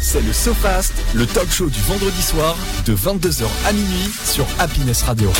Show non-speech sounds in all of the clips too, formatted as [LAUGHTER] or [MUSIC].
C'est le SoFast, le talk show du vendredi soir de 22h à minuit sur Happiness Radio.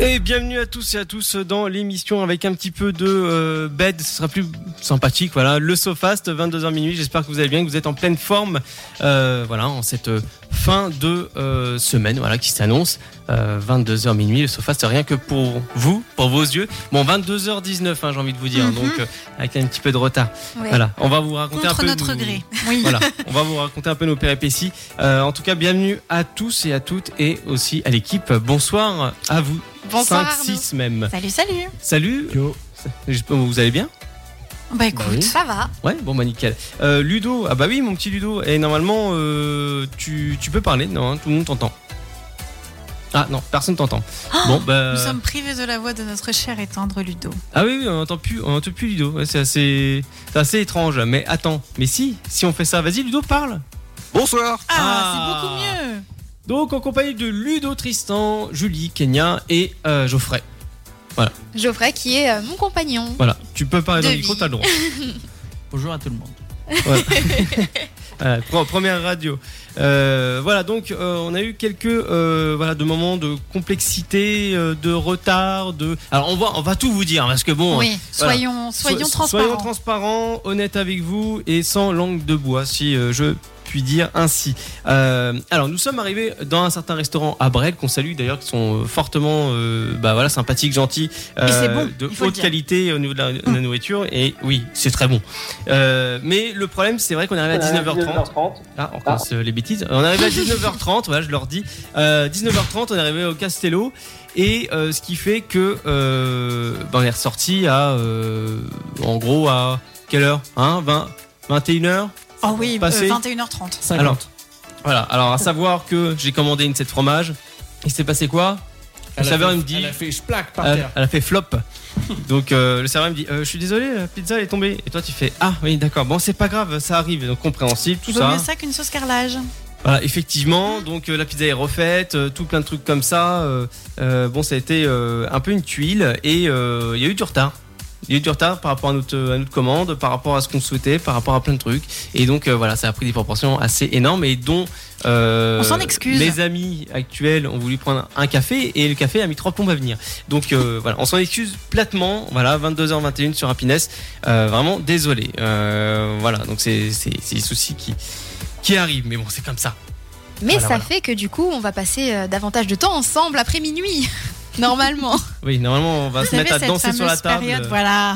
Et bienvenue à tous et à tous dans l'émission avec un petit peu de euh, bed, ce sera plus sympathique, voilà, le Sofast, 22h minuit, j'espère que vous allez bien, que vous êtes en pleine forme, euh, voilà, en cette euh, fin de euh, semaine, voilà, qui s'annonce, euh, 22h minuit, le Sofast, rien que pour vous, pour vos yeux, bon, 22h19, hein, j'ai envie de vous dire, Mhm. donc euh, avec un petit peu de retard, Ouais. voilà, on va vous raconter un Contre peu... notre nos- gré. [LAUGHS] Oui. [LAUGHS] Voilà, on va vous raconter un peu nos péripéties. Euh, en tout cas, bienvenue à tous et à toutes et aussi à l'équipe. Bonsoir à vous. Bonsoir, 5, 6 même. Arnaud. Salut, salut. Salut. J'espère que Vous allez bien Bah écoute, oui. ça va. Ouais, bon bah nickel. Euh, Ludo, ah bah oui mon petit Ludo, et normalement euh, tu, tu peux parler, non, hein, tout le monde t'entend. Ah non, personne t'entend. bon bah... Oh, Nous sommes privés de la voix de notre cher et tendre Ludo. Ah oui, oui, on n'entend plus, on entend plus Ludo, Ouais, c'est assez, c'est assez étrange, mais attends, mais si, si on fait ça, vas-y Ludo parle Bonsoir Ah. Ah, c'est beaucoup mieux. Donc en compagnie de Ludo, Tristan, Julie, Kenya et euh, Geoffrey. Geoffrey qui est euh, mon compagnon. Voilà, tu peux parler dans le Devis. micro, t'as [LAUGHS] le droit. [LAUGHS] Bonjour à tout le [LAUGHS] monde. Voilà, Euh, pre- première radio. Euh, voilà, donc euh, on a eu quelques euh, voilà de moments de complexité, euh, de retard, de. Alors on va on va tout vous dire parce que bon. euh, oui, voilà. soyons, so- soyons transparents. Soyons transparents, honnêtes avec vous et sans langue de bois, si euh, je puis dire ainsi. Euh, alors nous sommes arrivés dans un certain restaurant à Brel qu'on salue d'ailleurs qui sont euh, fortement euh, bah voilà sympathiques, gentils, euh, c'est bon, de il faut le haute dire. Hum. qualité au niveau de la, de la nourriture et oui c'est très bon. Euh, mais le problème c'est vrai qu'on arrive à 19h30. Ah, on commence euh, les bêtises. On est [LAUGHS] arrivé à 19h30, voilà, je leur dis. Euh, 19h30, on est arrivé au Castello. Et euh, ce qui fait que euh, ben, on est ressorti à. euh, en gros, à quelle heure hein 20, 21h Oh oui, euh, Passé. 21h30. Alors, voilà, alors à savoir que j'ai commandé une 7 fromage. Il s'est passé quoi Le serveur il me dit. Elle a fait je plaque par Elle, terre. elle a fait flop. Donc euh, le serveur il me dit Euh, Je suis désolé, la pizza elle est tombée. Et toi tu fais Ah oui, d'accord, bon, c'est pas grave, ça arrive. Donc compréhensible, tout Il ça. vaut mieux ça qu'une sauce carrelage. Voilà, Bah, effectivement, donc euh, la pizza est refaite, euh, tout plein de trucs comme ça. euh, euh, bon, ça a été euh, un peu une tuile et euh, il y a eu du retard. Il y a eu du retard par rapport à notre, à notre commande, par rapport à ce qu'on souhaitait, par rapport à plein de trucs. Et donc euh, voilà, ça a pris des proportions assez énormes et dont euh, On s'en excuse. mes amis actuels ont voulu prendre un café et le café a mis trois plombes à venir. Donc euh, [LAUGHS] voilà, on s'en excuse platement. Voilà, 22h21 sur Happiness. Euh, vraiment désolé. Euh, voilà, donc c'est c'est- c'est des soucis qui, qui arrivent, mais bon, c'est comme ça. Mais Voilà, ça voilà. fait que du coup, on va passer euh, davantage de temps ensemble après minuit. [LAUGHS] Normalement. Oui, normalement, on va Vous se savez, mettre à cette danser sur la fameuse table. période, [LAUGHS] voilà.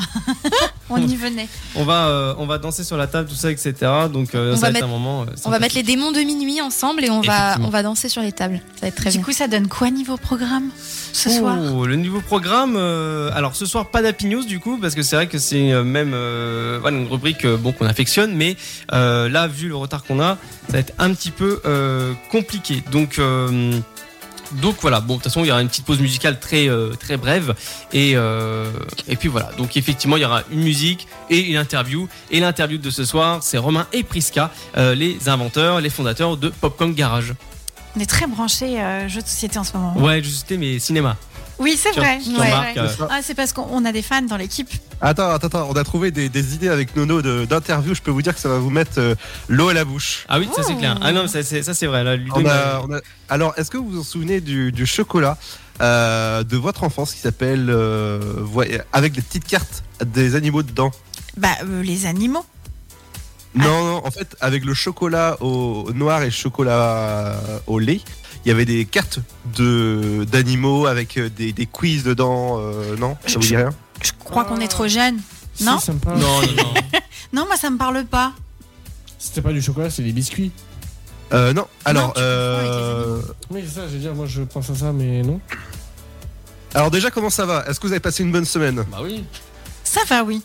On y venait. On va, euh, on va danser sur la table, tout ça, etc. Donc, euh, On va ça va être mettre- un moment. euh, on va sympathique. mettre les démons de minuit ensemble et on va, Effectivement. on va danser sur les tables. Ça va être très du bien. coup, ça donne quoi niveau programme ce Oh, soir le nouveau programme. euh, alors, ce soir, pas d'Happy News, du coup, parce que c'est vrai que c'est euh, même euh, voilà, une rubrique euh, bon, qu'on affectionne, mais euh, là, vu le retard qu'on a, ça va être un petit peu euh, compliqué. Donc. euh, donc voilà, bon de toute façon il y aura une petite pause musicale très euh, très brève et euh, et puis voilà. Donc effectivement il y aura une musique et une interview et l'interview de ce soir c'est Romain et Prisca, euh, les inventeurs, les fondateurs de Popcorn Garage. On est très branchés euh, jeux de société en ce moment. Ouais, je sais mais cinéma. Oui, c'est Tu- vrai. tu Ouais, remarques, ouais. euh, Ah, c'est parce qu'on on a des fans dans l'équipe. Attends, attends, attends, on a trouvé des, des idées avec Nono de- d'interview, je peux vous dire que ça va vous mettre euh, l'eau à la bouche. Ah oui, ça c'est Oh. clair. Ah non, mais ça c'est ça, c'est vrai. Là, Ludo, On il a- m'a- on a- Alors, est-ce que vous vous en souvenez du, du chocolat euh, de votre enfance qui s'appelle euh, voy- avec les petites cartes des animaux dedans Bah, euh, les animaux. Non, non, en fait, avec le chocolat au au noir et le chocolat euh, au lait, il y avait des cartes de d'animaux avec euh, des, des quiz dedans, euh, non Ça vous dit rien Je crois qu'on est Ah. trop jeune. Non Si, ça me parle. Non, non, non. [LAUGHS] Non, moi, ça me parle pas. C'était pas du chocolat, c'est des biscuits. euh, Non, alors. tu confonds avec les euh, Oui, c'est ça, je veux dire, moi je pense à ça, mais non. Alors déjà, comment ça va Est-ce que vous avez passé une bonne semaine Bah oui. Ça va, oui.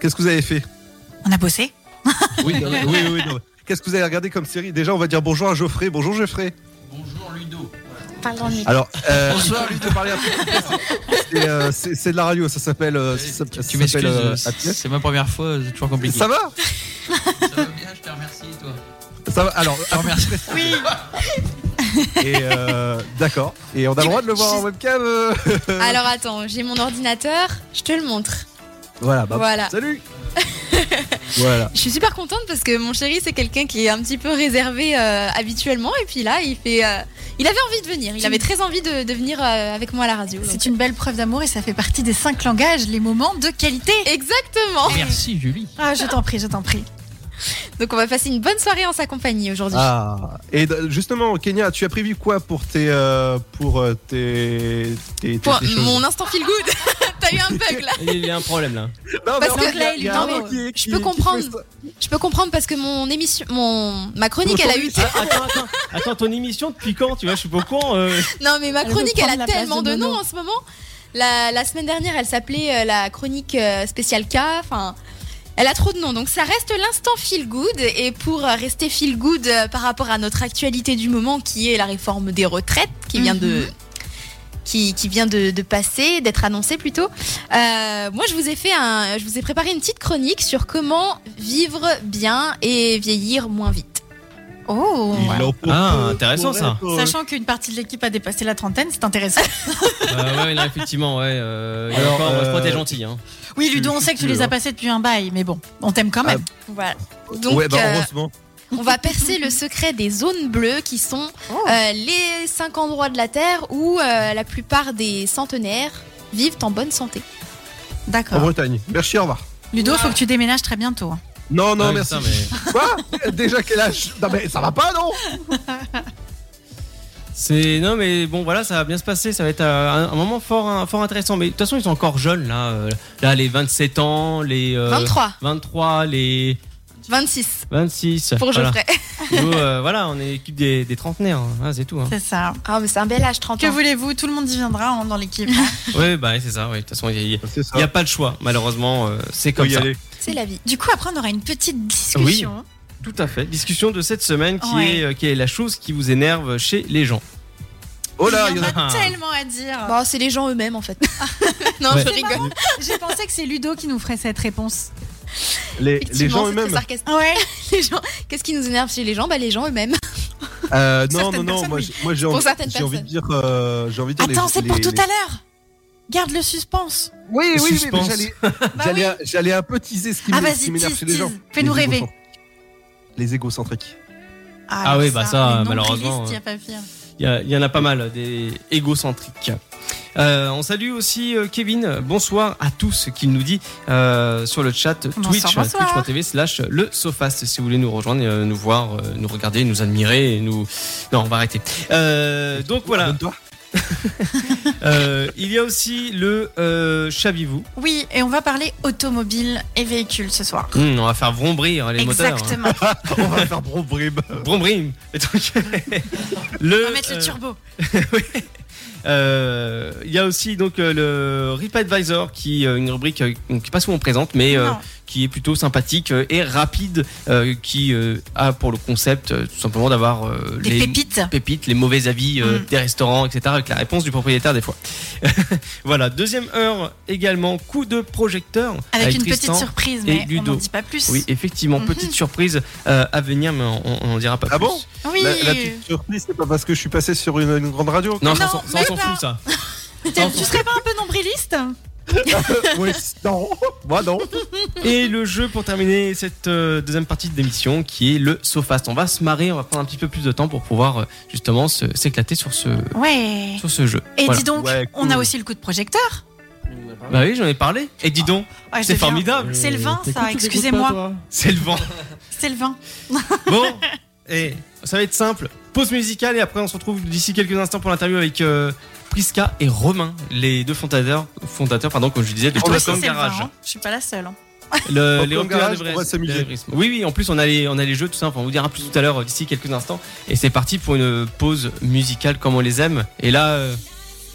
Qu'est-ce que vous avez fait On a bossé. Oui, non, oui, oui. non. Qu'est-ce que vous avez regardé comme série Déjà, on va dire bonjour à Geoffrey. Bonjour Geoffrey. Bonjour Ludo. Alors, euh, lui de parler un peu. C'est, euh, C'est c'est de la radio, ça s'appelle. euh, ça s'appelle- Tu- ça tu m'excuses, s'appelle, euh, euh, la pièce. c'est ma première euh, fois, c'est toujours compliqué. Ça va Ça va bien, je te remercie, [LAUGHS] toi. Ça va. Alors, Je te remercie. Oui. et, euh, d'accord. Et on a le droit de le voir en webcam. euh. Alors attends, j'ai mon ordinateur, je te le montre. [LAUGHS] Voilà. bah, Voilà. Salut. Voilà. Je suis super contente parce que mon chéri, c'est quelqu'un qui est un petit peu réservé euh, habituellement. Et puis là, il fait. euh, il avait envie de venir. Il avait très envie de, de venir euh, avec moi à la radio. donc. C'est une belle preuve d'amour et ça fait partie des cinq langages, les moments de qualité. Exactement. Merci Julie. Ah, je t'en prie, je t'en prie. Donc, on va passer une bonne soirée en sa compagnie aujourd'hui. Ah. Et d- justement, Kenya, tu as prévu quoi pour tes. euh, pour euh, tes. tes- tes- Pour tes choses mon instant feel good. [LAUGHS] T'as eu un bug là. Il y a un problème là. Non, parce en fait, que là, il il y est a un dans- mot qui est- je qui- peux qui comprendre. fait ça. Je peux comprendre parce que mon émission, mon ma chronique, elle a eu. Ah, attends, attends, attends, ton émission depuis quand Tu vois, je suis pas au courant. euh. [LAUGHS] Non, mais ma Elle veut chronique, elle a prendre la place tellement de de noms Nono. en ce moment. La, la semaine dernière, elle s'appelait euh, la chronique euh, spéciale K. Enfin, elle a trop de noms. Donc, ça reste l'instant feel good. Et pour euh, rester feel good euh, par rapport à notre actualité du moment, qui est la réforme des retraites, qui vient de. Euh, Mhm. Qui, qui vient de, de passer, d'être annoncée plutôt. Euh, moi, je vous ai fait un, je vous ai préparé une petite chronique sur comment vivre bien et vieillir moins vite. Oh Il en propose Ah, intéressant, ça. pour- euh, Sachant qu'une partie de l'équipe a dépassé la trentaine, c'est intéressant. Euh, ouais, non, effectivement, ouais. euh, il y a Alors, encore, moi, je euh, protège gentil. Hein. Oui, Ludo, Je- on je sait que tu suis les as là. passés depuis un bail, mais bon, on t'aime quand même. Voilà. Donc, ouais, bah, euh, heureusement. On va percer le secret des zones bleues qui sont Oh. euh, les cinq endroits de la Terre où euh, la plupart des centenaires vivent en bonne santé. En D'accord. Bretagne. Merci, au revoir. Ludo, faut que tu déménages très bientôt. hein. Non, non, Ah oui, merci. putain, mais Quoi Déjà quel âge Non, mais ça va pas, non C'est non, mais bon, voilà, ça va bien se passer. Ça va être euh, un, un moment fort, hein, fort intéressant. Mais de toute façon, ils sont encore jeunes là. euh, Là, les 27 ans, les euh, 23, 23, les 26 26. pour [LAUGHS] voilà. Geoffrey. Nous, euh, voilà, on est l'équipe des, des trentenaires. hein. Ah, c'est [LAUGHS] tout. Hein. C'est ça. Ah mais c'est un bel âge, 30 Que ans. voulez-vous Tout le monde y viendra hein, dans l'équipe. Ouais, bah ouais, c'est ça. ouais. De toute façon, il n'y C'est ça. a, pas le choix. Malheureusement, euh, c'est comme Faut y ça. aller. [LAUGHS] C'est la vie. du coup, après, on aura une petite discussion. Tout à fait. Discussion de cette semaine qui Ouais. est euh, qui est la chose qui vous énerve chez les gens. Oh là, il y en en a a- tellement à dire. Bon, Bah, c'est les gens eux-mêmes en [LAUGHS] fait. non, Ouais. je rigole. J'ai pensé que c'est Ludo qui nous ferait cette réponse. les, les Effectivement, gens c'est très eux-mêmes. sarcastique. Ouais. [LAUGHS] Les gens- Qu'est-ce qui nous énerve chez les gens Bah les gens eux-mêmes. Euh, non, non, Certaines non, personnes, moi oui. j'ai moi, j'ai Pour envie, certaines j'ai envie de dire. euh, j'ai envie de dire Attends, les- c'est pour les- tout les- à l'heure. Garde le suspense. Oui, Le oui, oui, mais suspense. j'allais- Bah j'allais un- j'allais un peu teaser ce qui Ah me- ce vas-y, qui m'énerve tease, chez les gens. tease. Fais-nous Les rêver. égocentriques. Les égocentriques. Ah alors oui, bah ça, les non malheureusement, privistes, euh, y a pas pire. Il y, a- il y en a pas mal, des égocentriques. Euh, on salue aussi euh, Kevin. Bonsoir à tous qu'il nous dit euh, sur le chat Twitch, bonsoir. twitch.tv slash le Sofast. Si vous voulez nous rejoindre, euh, nous voir, euh, nous regarder, nous admirer, et nous. Non, on va arrêter. Euh, donc voilà. [LAUGHS] Abonne-toi. Euh, il y a aussi le euh, Chavivou. Oui, et on va parler automobile et véhicules ce [LAUGHS] soir. Hum, on va faire vrombrir les moteurs. hein. [LAUGHS] Exactement. On va faire bon brib. Vrombrim. Et donc, [LAUGHS] On le, va mettre le euh, turbo. Euh, il y a aussi donc euh, le Rip Advisor qui euh, une rubrique euh, qui est pas souvent présente mais euh, Non. qui est plutôt sympathique euh, et rapide euh, qui euh, a pour le concept euh, tout simplement d'avoir euh, Des les pépites. pépites, les mauvais avis euh, Mm. des restaurants, etc. avec la réponse du propriétaire des fois. [LAUGHS] voilà, deuxième heure également, coup de projecteur Avec, une Tristan. petite surprise, et mais on Ludo. n'en dit pas plus. Oui, effectivement, Mhm. petite surprise euh, à venir mais on n'en dira pas Ah plus. bon Oui. La, la petite surprise, c'est pas parce que je suis passé sur une, une grande radio. non, Non, ça, on s'en- ça, on mais s'en pas. fout ça. T'es- tu serais pas un peu [LAUGHS] nombriliste Oui, non, moi non. Et le jeu pour terminer cette euh, deuxième partie de l'émission qui est le Sofast. On va se marrer, on va prendre un petit peu plus de temps pour pouvoir euh, justement se- s'éclater sur ce, Ah, Ouais. sur ce jeu. Et Voilà. dis donc, Ouais, cool. on a aussi le coup de projecteur. Bah oui, j'en ai parlé. Et dis donc, Ah, Ouais, c'est je viens. formidable, C'est le vin, Euh, T'écoutes ça, ou t'écoutes pas, excusez-moi. toi c'est le vent. [LAUGHS] C'est le vin. Bon, et ça va être simple. Pause musicale et après on se retrouve d'ici quelques instants pour l'interview avec euh, Prisca et Romain, les deux fondateurs, fondateurs pardon, comme je disais, de On Toi va aussi, dans Tom le c'est le vin. Garage. hein. Je suis pas la seule. hein. Le, Au les Tom Rockers Garage, d'Everest. on va s'amuser. d'Everest. Oui, oui, en plus, on a les, on a les jeux, tout ça. Enfin, on vous dira plus tout à l'heure euh, d'ici quelques instants. Et c'est parti pour une pause musicale comme on les aime. Et là, euh,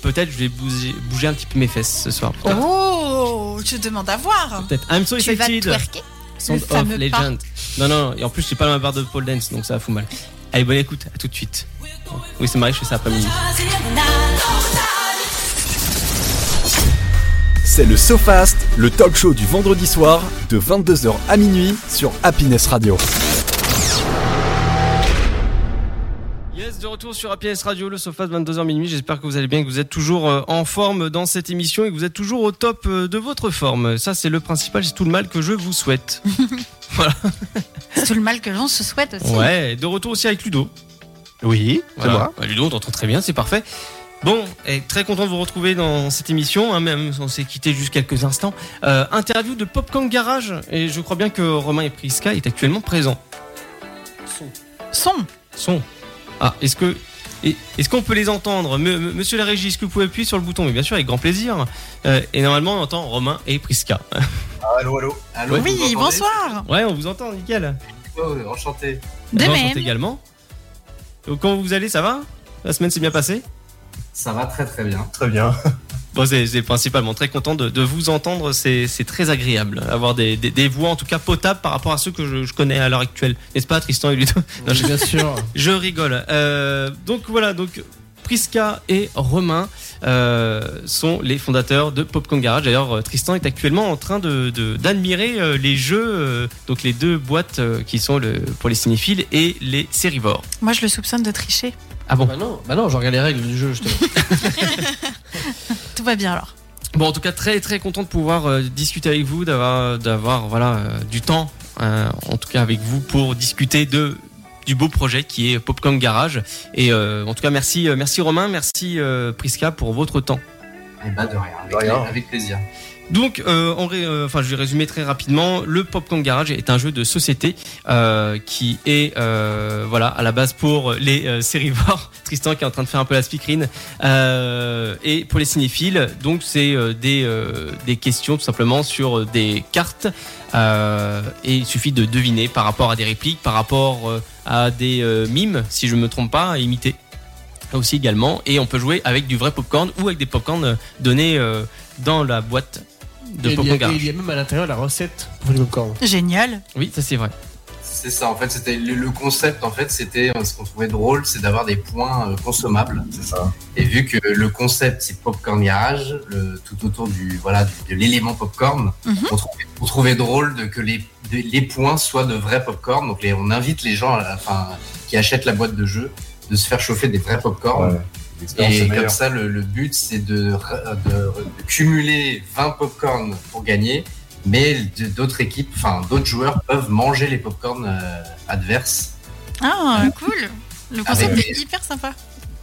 peut-être, je vais bouger, bouger un petit peu mes fesses ce soir. Peut-être. Oh, tu demandes à voir. Peut-être. I'm so Tu vas excited. twerker Sound Le of fameux Legend. Non, non, non. Et en plus, j'ai pas dans ma barre de pole dance, donc ça fout mal. Allez, bonne écoute. À tout de suite. Oui, c'est marrant, je fais ça après midi. C'est le SoFast, le talk show du vendredi soir de 22h à minuit sur Happiness Radio. Yes, de retour sur APS Radio, le Sofast 22h minuit. J'espère que vous allez bien, que vous êtes toujours euh, en forme dans cette émission et que vous êtes toujours au top euh, de votre forme. Ça, c'est le principal, c'est tout le mal que je vous souhaite. C'est tout le mal que l'on se souhaite aussi. Ouais, de retour aussi avec Ludo. Oui, c'est Voilà. moi. Bah, Ludo, on t'entend très bien, c'est parfait. Bon, et très content de vous retrouver dans cette émission, hein, même si on s'est quitté juste quelques instants. Euh, interview de Popcorn Garage, et je crois bien que Romain et Priska est actuellement présent. Son. Son. Ah, est-ce que. et- Est-ce qu'on peut les entendre Me- me- Monsieur la régie, est-ce que vous pouvez appuyer sur le bouton Mais bien sûr, avec grand plaisir. Euh, et normalement, on entend Romain et Priska. Allô, allô. allô vous Oui, m'entendez bonsoir. Ouais, on vous entend, nickel. Oh, enchanté. De Jean chante même. également. Donc, comment vous allez Ça va La semaine s'est bien passée Ça va très très bien. Très bien. Bon, c'est c'est principalement très content de, de vous entendre, c'est c'est très agréable. Avoir des, des- des voix en tout cas potables par rapport à ceux que je, je connais à l'heure actuelle. N'est-ce pas Tristan et Ludo Non, je, bien sûr. [LAUGHS] je rigole. Euh, donc voilà, donc Prisca et Romain euh, sont les fondateurs de Popcorn Garage. D'ailleurs, euh, Tristan est actuellement en train d'admirer de, d'admirer euh, les jeux, euh, donc les deux boîtes euh, qui sont le, pour les cinéphiles et les sérivores. Moi, je le soupçonne de tricher. Ah bon Bah non, bah non, je regarde les règles du jeu, justement. [LAUGHS] Tout va bien alors. Bon, en tout cas, très très content de pouvoir euh, discuter avec vous, d'avoir d'avoir voilà euh, du temps, euh, en tout cas avec vous pour discuter de du beau projet qui est Popcorn Garage. Et euh, en tout cas, merci euh, merci Romain, merci euh, Prisca pour votre temps. Et bah de rien. Avec, De rien. avec plaisir. Donc, euh, en ré- euh, enfin, je vais résumer très rapidement. Le Popcorn Garage est un jeu de société euh, qui est, euh, voilà, à la base pour les euh, sérivores. [LAUGHS] Tristan qui est en train de faire un peu la speakerine. Euh, et pour les cinéphiles, donc c'est euh, des euh, des questions tout simplement sur des cartes. Euh, et il suffit de deviner par rapport à des répliques, par rapport euh, à des euh, mimes, si je me trompe pas, à imiter aussi également. Et on peut jouer avec du vrai popcorn ou avec des popcorn euh, donnés euh, dans la boîte de Et il, y popcorn a, et il garage. y a même à l'intérieur la recette pour du popcorn. Génial. Oui, ça c'est vrai. C'est ça. En fait, c'était le, le concept. En fait, c'était euh, ce qu'on trouvait drôle, c'est d'avoir des points euh, consommables. C'est ça. Et vu que le concept c'est popcorn garage, le- tout autour du voilà du- de l'élément popcorn, Mhm. on, trouvait, on trouvait drôle de que les de- les points soient de vrais popcorn. Donc les, on invite les gens, à la- enfin, qui achètent la boîte de jeu, de se faire chauffer des vrais popcorn. Et comme ça, le, le but, c'est de, ra- de- de cumuler 20 popcorn pour gagner, mais de- d'autres équipes, enfin d'autres joueurs peuvent manger les popcorn euh, adverses. Ah, cool. Le Ah, concept Avec- est hyper sympa.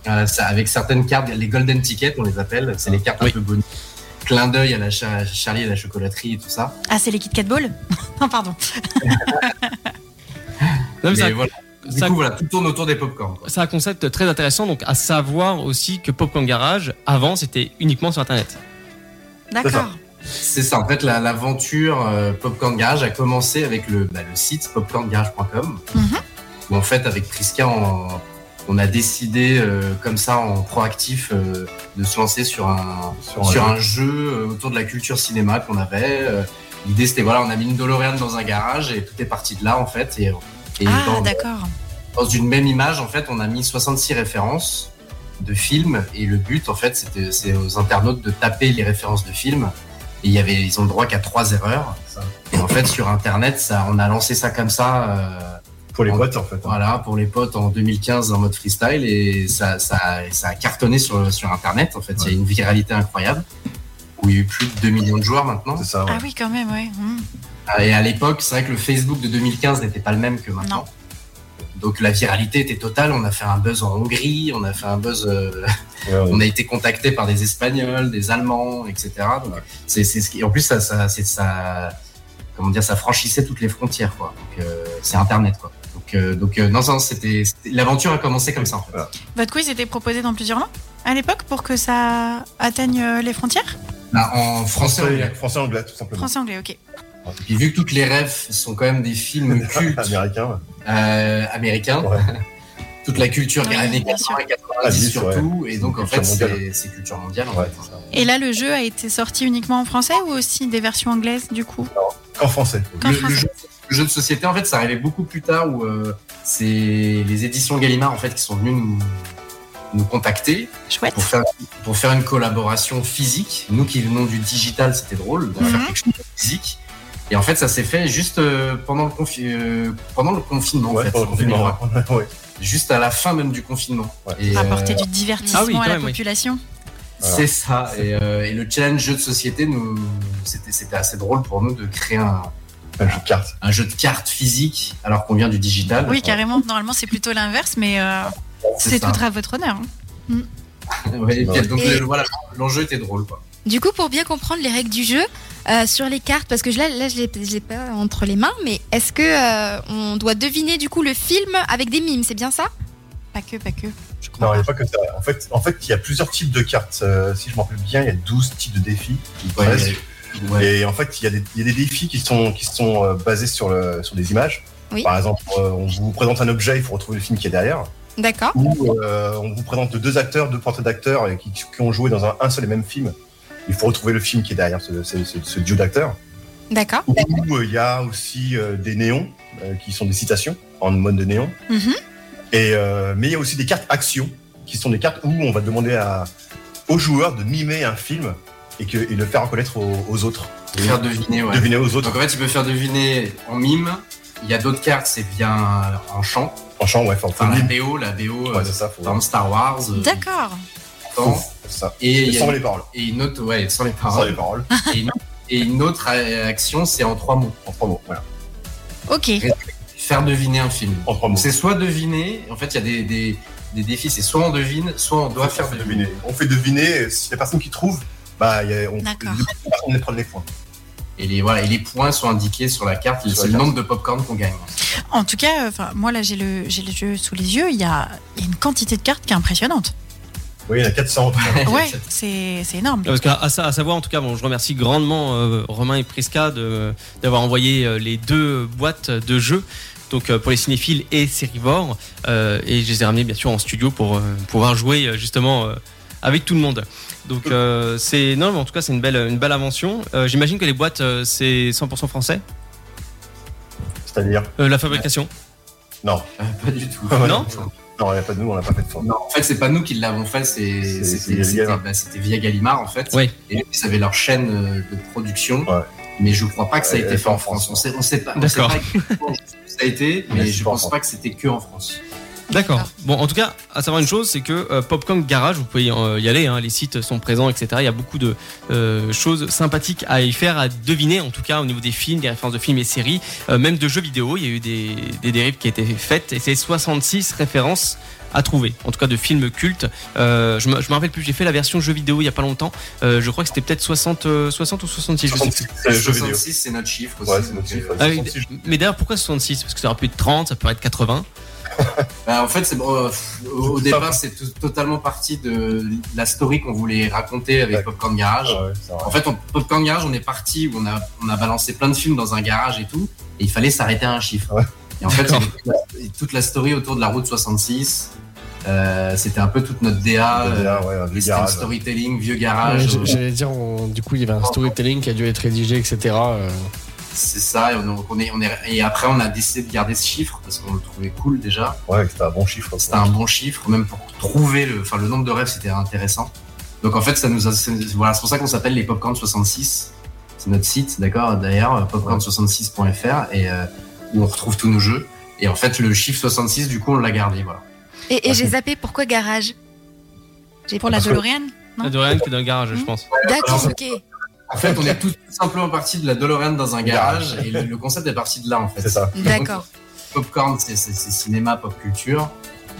Voilà, Euh, ça, avec certaines cartes, les golden tickets, on les appelle, c'est les cartes Oui. un peu bonus. Clin d'œil à la cha- Charlie et la chocolaterie et tout ça. Ah, c'est les Kit Kat Ball [LAUGHS] Non, [LAUGHS] pardon. Non, mais Mais ça- voilà. Du ça- coup, voilà, tout tourne autour des popcorn. quoi. C'est un concept très intéressant, donc à savoir aussi que Popcorn Garage, avant, c'était uniquement sur Internet. D'accord. C'est ça, en fait, la- l'aventure euh, Popcorn Garage a commencé avec le, bah, le site popcorngarage.com. Mhm. Où en fait, avec Priska, on, on a décidé, euh, comme ça, en proactif, euh, de se lancer sur un, Sur un sur un jeu euh, autour de la culture cinéma qu'on avait. Euh, L'idée, c'était, voilà, on a mis une DeLorean dans un garage et tout est parti de là, en fait. Et, et Ah, dans- d'accord. dans une même image, en fait, on a mis 66 références de films et le but, en fait, c'était c'est aux internautes de taper les références de films. Et il y avait, ils ont le droit qu'à trois erreurs. Et en fait, sur Internet, ça, on a lancé ça comme ça, euh, Pour les boîtes en fait. hein. voilà, pour les potes en 2015 en mode freestyle et ça, ça, ça a cartonné sur, sur Internet. En fait, il y a une viralité incroyable où il y a eu plus de 2 millions de joueurs maintenant. C'est ça. Ah oui, quand même, ouais. Hmm. Ah, Et à l'époque, c'est vrai que le Facebook de 2015 n'était pas le même que maintenant. Donc la viralité était totale. On a fait un buzz en Hongrie, on a fait un buzz. [LAUGHS] euh, on a été contacté par des Espagnols, des Allemands, etc. Donc c'est c'est ce qui. En plus, ça, ça, c'est ça. Comment dire, ça franchissait toutes les frontières, quoi. Donc euh, c'est Internet, quoi. Donc, euh, donc euh, non, non, c'était c'était- l'aventure a commencé comme ça. En fait. Votre quiz était proposé dans plusieurs langues à l'époque pour que ça atteigne euh, les frontières Bah, en français. on l'a- français anglais tout simplement. Français-anglais, ok. Et vu que toutes les rêves sont quand même des [LAUGHS] films cultes Américain. euh, américains, Ouais. [LAUGHS] toute la culture Oui, années bien sûr. 80 90 Ah, oui, surtout, ouais. et donc en C'est une fait culture c'est c'est culture mondiale. en Ouais, fait. c'est Et là, le jeu a été sorti uniquement en français ou aussi des versions anglaises du coup En français. Qu'en Le, le français. jeu, le jeu de société en fait ça arrivait beaucoup plus tard où euh, c'est les éditions Gallimard en fait qui sont venues nous, nous contacter Chouette. pour faire, pour faire une collaboration physique. Nous qui venons du digital c'était drôle de faire Mhm. quelque chose de physique. Et en fait ça s'est fait juste euh, pendant le, confi- euh, pendant le confinement en fait, en 2020. ouais. juste à la fin même du confinement. Ouais. Et, Apporter euh, du divertissement Ah oui, quand à la même, oui. population. Voilà. C'est ça. Et, euh, et le challenge jeu de société, nous, c'était, c'était assez drôle pour nous de créer un, Un jeu de cartes. un jeu de cartes physique alors qu'on vient du digital. Oui, carrément. Normalement, c'est plutôt l'inverse, mais euh, c'est ça. tout à votre honneur. hein. [LAUGHS] Ouais, et puis, donc, Et- le- voilà, l'enjeu était drôle. Quoi. Du coup, pour bien comprendre les règles du jeu euh, sur les cartes, parce que je- là, là je l'ai- je l'ai pas entre les mains, mais est-ce que euh, on doit deviner du coup le film avec des mimes C'est bien ça Pas que, pas que. Je Non, crois il n'y a pas. pas que ça. En fait, en fait, il y a plusieurs types de cartes. Euh, si je me rappelle bien, il y a 12 types de défis. Ouais, Presque. mais- ouais. Et en fait, il y, a des- il y a des défis qui sont, qui sont euh, basés sur, le, sur des images. Oui. Par exemple, euh, on vous présente un objet, il faut retrouver le film qui est derrière. D'accord. Ou euh, on vous présente deux acteurs, deux portraits d'acteurs et qui, qui ont joué dans un, un seul et même film. Il faut retrouver le film qui est derrière ce, ce- ce- ce duo d'acteurs. D'accord. Ou euh, il y a aussi euh, des néons euh, qui sont des citations en mode de néon. Mhm. Et, euh, mais il y a aussi des cartes actions qui sont des cartes où on va demander à, aux joueurs de mimer un film et, que, et le faire reconnaître aux, aux autres. Faire deviner, ouais. Deviner aux autres Donc en fait, il peut faire deviner en mime. Il y a d'autres cartes, c'est bien euh, en chant. en chant, ouais, faut, faut Enfin, la mimer. BO, la BO, Ouais, euh, c'est ça, faut, par exemple Star Wars. euh, D'accord. faut- temps. c'est ça. Et il y a sans une- les paroles. et une autre, ouais, sans les Sans les paroles, paroles. [LAUGHS] Et une- Et une autre euh, action, c'est en trois mots. en trois mots. Voilà. Ok. Faire deviner un film. En trois mots. C'est soit deviner, en fait, il y a des, des, des défis, c'est soit on devine, soit on doit faire On fait deviner. On fait deviner, et si la personne qui trouve, bah, il y a- on, D'accord. on prend les points. Et les, voilà, et les points sont indiqués sur la carte, Sur la c'est le carte. nombre de popcorn qu'on gagne. En tout cas, euh, enfin, moi là, j'ai le, j'ai le jeu sous les yeux. Il y a, il y a une quantité de cartes qui est impressionnante. Oui, il y en a [LAUGHS] 400. Ouais, c'est, c'est énorme. Parce qu'à à, sa- à savoir, en tout cas, bon, je remercie grandement euh, Romain et Prisca de- d'avoir envoyé euh, les deux boîtes de jeux. Donc euh, pour les cinéphiles et sérivores, euh, et je les ai ramenés bien sûr en studio pour euh, pouvoir jouer euh, justement euh, avec tout le monde. Donc euh, c'est non, mais en tout cas c'est une belle une belle invention. Euh, J'imagine que les boîtes euh, c'est 100% français, C'est-à-dire, Euh, la fabrication. non. Ah, Euh, pas du tout. Ouais. Non Non, il n'y a pas de nous, on n'a pas fait de forme. Non, en fait, c'est pas nous qui l'avons fait, c'est- C'est- c'est c'était via c'était- Gallimard. bah, c'était via Gallimard en fait. Ouais. Et eux, ils avaient leur chaîne euh, de production. Ouais. Mais je crois pas que ça a Ouais, été fait en France. On sait, on sait pas. on sait D'accord. pas [LAUGHS] exactement où ça a été, Mais mais c'est je pas en pense France. pas que c'était que en France. D'accord. Bon, en tout cas, à savoir une chose, c'est que euh, Popcorn Garage, vous pouvez euh, y aller, hein, les sites sont présents, etc. Il y a beaucoup de euh, choses sympathiques à y faire, à deviner, en tout cas au niveau des films, des références de films et séries, euh, même de jeux vidéo. Il y a eu des, des dérives qui ont été faites et c'est 66 références à trouver, en tout cas de films cultes. Euh, je, me, je me rappelle plus, j'ai fait la version jeu vidéo il y a pas longtemps. Euh, je crois que c'était peut-être 60, euh, 60 ou 66. je sais plus. 66, c'est le jeu vidéo. 66, c'est notre chiffre aussi. Ouais, c'est donc, notre euh, chiffre. Ah oui, 66, mais d'ailleurs, pourquoi 66 Parce que ça aurait pu être 30, ça pourrait être 80. Bah, en fait, c'est bon, euh, pff, au, au Pas départ, vrai. c'est tout- totalement parti de la story qu'on voulait raconter avec Ouais. Popcorn Garage. Ah ouais, c'est vrai. En fait, on, Popcorn Garage, on est parti où on a, on a balancé plein de films dans un garage et tout, et il fallait s'arrêter à un chiffre. Ouais. Et en fait, D'accord. toute la, toute la story autour de la route 66, euh, c'était un peu toute notre DA, Le euh, DA, ouais, c'était le le garage. storytelling, vieux garage, euh, Ouais, Ah, J'allais dire, on- du coup, il y avait un storytelling qui a dû être rédigé, etc. euh, c'est ça. Et, on, on est, on est, et après, on a décidé de garder ce chiffre parce qu'on le trouvait cool déjà. Ouais, c'était un bon chiffre. C'était un bon chiffre, même pour trouver le, enfin, le nombre de rêves, c'était intéressant. Donc en fait, ça nous a, c'est- voilà, c'est pour ça qu'on s'appelle les Popcorn 66. C'est notre site, d'accord, d'ailleurs, euh, popcorn66.fr, et euh, où on retrouve tous nos jeux. Et en fait, le chiffre 66, du coup, on l'a gardé, voilà. Et, et j'ai zappé pourquoi garage Pour la DeLorean. Non. De rien que dans le garage, je Mhm. pense. D'accord. Ok. En fait, on est tout simplement parti de la DeLorean dans un garage, et le, le concept est parti de là, en fait. C'est ça. D'accord. Popcorn, c'est c'est- c'est cinéma, pop culture.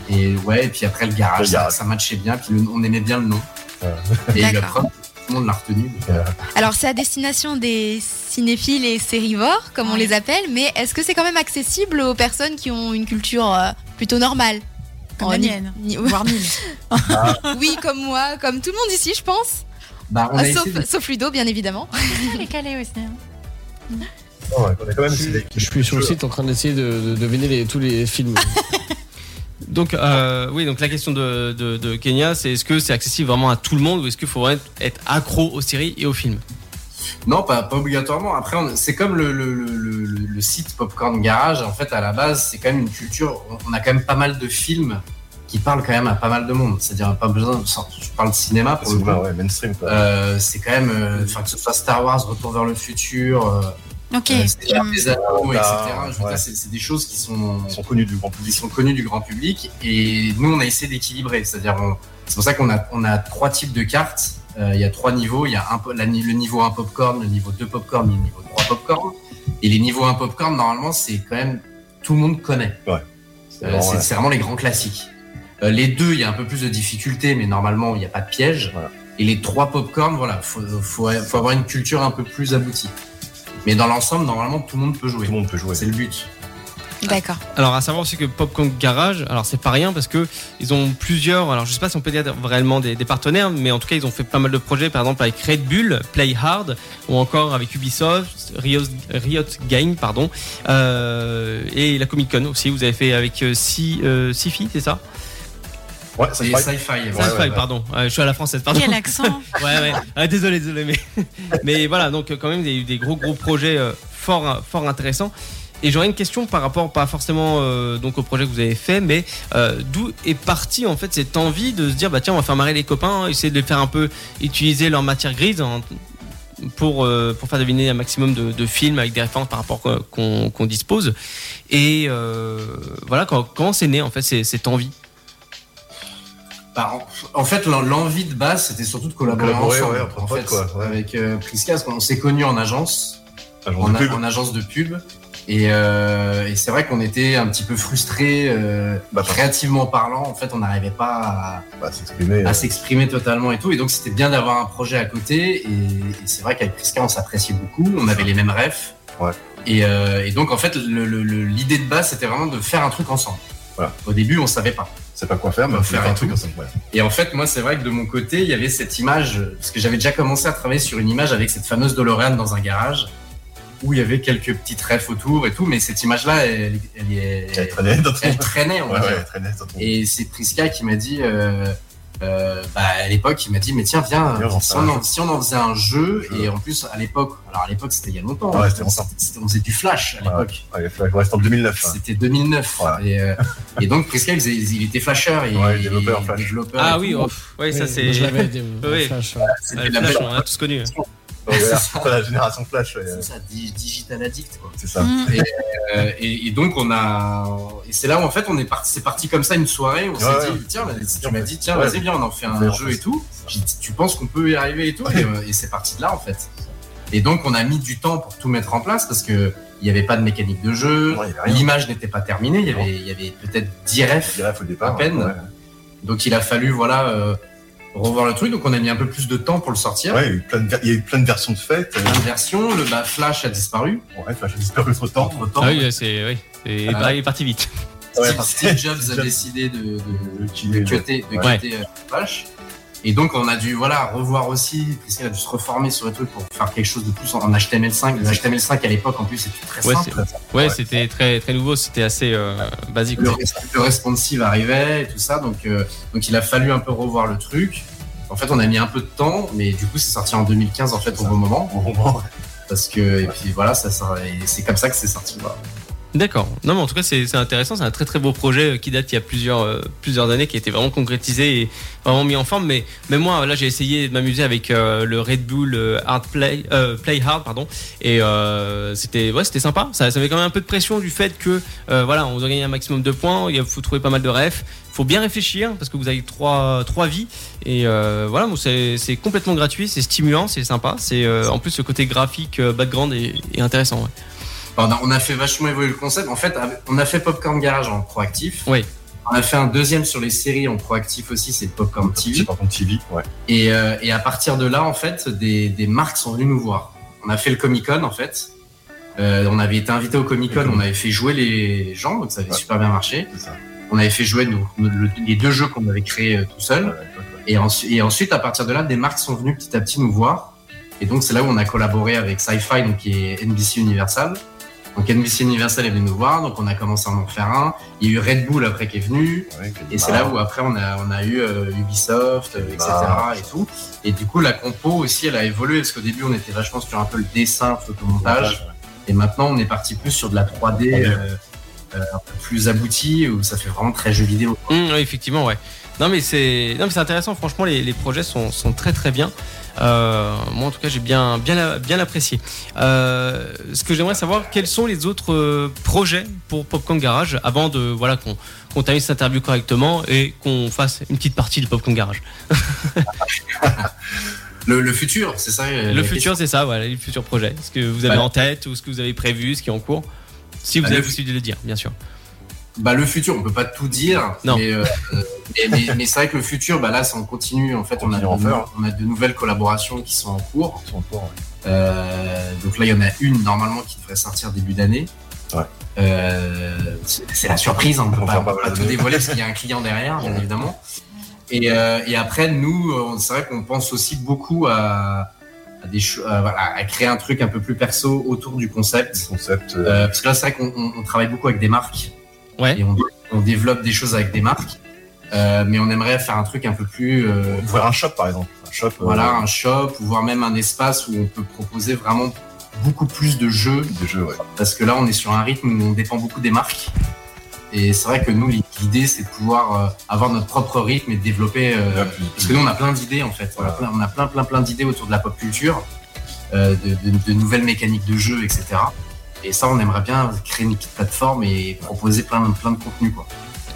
Et ouais, et puis après, le garage, Le ça, garage. ça matchait bien, puis le- on aimait bien le nom. Ouais. Et la D'accord. preuve, tout le monde l'a retenu. donc, euh, Alors c'est à destination des cinéphiles et sérivores, comme on Ouais. les appelle, mais est-ce que c'est quand même accessible aux personnes qui ont une culture euh, plutôt normale Comme En Oh, la ni- mienne. ni- Voire mille. Ah. [LAUGHS] Oui, comme moi, comme tout le monde ici, je pense. bah, on a Euh, essayé sauf, de- sauf Ludo, bien [LAUGHS] évidemment. Elle est calée aussi. hein. Ouais, on a quand même Je, essayé. je suis sur le site en train d'essayer de, de deviner les- tous les films. Donc euh, oui, donc la question de, de, de Kenya, c'est est-ce que c'est accessible vraiment à tout le monde ou est-ce qu'il faudrait être, être accro aux séries et aux films Non, pas, pas obligatoirement. Après, on- c'est comme le, le, le, le- le site Popcorn Garage. En fait, à la base, c'est quand même une culture. On, on a quand même pas mal de films qui parlent quand même à pas mal de monde. C'est-à-dire, pas besoin. sans- Je parle de cinéma pour C'est le coup. ouais, mainstream. Quoi. Euh, c'est quand même. euh, Enfin, que ce soit Star Wars, Retour vers le futur, euh, Ok. Mm. Hmm. euh, c'est artisanaux, Ouais. etc. Je veux bah, Ouais. dire, c'est c'est des choses qui sont, Ils sont connus du grand public. qui sont connues du grand public. Et nous, on a essayé d'équilibrer. C'est-à-dire, on- c'est pour ça qu'on a, on a trois types de cartes. Euh, Il y a trois niveaux. Il y a un, po- la ni- le niveau 1 popcorn, le niveau 2 popcorn, le niveau 3 popcorn. Et les niveaux 1 popcorn, normalement, c'est quand même tout le monde connaît. C'est Euh, vraiment, c'est ouais. c'est vraiment les grands classiques. Euh, les deux, il y a un peu plus de difficulté, mais normalement, il n'y a pas de piège. Voilà. Et les trois popcorn, voilà, faut, faut, faut avoir une culture un peu plus aboutie. Mais dans l'ensemble, normalement, tout le monde peut jouer. Tout le monde peut jouer. C'est le but. Ah, D'accord. Alors à savoir aussi que Popcorn Garage, alors c'est pas rien parce que ils ont plusieurs, alors je sais pas si on peut dire réellement des, des partenaires, mais en tout cas ils ont fait pas mal de projets, par exemple avec Red Bull, Play Hard, ou encore avec Ubisoft, Riot, Riot Game, pardon, euh, et la Comic Con aussi. Vous avez fait avec euh, Si- euh, Sifi, c'est ça Ouais, ça Et se passe. sci-fi. voilà. Sci-Fi, ouais, ouais. pardon. Ouais, je suis à la française, pardon. Quel [LAUGHS] accent Ouais, ouais. Ah, désolé, désolé, mais, [LAUGHS] mais voilà, donc euh, quand même, il y a eu des gros, gros projets euh, fort, euh, fort intéressants. Et j'aurais une question par rapport, pas forcément euh, donc au projet que vous avez fait, mais euh, d'où est partie en fait cette envie de se dire, bah tiens, on va faire marrer les copains, essayer de les faire un peu utiliser leur matière grise en- pour, euh, pour faire deviner un maximum de, de films avec des références par rapport qu'on- qu'on qu'on dispose. Et euh, voilà, quand- comment c'est né en fait ces- cette envie Bah, en, en fait, l'en- l'envie de base, c'était surtout de collaborer Collaborer, ensemble, ouais, entre en potes, fait, quoi, ouais. Avec euh, Prisca, parce qu'on s'est connus en agence. Agence en, de pub. en agence de pub. Et, euh, et c'est vrai qu'on était un petit peu frustrés, euh, Bah, créativement parlant. En fait, on n'arrivait pas Bah, s'exprimer. à, à euh, s'exprimer totalement et tout. Et donc, c'était bien d'avoir un projet à côté. Et, et c'est vrai qu'avec Prisca, on s'appréciait beaucoup. On avait les mêmes rêves. Ouais. Et, euh, et donc, en fait, le- le- le- l'idée de base, c'était vraiment de faire un truc ensemble. Voilà. Au début, on savait pas. C'est pas quoi faire, mais Faut on faire faire un un truc tout. ensemble. ouais. Et en fait, moi, c'est vrai que de mon côté, il y avait cette image, parce que j'avais déjà commencé à travailler sur une image avec cette fameuse DeLorean dans un garage, où il y avait quelques petites rêves autour et tout, mais cette image-là, elle, elle, est- Elle traînait dans ton- elle traînait, on Ouais, va ouais, dire. elle traînait dans ton- Et c'est Prisca qui m'a dit, euh, euh, bah, à l'époque, il m'a dit, mais tiens, viens, Viens, on va si, faire un on en, si on en faisait un jeu, Un jeu. et en plus, à l'époque, alors à l'époque, c'était il y a Oh. longtemps, Ouais, c'était on, longtemps. Ah c'était- on faisait du flash à Ouais. l'époque. Ouais, il fallait- ouais, c'était en 2009. hein. C'était 2009. Voilà. Et, euh, et donc, Prisca, il, faisait- il était flasher. Et, Ouais, développeur et Flash. développeur Ah et oui, tout. oh, pff, ouais, ça Oui, c'est. moi, Je [LAUGHS] l'avais des- Oui. flash, ouais. C'était Ouais, la Flash, on l'a tous connu. Ouais, voilà. [LAUGHS] Après, la génération Flash, ouais, C'est euh, ça, di- digital addict. Quoi. c'est ça. Mmh. Mm. Euh, et, et donc on a, et c'est là où en fait on est parti, c'est parti comme ça une soirée. On s'est Ouais, dit tiens, vas-y, Ouais. tu m'as dit tiens, Ouais. vas-y viens, on en fait Ouais, un on jeu fait et tout. J'ai dit, tu penses qu'on peut y arriver et tout, et, euh, et c'est parti de là en fait. Et donc on a mis du temps pour tout mettre en place parce que il n'y avait pas de mécanique de jeu, Ouais, il y avait rien. l'image n'était pas terminée, il y Non. avait, il y avait peut-être 10 refs. Il y a au départ. À peine. ouais. Donc il a fallu voilà euh, revoir le truc. Donc on a mis un peu plus de temps pour le sortir. Ouais, il y a eu plein de ver- il y a eu plein de versions de fêtes. euh. Plein de versions, le bah, Flash a disparu. Ouais, Flash a disparu trop temps. Entre temps, Ah oui, c'est. Oui. c'est- Ah. bah, il est parti vite. Ouais, Steve, parce- Steve Jobs a Jobs. décidé de, de, Le de kiné, ouais. cutter- de Ouais. cutter, euh, Flash. Et donc, on a dû voilà, revoir aussi, puisqu'elle a dû se reformer sur le truc pour faire quelque chose de plus en en HTML5. Le HTML5 à l'époque, en plus, c'était très Ouais, simple. Ouais, Ouais. c'était très, très nouveau, c'était assez euh, basique. Le, res- le responsive arrivait et tout ça. Donc, euh, donc, il a fallu un peu revoir le truc. En fait, on a mis un peu de temps, mais du coup, c'est sorti en 2015, en fait, au ça. bon moment. Au moment, ouais. Parce que, et puis voilà, ça, ça- et c'est comme ça que c'est sorti. voilà. D'accord. Non, mais en tout cas, c'est c'est intéressant. C'est un très très beau projet euh, qui date il y a plusieurs, euh, plusieurs années, qui a été vraiment concrétisé et vraiment mis en forme. Mais même moi, là, j'ai essayé de m'amuser avec euh, le Red Bull euh, Hard Play, euh, Play Hard, pardon. Et euh, c'était ouais, c'était sympa. Ça, ça avait quand même un peu de pression du fait que euh, voilà, on doit gagner un maximum de points. Il faut trouver pas mal de refs. Faut bien réfléchir parce que vous avez trois trois vies et euh, voilà, bon, c'est c'est complètement gratuit, c'est stimulant, c'est sympa. C'est euh, en plus le côté graphique, euh, background est, est intéressant. ouais. Enfin, on a- on a fait vachement évoluer le concept. En fait, avec- on a fait Popcorn Garage en proactif. Oui. On a fait un deuxième sur les séries en proactif aussi, c'est Popcorn TV. C'est par contre TV, ouais. Et, euh, et à partir de là, en fait, des, des marques sont venues nous voir. On a fait le Comic Con, en fait. Euh, on avait été invité au Comic Con, Le Comic- on avait fait jouer les gens, donc ça avait Mm-hmm. Ouais. super bien marché. C'est ça. On avait fait jouer nous, nous- le- les deux jeux qu'on avait créés euh, tout seul. Ouais, ouais, ouais. Et, ensuite- et ensuite, à partir de là, des marques sont venues petit à petit nous voir. Et donc, c'est là où on a collaboré avec Sci-Fi, donc qui est NBC Universal. Donc, NBC Universal est venu nous voir, donc on a commencé à en faire un. Il y a eu Red Bull après qui est venu. Ouais, Et c'est là où après, on a, on a eu euh, Ubisoft, euh, etc. Ah. et tout. Et du coup, la compo aussi, elle a évolué parce qu'au début, on était vachement sur un peu le dessin, photomontage. ouais. Et maintenant, on est parti plus sur de la 3D Ouais. euh, euh, un peu plus aboutie où ça fait vraiment très jeu vidéo. Hum, Mmh, oui, effectivement, ouais. Non mais c'est non mais c'est intéressant. Franchement, les, les projets sont, sont très très bien. Euh, moi en tout cas, j'ai bien bien bien apprécié. Euh, ce que j'aimerais savoir, quels sont les autres euh, projets pour Popcorn Garage avant de voilà qu'on qu'on termine cette interview correctement et qu'on fasse une petite partie de Popcorn Garage. Le, le futur, c'est ça euh, Le la futur, c'est ça, voilà, les futurs projets. Ce que vous avez Voilà. en tête ou ce que vous avez prévu, ce qui est en cours. Si vous Bah, avez le- possibilité de le dire, bien sûr. Bah, le futur, on peut pas tout dire. Non. Mais, euh, euh, mais, mais- mais c'est vrai que le futur, bah, là, ça en continue. En fait, on a, de, Continue en faire. on a de nouvelles collaborations qui sont en cours. Ils sont forts, ouais. Euh, donc là, il y en a une normalement qui devrait sortir début d'année. Ouais. Euh, c'est c'est la surprise, hein, on ne peut On pas, va pas pas la tout donner. dévoiler parce qu'il y a un client derrière, bien évidemment. Et, euh, et après, nous, euh, c'est vrai qu'on pense aussi beaucoup à, à des cho- à- voilà, à créer un truc un peu plus perso autour du Des concept. concepts. euh, Euh, parce que là, c'est vrai qu'on on- on travaille beaucoup avec des marques Ouais. et on, on développe des choses avec des marques. Euh, mais on aimerait faire un truc un peu plus, euh, Ouvrir un shop, par exemple. Un shop. euh, voilà, un shop ou voire même un espace où on peut proposer vraiment beaucoup plus de jeux Des jeux, ouais. parce que là on est sur un rythme où on dépend beaucoup des marques. Et c'est vrai que nous l'idée c'est de pouvoir euh, avoir notre propre rythme et de développer. euh, Là, plus- parce que nous on a plein d'idées en fait, on a plein on a plein plein, plein d'idées autour de la pop culture, euh, de, de- de nouvelles mécaniques de jeu, etc. Et ça on aimerait bien créer une petite plateforme et proposer plein plein de contenus quoi.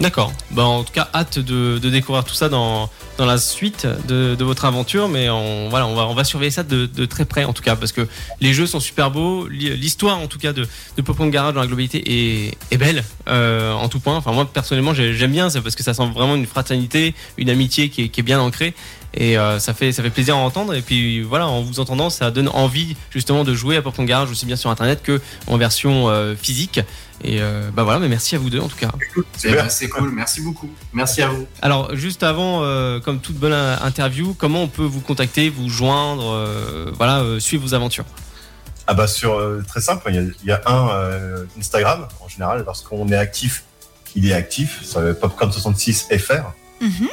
D'accord. Bah, en tout cas, hâte de, de découvrir tout ça dans, dans la suite de, de votre aventure. Mais on, voilà, on, va, on va surveiller ça de, de très près, en tout cas, parce que les jeux sont super beaux. L'hi- L'histoire, en tout cas, de, de Popcorn Garage dans la globalité est, est belle, euh, en tout point. Enfin, moi, personnellement, j'ai- j'aime bien ça parce que ça sent vraiment une fraternité, une amitié qui est, qui est bien ancrée. Et euh, ça, fait, ça fait plaisir à entendre. Et puis voilà, en vous entendant, ça donne envie justement de jouer à Popcorn Garage aussi bien sur internet que en version euh, physique. Et euh, bah voilà, mais merci à vous deux en tout cas. Eh Super. ben, C'est cool, merci beaucoup. Merci à vous. Alors, juste avant, euh, comme toute bonne euh, interview, comment on peut vous contacter, vous joindre, euh, voilà, euh, suivre vos aventures Ah bah sur euh, très simple, il y a, il y a un euh, Instagram en général lorsqu'on est actif, il est actif, ça va être popcorn66fr. Mhm.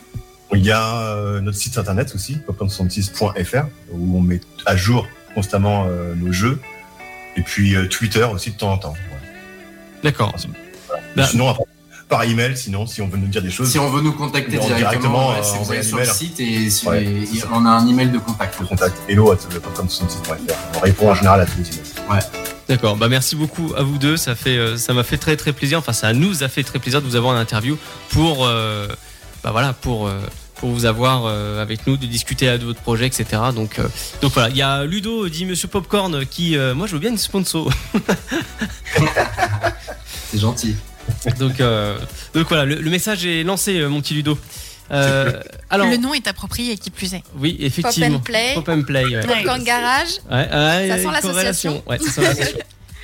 Il y a euh, notre site internet aussi, popcorn66.fr où on met à jour constamment euh, nos jeux et puis euh, Twitter aussi de temps en temps. ouais. D'accord. Bah- Sinon après, par email, sinon si on veut nous dire des choses. Si on veut nous contacter Non, directement, directement, ouais, euh, c'est vous envoyer allez un sur le email. site et sur Ouais, les- c'est ça. on a un email de contact. on contacte hello at popcorn66.fr. On répond en général à tous les emails. D'accord. Bah, merci beaucoup à vous deux. Ça fait, euh, ça m'a fait très très plaisir. Enfin, ça nous a fait très plaisir de vous avoir en interview pour, euh, bah voilà, pour. euh, pour vous avoir euh, avec nous, de discuter de votre projet, etc. Donc, euh, donc voilà, il y a Ludo, dit Monsieur Popcorn, qui, euh, moi je veux bien une sponsor. [LAUGHS] C'est gentil. donc, euh, donc voilà, le, le message est lancé, euh, mon petit Ludo. Euh, alors, Le nom est approprié, qui plus est. oui, Pop and effectivement. play. Pop and play. ouais. Popcorn garage. Ouais, ouais, il y a sent une l'association. corrélation. Ouais, ça [LAUGHS] sent l'association.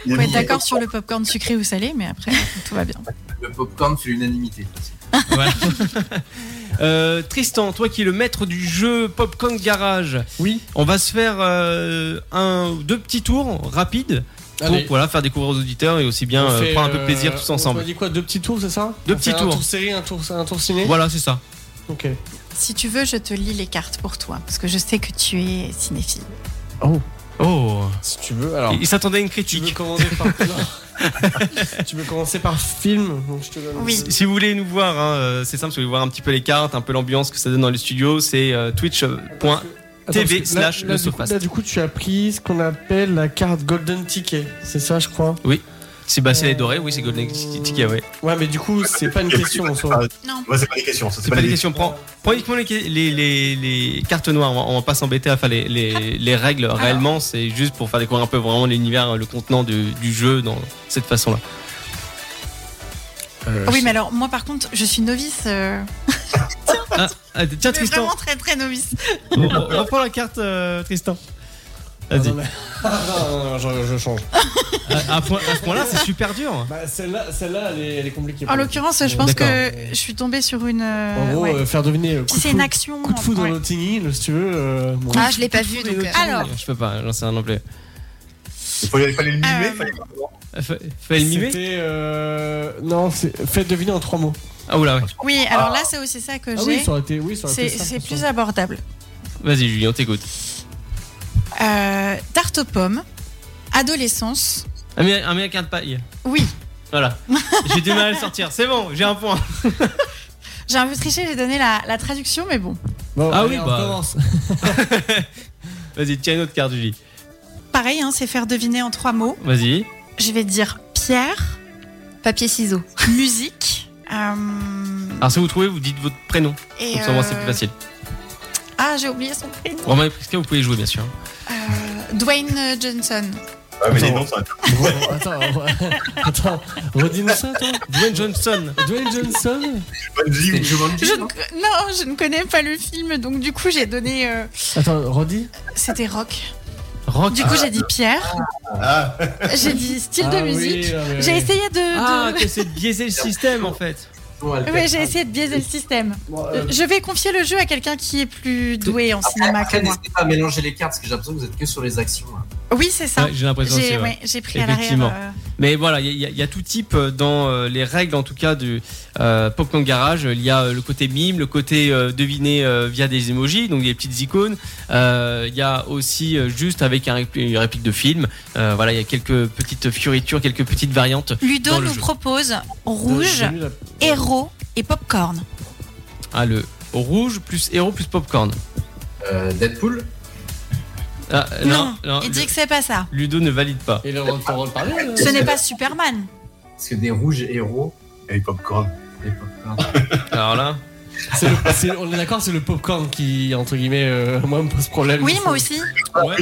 On peut être d'accord sur le popcorn sucré ou salé, mais après, [LAUGHS] tout va bien. Le popcorn fait l'unanimité. Voilà. [LAUGHS] Euh, Tristan, toi qui es le maître du jeu Popcorn Garage, Oui. on va se faire euh, un, deux petits tours rapides pour Allez. voilà, faire découvrir aux auditeurs et aussi bien On euh, fait, prendre un peu euh, de plaisir tous On ensemble. dit quoi Deux petits tours, c'est ça Deux On fait petits tours. Un tour série, un tour, un tour ciné Voilà, c'est ça. Ok. Si tu veux, je te lis les cartes pour toi, parce que je sais que tu es cinéphile. Oh, Si tu veux, alors. il s'attendait à une Tu veux critique. commencer par. [LAUGHS] Non. [LAUGHS] tu veux commencer par film Donc je te donne. Oui. Si vous voulez nous voir, hein, euh, c'est simple, si vous voulez voir un petit peu les cartes, un peu l'ambiance que ça donne dans le studio, c'est euh, twitch.tv Attends, parce que là- slash là, le du coup- Sofast. Là, du coup, tu as pris ce qu'on appelle la carte Golden Ticket. C'est ça, je crois. C'est bah, c'est les dorés, oui, c'est Golden Ticket, ouais. Ouais, mais du coup, c'est [LAUGHS] pas une question en soi. Non. Ah, Ouais, c'est pas des questions. ça, C'est pas des questions. Prends, prends uniquement les, les, les, les cartes noires. On va, on va pas s'embêter à faire les, les, les règles réellement. C'est juste pour faire découvrir un peu vraiment l'univers, le contenant du, du jeu dans cette façon-là. Euh, Euh, Ah oui, mais alors, moi, par contre, je suis novice. euh, Ah, tiens, mais Tristan, vraiment très, très [LAUGHS] novice. on reprend la carte, euh, Tristan. Ah, Vas-y. non, mais- Ah, non, non, non, je, je change. [LAUGHS] À, à point- à ce point-là, c'est super dur. Bah, celle-là, celle-là, elle est, elle est compliquée. En l'occurrence, je pense que D'accord. je suis tombée sur une. euh, En gros, ouais. euh, faire deviner. euh, coup Puis de c'est foudre- une action. Coup de foudre ouais. dans Notting Hill, si tu veux. euh, bon. Ah, je l'ai pas vu donc. euh, Alors, Ah, Je peux pas, j'en sais un anglais. Il fallait, fallait le mimer, Euh, fallait- Euh, fa- Fallait le mimer C'était. euh, Non, c'est. Faites deviner en trois mots. Ah, oula, ouais. Oui, alors là, c'est aussi ça que Ah oui, j'ai. ça aurait été. Oui, ça aurait C'est- été simple, c'est ça. plus abordable. Vas-y, Julien, on t'écoute. Euh, tarte aux pommes, adolescence. Un mé- un mélaquin de paille. Oui, [LAUGHS] Voilà. J'ai du mal à le sortir. C'est bon, j'ai un point. J'ai un peu triché, j'ai donné la, la traduction, mais bon. Bon, Ah Allez, oui, on bah. commence. Vas-y, tiens une autre carte, Julie. [LAUGHS] Pareil, hein, c'est faire deviner en trois mots. Vas-y. Je vais dire pierre, Papier, [LAUGHS] ciseaux. musique. euh, Alors, si vous trouvez, vous dites votre prénom. et, Comme ça, au moins, c'est euh, plus facile. Ah, j'ai oublié son prénom. Romain et Prisca, vous pouvez y jouer, bien sûr. Euh, Dwayne Johnson. Ah, mais les noms, ça va être- re- attends, re- attends, redis-nous ça, toi. Dwayne Johnson. Dwayne Johnson C'est Jumanji, Je hein. ne... non Non, je ne connais pas le film, donc du coup j'ai donné. euh, Attends, redis C'était rock. Rock. Du coup j'ai dit pierre, Ah, [LAUGHS] j'ai dit style Ah de oui, musique. ah oui, J'ai oui. essayé de. Ah, de- que c'est de biaiser le système, en fait. Bon, Ouais, elle fait j'ai ça. essayé de biaiser le système. Bon, euh, Je vais confier le jeu à quelqu'un qui est plus doué Ah, en cinéma que Après, moi. n'hésitez pas à mélanger les cartes parce que j'ai l'impression que vous êtes que sur les actions. hein. là. Oui, c'est ça. Ouais, J'ai l'impression aussi, J'ai ouais. ouais, j'ai pris à l'arrière. Effectivement. euh, Mais voilà, il y, a- il y a- il y a tout type euh, dans euh, les règles, en tout cas, du euh, Popcorn Garage. Il y a euh, le côté mime, le côté euh, deviner euh, via des emojis, donc des petites icônes. Euh, Il y a aussi euh, juste avec un répli- une réplique de film. Euh, voilà, il y a quelques petites fioritures, quelques petites variantes. Dans Ludo le nous jeu. propose j'ai- rouge, j'ai lu la- héros et popcorn. Ah, le rouge plus héros plus popcorn. Euh, Deadpool Ah, Ah euh, Non, non, Il le- dit que c'est pas ça. Ludo ne valide pas. Et là, on t'en reparler. là. Ce n'est pas Superman. parce que des rouges héros. et Popcorn. et popcorn. Ah. Alors là, c'est le- c'est- on est d'accord, c'est le popcorn qui, entre guillemets, euh, moi, me pose problème. Oui, moi aussi. Ah ouais.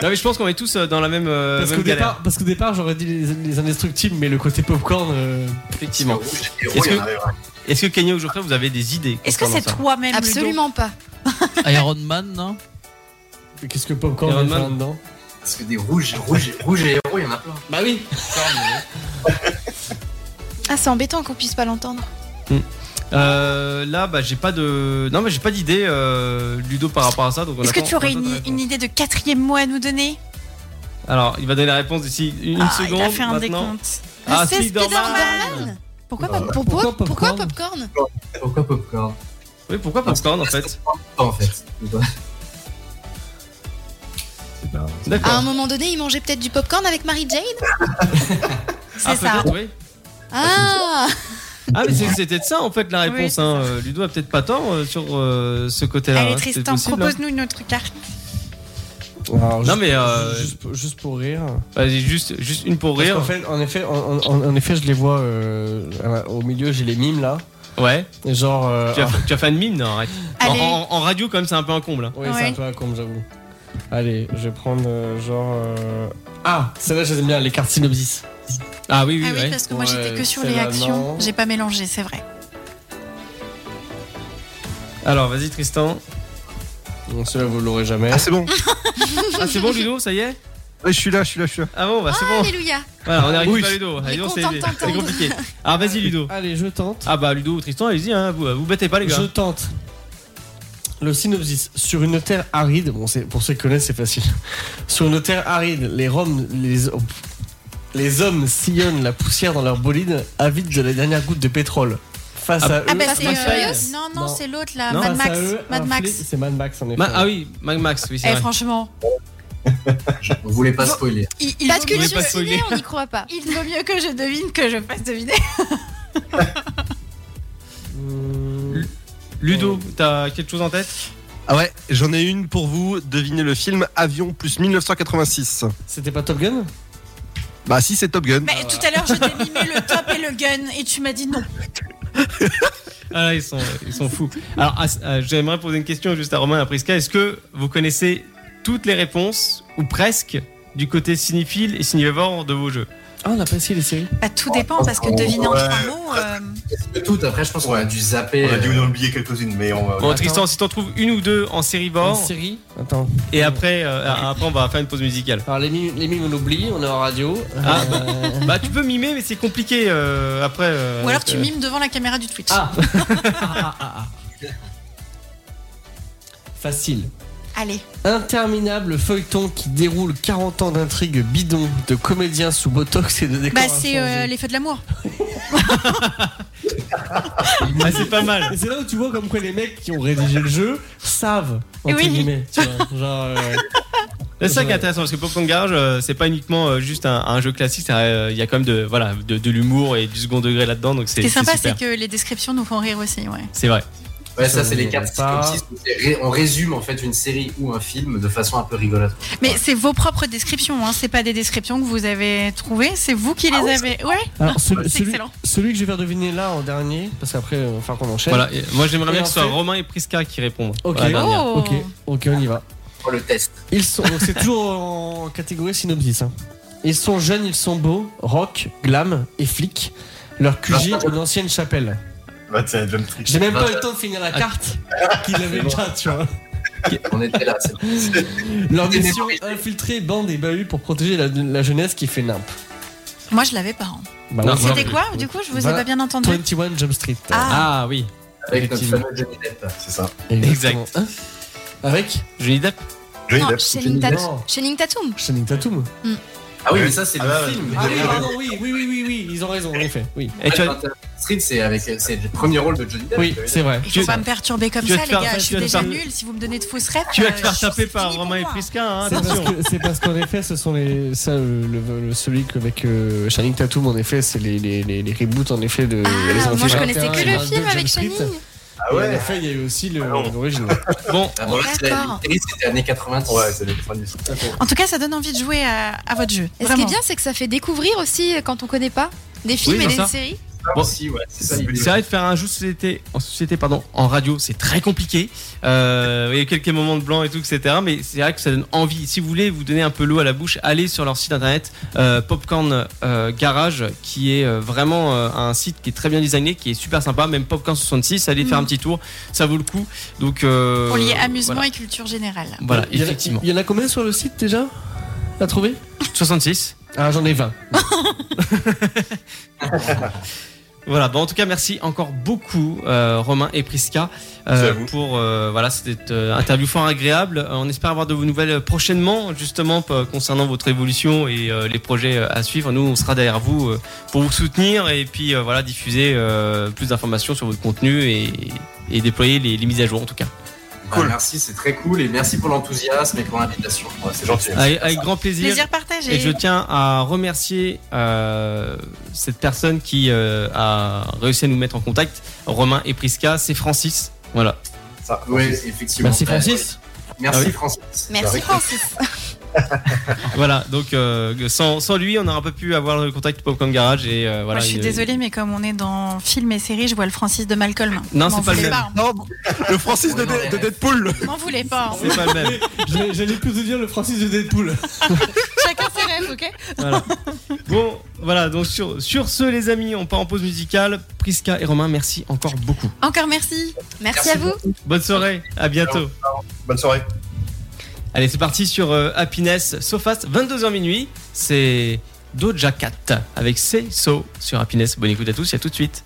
Non, mais je pense qu'on est tous euh, dans la même, euh, Parce même qu'au galère. départ, parce qu'au départ, j'aurais dit les, les indestructibles, mais le côté popcorn. euh, Effectivement. Rouges et héros, Est-ce il y en que, a- est-ce que Kenny ou Geoffrey, vous avez des idées Est-ce que concernant c'est ça toi-même Ludo Absolument pas. Iron Man, non Qu'est-ce que popcorn Iron va faire Man. dedans Parce que des rouges, rouges, rouges et héros, il y en a plein. Bah oui. Ah, c'est embêtant qu'on puisse pas l'entendre. Euh, là, bah, j'ai pas de. Non, mais j'ai pas d'idée, euh, Ludo, par rapport à ça. Donc on Est-ce que attend- tu aurais on attend une, ta réponse. une idée de quatrième mot à nous donner Alors, il va donner la réponse d'ici une Ah, seconde. Il a fait un maintenant. décompte. Ah, C'est Spider-Man. Bah, Spider-Man Pourquoi, Ah pas- ouais. pour- pour- Pourquoi pourquoi popcorn popcorn Pourquoi popcorn Oui, pourquoi popcorn en fait Pas en fait. C'est pas- À un Ah, D'accord. moment donné, il mangeait peut-être du popcorn avec Mary Jane C'est ça. peut-être, oui. Ah Ah, mais c'est- c'était de ça en fait la Oui, réponse. c'est hein. Euh, Ludo a peut-être pas tort euh, sur euh, ce côté-là. Allez hein. C'est Tristan, possible, hein. propose-nous une autre carte. Alors, Non, juste- mais, euh, juste, pour- juste pour rire. Vas-y, juste, juste une pour rire. En, fait, en effet, en, en- en effet, je les vois euh, voilà, au milieu, j'ai les mimes là. Ouais. Et Genre. euh, Tu as, tu as fait une mime, non Arrête. En, Allez. en- en radio, quand même, c'est un peu un comble. hein. Oui, Ouais. c'est un peu un com, j'avoue. Allez, je vais prendre euh, genre. euh, Ah, celle-là, je les aime bien, les cartes synopsis. Ah oui, oui, Ah oui, ouais. parce que moi Ouais, j'étais que sur les celle-là, actions. non. J'ai pas mélangé, c'est vrai. Alors, vas-y, Tristan. Donc, celle-là, vous l'aurez jamais. Ah, c'est bon. Ah, c'est bon, Ludo, ça y est Ouais, je suis là, je suis là, je suis là. Ah bon, bah, c'est bon. Alléluia Voilà, on est arrivé Oui. à Ludo. Ah, dis donc, content de c'est- c'est t'entendre. compliqué. Ah, vas-y, Ludo. Allez, je tente. Ah, bah, Ludo ou Tristan, allez-y, hein, vous, vous battez pas, les gars. Je tente. Le synopsis. Sur une terre aride, bon, c'est- pour ceux qui connaissent, c'est facile. Sur une terre aride, les, Roms, les, oh, pff. les hommes sillonnent la poussière dans leur bolide, avides de la dernière goutte de pétrole. Face Ah, à eux, Ah bah Fast c'est and euh, Furious non non, Non. c'est l'autre là, Non, Mad face à Max. eux, Mad un Max. flic- C'est Mad Max en effet. Ma- ah oui, Mag Max, oui, Eh, c'est vrai. franchement, On voulait pas spoiler. il, Pas de vaut mieux, voulait pas culture spoiler. ciné, on n'y croit pas. [LAUGHS] il vaut mieux que je devine que je fasse deviner. Mmh. Ludo, t'as quelque chose en tête Ah ouais, j'en ai une pour vous. Devinez le film Avion plus 1986. C'était pas Top Gun Bah si, c'est Top Gun. Mais tout à l'heure je t'ai mimé le top et le gun et tu m'as dit non. Ah, là, ils sont, ils sont fous. Alors, à- à- j'aimerais poser une question juste à Romain et à Prisca. Est-ce que vous connaissez toutes les réponses, ou presque, du côté cinéphile et cinévore de vos jeux Ah, on n'a pas essayé les séries. Bah tout Oh, dépend parce que deviner en Ouais. trois mots. euh, Tout, après, je pense qu'on a dû zapper. On a dû euh, en oublier quelques-unes, mais on euh, va. Bon, Tristan, si t'en trouves une ou deux en Une sérivore, série Attends. et après, euh, après, on va faire une pause musicale. Alors les mimes, les mimes on oublie, on est en radio. Ah, Euh, Bah, tu peux mimer, mais c'est compliqué euh, après. euh, Ou alors avec, tu euh, mimes devant la caméra du Twitch. Ah. Ah, ah, ah. Facile. Allez. Interminable feuilleton qui déroule 40 ans d'intrigues bidons, de comédiens sous botox et de Bah décorations. c'est euh, les feux de l'amour. Ah, c'est pas mal. Et c'est là où tu vois comme quoi les mecs qui ont rédigé le jeu savent, entre Oui. guillemets. tu vois. Genre, euh, C'est ça qui est intéressant parce que Popcorn Garage, euh, c'est pas uniquement euh, juste un, un jeu classique, ça, euh, il y a quand même de voilà de, de l'humour et du second degré là-dedans, donc Ce c'est qui est sympa, super. c'est que les descriptions nous font rire aussi. Ouais. C'est vrai. Ouais, ça, c'est les cartes Pas- 6 comme 6. C'est ré- On résume en fait une série ou un film de façon un peu rigolote. Mais c'est vos propres descriptions, hein. c'est pas des descriptions que vous avez trouvées, c'est vous Ah qui les avez. Ouais, Alors, ce- c'est celui, excellent. celui que je vais faire deviner là en dernier, parce qu'après, euh, enfin qu'on enchaîne. Voilà, et moi j'aimerais Et bien en que ce soit fait- Romain et Prisca qui répondent. Ok. Voilà, la dernière. Oh. Ok, ok, on y va. Pour le test. Ils sont, donc c'est toujours en catégorie synopsis. hein. Ils sont jeunes, ils sont beaux, rock, glam et flic. Leur QG est une ancienne chapelle. Bah, c'est Jump Street. J'ai même pas eu le temps de finir la [LAUGHS] carte qu'il avait déjà, tu vois. On était là. c'est bon. Leur mission infiltrer bande et bahut pour protéger la, la jeunesse qui fait nimp. Moi, je l'avais pas. hein. Bah, Non, oui. moi non C'était plus. quoi Du coup, je vous ai Voilà. pas bien entendu. 21 Jump Street. Ah, Ah oui, Avec notre Effectivement. fameux Johnny Depp. C'est ça. Exactement. Hein Avec Johnny Depp. Johnny Non, Depp. Channing Tatum. Non. Channing Tatum. Channing Tatum. Hmm. Ah oui, mais ça, c'est Ah le bah, film. mais- Ah oui, pardon, oui, oui, oui, oui, oui, ils ont raison, en effet. Oui, Et tu vas, 21 Street, c'est avec c'est le premier rôle de Johnny Depp. oui c'est vrai. il tu- faut pas me perturber comme tu vas ça, te les faire- gars. Je tu suis vas te déjà faire- nulle. Si vous me donnez de fausses refs, tu vas te euh, faire je- taper c'est par fini Romain et pour moi. Prisca, Ah, hein, C'est parce attention. que- C'est parce qu'en effet, ce sont les. Ça, euh, le, le- celui avec euh, Channing Tatum, en effet, c'est les, les, les, les reboots, en effet, de. les Ah, moi je anti-21 connaissais que et le film 22 avec Jump Street. Channing. Ah Et en ouais. effet, il y a eu aussi le- Alors. l'origine. Bon, Ah bon, là, c'est la D'accord. série, c'était années 90. Ouais, c'est les 90. En tout cas, ça donne envie de jouer à, à votre jeu. Et ce qui est Vraiment. bien, c'est que ça fait découvrir aussi euh, quand on connaît pas des films Oui, et des c'est ça. séries. Bon, Ah, si, ouais, c'est ça. l'idée. C'est vrai de faire un jeu de société, en société pardon, en radio, c'est très compliqué. Euh, il y a quelques moments de blanc et tout, etc. Mais c'est vrai que ça donne envie. Si vous voulez vous donner un peu l'eau à la bouche, allez sur leur site internet euh, Popcorn euh, Garage, qui est euh, vraiment euh, un site qui est très bien designé, qui est super sympa. Même Popcorn 66, allez faire un petit tour, ça vaut le coup. Donc euh, Mm. Pour lier amusement Voilà, et culture générale. Voilà, Il y en a- effectivement. Il y en a combien sur le site déjà À trouver 66. Ah, j'en ai 20. [LAUGHS] Voilà, bon, en tout cas, merci encore beaucoup, euh, Romain et Prisca, Merci euh, à vous. pour euh, voilà, cette euh, interview fort agréable. Euh, on espère avoir de vos nouvelles prochainement, justement, p- concernant votre évolution et euh, les projets euh, à suivre. Nous, on sera derrière vous euh, pour vous soutenir et puis euh, voilà, diffuser euh, plus d'informations sur votre contenu et, et déployer les, les mises à jour, en tout cas. Bah, merci, c'est très cool. Et merci pour l'enthousiasme et pour l'invitation. Ouais, C'est gentil. Avec, avec [LAUGHS] grand plaisir. Plaisir Et je partagé. tiens à remercier euh, cette personne qui euh, a réussi à nous mettre en contact, Romain et Prisca, c'est Francis. Voilà. Ça, Ouais, effectivement. Merci Ouais, ouais. Francis. Merci Ah oui. Francis. Merci Francis. [LAUGHS] Voilà, donc euh, sans, sans lui, on n'aurait pas pu avoir le contact Popcorn Garage et euh, Moi, voilà. je suis il- désolée, mais comme on est dans film et série, je vois le Francis de Malcolm. Non, M'en c'est pas le voulez même. hein. Non, le Francis de, de Deadpool. M'en voulez pas. hein. C'est pas le même. [LAUGHS] J'allais j'allais plus te dire le Francis de Deadpool. [LAUGHS] Chacun ses rêves, ok Voilà. Bon, voilà, donc sur, sur ce, les amis, on part en pause musicale. Prisca et Romain, merci encore beaucoup. Encore merci. Bah, Merci à vous. Bonne soirée, à bientôt. Bonne soirée. Allez, c'est parti sur euh, Happiness So Fast, 22h minuit. C'est Doja Cat avec C'est So sur Happiness. Bonne écoute à tous et à tout de suite.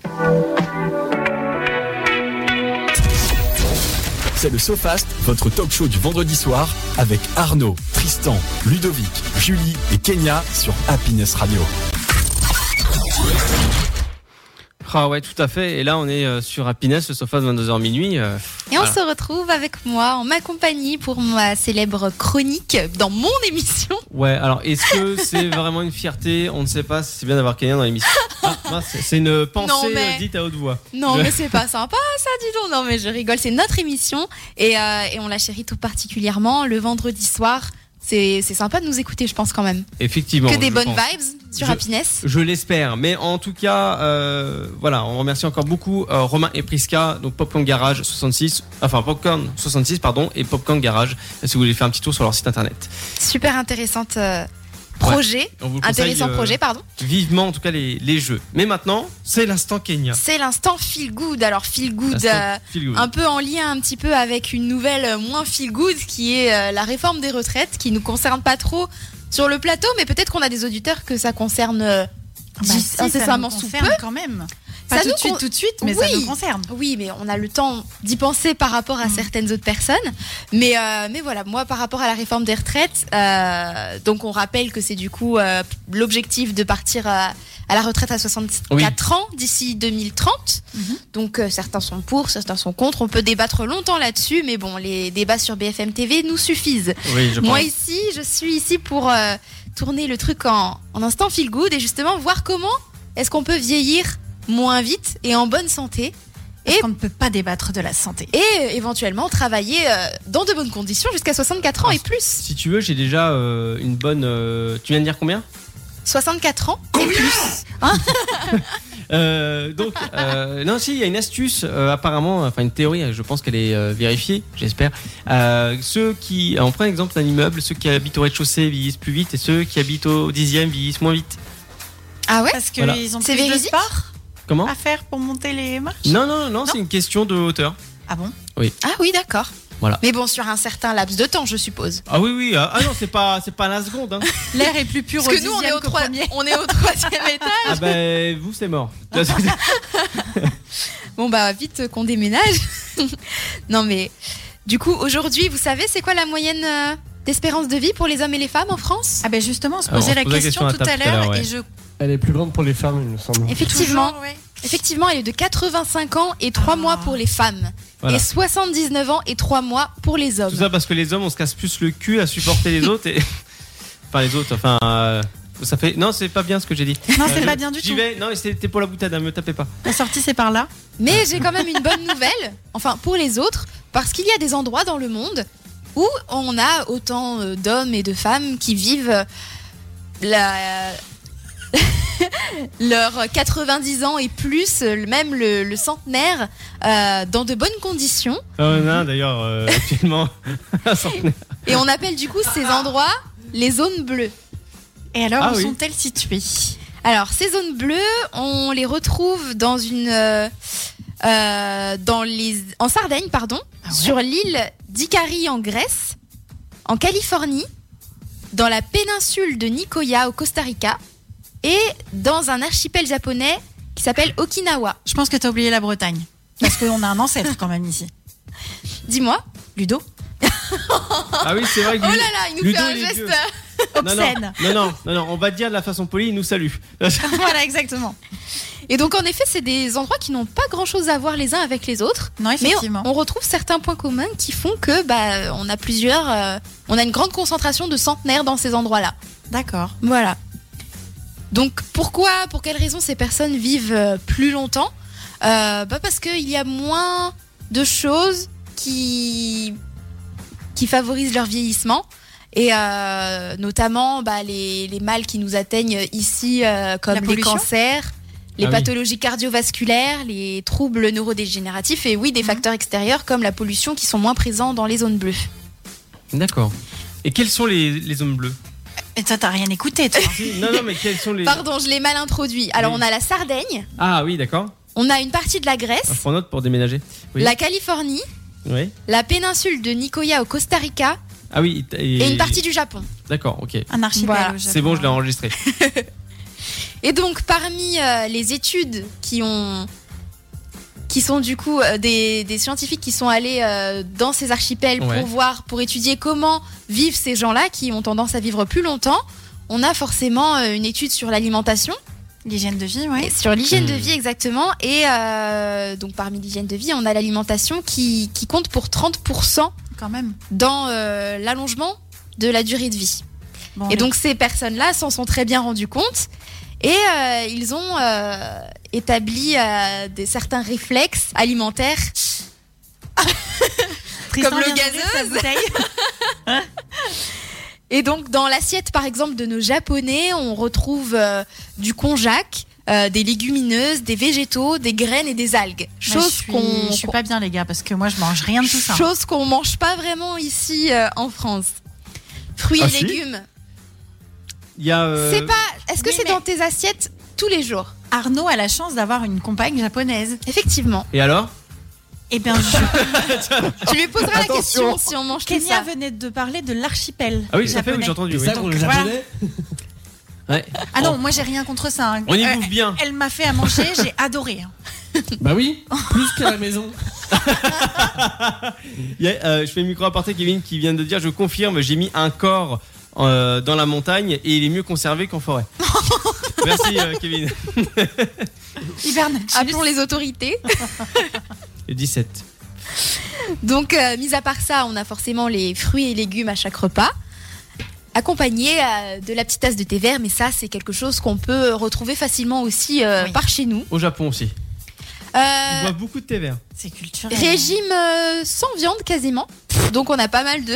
C'est le SoFast, votre talk show du vendredi soir avec Arnaud, Tristan, Ludovic, Julie et Kenya sur Happiness Radio. Ah ouais, tout à fait. Et là, on est euh, sur Happiness, le sofa de 22h minuit. euh, Et on Voilà. se retrouve avec moi, en ma compagnie, pour ma célèbre chronique dans mon émission. Ouais, alors [LAUGHS] est-ce que c'est vraiment une fierté On ne sait pas si c'est bien d'avoir Kenya dans l'émission. Ah, mince, c'est une pensée Non, mais- euh, dite à haute voix. Non, Je- mais c'est pas sympa, ça, dis donc. Non, mais je rigole, c'est notre émission et, euh, et on la chérit tout particulièrement le vendredi soir. C'est c'est sympa de nous écouter, je pense, quand même. Effectivement. que des je bonnes pense. vibes sur Je- Happiness. Je l'espère, mais en tout cas, euh, voilà, on remercie encore beaucoup euh, Romain et Prisca, donc Popcorn Garage 66, enfin Popcorn 66, pardon, et Popcorn Garage, si vous voulez faire un petit tour sur leur site internet. Super intéressante euh, projet. On vous conseille, Intéressant euh, projet, pardon. Vivement, en tout cas, les, les jeux. Mais maintenant, c'est l'instant Kenya. C'est l'instant feel good. Alors, feel good. L'instant euh, feel good. un peu en lien un petit peu avec une nouvelle euh, moins feel good qui est euh, la réforme des retraites qui nous concerne pas trop sur le plateau mais peut-être qu'on a des auditeurs que ça concerne euh, Bah, dis- si, ça incessamment nous sous peu concerne quand même. Ça Pas tout nous de suite, con- tout de suite, mais ça Oui. nous concerne. Mm. Oui, mais on a le temps d'y penser par rapport à certaines autres personnes. Mais, euh, mais voilà, moi, par rapport à la réforme des retraites, euh, donc on rappelle que c'est du coup euh, l'objectif de partir euh, à la retraite à 64 ans d'ici 2030. Mhm. Donc euh, certains sont pour, certains sont contre. On peut débattre longtemps là-dessus, mais bon, les débats sur BFM TV nous suffisent. Oui, je Moi ici, je suis ici pour euh, tourner le truc en, en instant feel good et justement voir comment est-ce qu'on peut vieillir moins vite et en bonne santé Parce Et- qu'on ne peut pas débattre de la santé. et euh, éventuellement travailler euh, dans de bonnes conditions jusqu'à 64 ans et plus. Si tu veux, j'ai déjà euh, une bonne. euh, tu viens de dire combien 64 ans et plus. Euh, donc, euh, non, si, il y a une astuce, euh, apparemment, enfin une théorie, je pense qu'elle est euh, vérifiée, j'espère. Euh, ceux qui, on prend l'exemple d'un immeuble, ceux qui habitent au rez-de-chaussée vieillissent plus vite et ceux qui habitent au dixième vieillissent moins vite. Ah ouais Parce qu'ils Voilà. ont C'est plus de véridique sport Comment à faire pour monter les marches Non, non, non, c'est une question de hauteur. Ah bon Ah oui, d'accord. Voilà. Mais bon, sur un certain laps de temps, je suppose. Ah oui, oui, ah, ah non, c'est pas, c'est pas la seconde. Hein. L'air est plus pur Parce que au nous, on est dixième au, qu'au troi- premier. on est au [LAUGHS] troisième étage. Ah ben, vous, [LAUGHS] c'est mort. Ah. Bon, bah, vite qu'on déménage. [LAUGHS] non, mais du coup, aujourd'hui, vous savez, c'est quoi la moyenne euh, d'espérance de vie pour les hommes et les femmes en France Ah ben justement, on se Ah, on posait se la posait la question, question à tout à table tout à l'heure l'heure, et ouais. je Elle est plus grande pour les femmes, il me semble. Effectivement, Toujours, ouais. effectivement, elle est de 85 ans et 3 Ah. mois pour les femmes. Voilà. Et 79 ans et 3 mois pour les Tout hommes. ça parce que les hommes, on se casse plus le cul à supporter les autres. Et... [LAUGHS] Enfin, les autres, enfin. euh, Ça fait... Non, c'est pas bien ce que j'ai dit. Non, Euh, c'est je- pas bien du J'y tout. vais, non, mais c'était pour la boutade, ne me tapez pas. La sortie, c'est par là. Mais j'ai quand même une bonne nouvelle, enfin pour les autres, parce qu'il y a des endroits dans le monde où on a autant euh, d'hommes et de femmes qui vivent euh, la... [LAUGHS] leurs 90 ans et plus, euh, même le, le centenaire, euh, dans de bonnes conditions. Euh, non, d'ailleurs, [LAUGHS] euh, actuellement. Et on appelle du coup ces endroits les zones bleues. Et alors, Ah où oui. sont-elles situées Alors, ces zones bleues, on les retrouve dans une. euh, euh, dans les, en Sardaigne, pardon, Ah ouais sur l'île d'Icari en Grèce, en Californie, dans la péninsule de Nicoya au Costa Rica et dans un archipel japonais qui s'appelle Okinawa. Je pense que t'as oublié la Bretagne. Parce qu'on a un ancêtre quand même ici. Dis-moi. Ludo Ah oui, c'est vrai que. Oh là là, il nous Ludo, fait un il est [LAUGHS] vieux. geste. euh, [LAUGHS] non, Obscène. non, non, non, non, non, on va dire de la façon polie, il [LAUGHS] nous salue. voilà, exactement. Et donc, en effet, c'est des endroits qui n'ont pas grand chose à voir les uns avec les autres. Non, Mais effectivement. on, on retrouve certains points communs qui font que bah, on a plusieurs, euh, on a une grande concentration de centenaires dans ces endroits-là. D'accord. Voilà. Donc pourquoi, pour quelles raisons ces personnes vivent euh, plus longtemps Euh, bah Parce qu'il y a moins de choses qui, qui favorisent leur vieillissement. Et euh, notamment bah, les, les mâles qui nous atteignent ici, euh, comme La les pollution cancers, les Ah oui. pathologies cardiovasculaires, les troubles neurodégénératifs et Mhm. oui, des facteurs extérieurs comme la pollution qui sont moins présents dans les zones bleues. D'accord. Et quels sont les, les hommes bleus Et toi, t'as rien écouté, toi. Si, Non, non, mais quels sont les. Pardon, je l'ai mal introduit. Alors Oui. on a la Sardaigne, Ah oui, d'accord. on a une partie de la Je Grèce. prends note pour déménager. Oui. la Californie, Oui. la péninsule de Nicoya au Costa Rica Ah oui. et, une partie du Japon. D'accord, ok. Un archipel. Voilà. au Japon. C'est bon, je l'ai enregistré. Et donc parmi euh, les études qui ont qui sont du coup euh, des, des scientifiques qui sont allés euh, dans ces archipels Ouais. pour voir, pour étudier comment vivent ces gens-là qui ont tendance à vivre plus longtemps, on a forcément euh, une étude sur l'alimentation, L'hygiène de vie, ouais. et sur l'hygiène de Hmm. vie exactement. Et euh, donc parmi l'hygiène de vie, on a l'alimentation qui, qui compte pour 30% Quand même. dans euh, l'allongement de la durée de vie. Bon, Et le- donc ces personnes-là s'en sont très bien rendues compte et euh, ils ont euh, établi euh, des, certains réflexes alimentaires. Tristan comme le vient d'ouvrir sa gazeuse. bouteille. Et donc dans l'assiette par exemple de nos Japonais, on retrouve euh, du konjac. euh, des légumineuses, des végétaux, des graines et des algues. Ouais, je Chose suis- qu'on Je suis pas bien, les gars, parce que moi, je mange rien de tout ça. hein. chose qu'on mange pas vraiment ici euh, en France. Fruits Ah, et si légumes. Il y a. euh, C'est pas. Est-ce que oui, c'est mais- dans tes assiettes tous les jours Arnaud a la chance d'avoir une compagne japonaise. Effectivement. Et alors Eh bien, je- Tu lui poseras la Attention. question si on mange tout ça. Kenya venait de parler de l'archipel. Ah oui, ça fait, japonais. oui, j'ai entendu. Et oui. ça, pour le Voilà. japonais Ouais. Ah non, moi j'ai rien contre ça. hein. On y Euh, bouffe bien. elle m'a fait à manger, j'ai adoré. hein. Bah oui, plus qu'à [LAUGHS] la maison. Il y a, euh, je fais le micro aparté Kevin qui vient de dire je confirme j'ai mis un corps euh, dans la montagne et il est mieux conservé [LAUGHS] qu'en forêt. Merci euh, Kevin. Hibernate. Appelons les [LAUGHS] autorités. Le 17. Donc, euh, mis à part ça, on a forcément les fruits et légumes à chaque repas, accompagnés euh, de la petite tasse de thé vert. Mais ça, c'est quelque chose qu'on peut retrouver facilement aussi euh, Oui. par chez nous. Au Japon aussi. On Euh, boit beaucoup de thé vert. C'est culturel. régime euh, sans viande quasiment. Donc, on a pas mal de.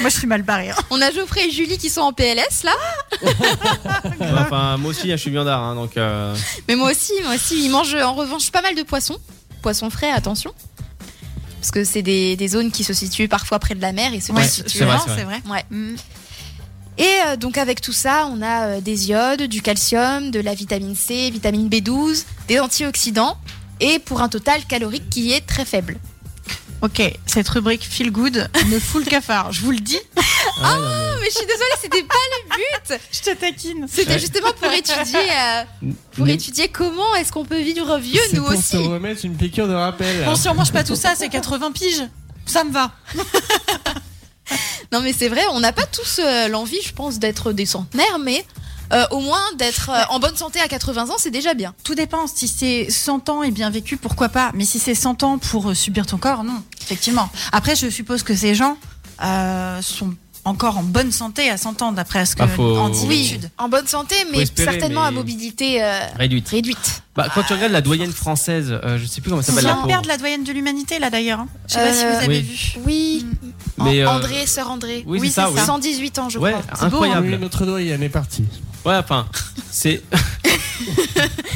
Moi, je suis mal barrée. hein. [LAUGHS] On a Geoffrey et Julie qui sont en PLS là. Enfin moi aussi hein, je suis viandard hein, donc euh, Mais moi aussi, moi aussi, ils mangent en revanche pas mal de poissons. Poissons frais, attention. Parce que c'est des, des zones qui se situent parfois près de la mer et ceux Ouais, qui se situent c'est vrai, Non, c'est vrai. c'est vrai. Ouais. Mm. Et euh, donc avec tout ça, on a euh, des iodes, du calcium, de la vitamine C, vitamine B12, des antioxydants et pour un total calorique qui est très faible. Ok, cette rubrique feel good me fout le cafard. Je vous le dis, ouais, Ah, non, mais- Non Ah, mais je suis désolée, c'était pas le but. [LAUGHS] je te taquine. C'était Ouais. justement pour étudier euh, pour Mais- étudier comment est-ce qu'on peut vivre vieux C'est nous pour aussi. se remettre une piqûre de rappel. Bon, si on mange pas tout ça, c'est 80 piges. Ça me va. Non mais c'est vrai, on n'a pas tous euh, l'envie, je pense, d'être des centenaires, mais euh, au moins d'être euh, en bonne santé à 80 ans, c'est déjà bien. Tout dépend. hein, Si c'est 100 ans et bien vécu, pourquoi pas. Mais si c'est 100 ans pour euh, subir ton corps, non. Effectivement. Après, je suppose que ces gens euh, sont encore en bonne santé à 100 ans, d'après ce que Bah, faut- en Oui. dit Oui, l'étude. en bonne santé, mais espérer, certainement mais- à mobilité euh, réduite. réduite. Bah, quand tu regardes la doyenne française, euh, je sais plus comment ça On s'appelle la vient de pauvre. perdre la doyenne de l'humanité, là, d'ailleurs. hein. Je sais pas si vous Euh, avez oui. vu. Oui, Mm. Mais, euh, André, sœur André. Oui, c'est ça, oui. 118 ans, je Ouais, crois. C'est beau, hein, incroyable. oui, notre doyenne est partie. Ouais, enfin, c'est.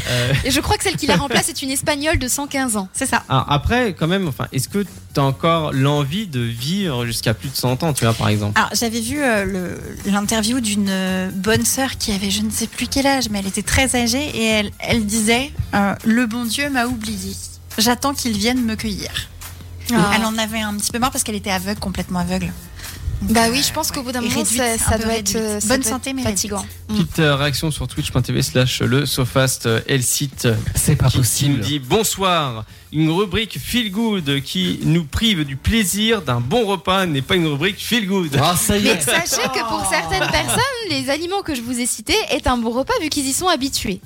Euh, Et je crois que celle qui la remplace est une Espagnole de 115 ans. C'est ça. alors Ah, après, quand même, enfin, est-ce que t'as encore l'envie de vivre jusqu'à plus de 100 ans, tu vois, par exemple Alors, j'avais vu euh, le- l'interview d'une euh, bonne sœur qui avait je ne sais plus quel âge, mais elle était très âgée et elle, elle disait euh, Le bon Dieu m'a oublié. J'attends qu'il vienne me cueillir. Ah. Elle en avait un petit peu marre parce qu'elle était aveugle, complètement aveugle. Donc, Bah euh, oui, je pense qu'au bout d'un Et moment, réduite, ça, un ça peu doit être réduite. euh, ça Bonne doit santé, être mais fatigant. Petite euh, réaction sur twitch.tv slash le Sofast euh, et le site euh, C'est pas qui, qui nous dit bonsoir. Une rubrique feel good qui nous prive du plaisir d'un bon repas n'est pas une rubrique feel good. Ah, ça y Mais est. sachez que Oh. pour certaines personnes, les aliments que je vous ai cités est un bon repas vu qu'ils y sont habitués.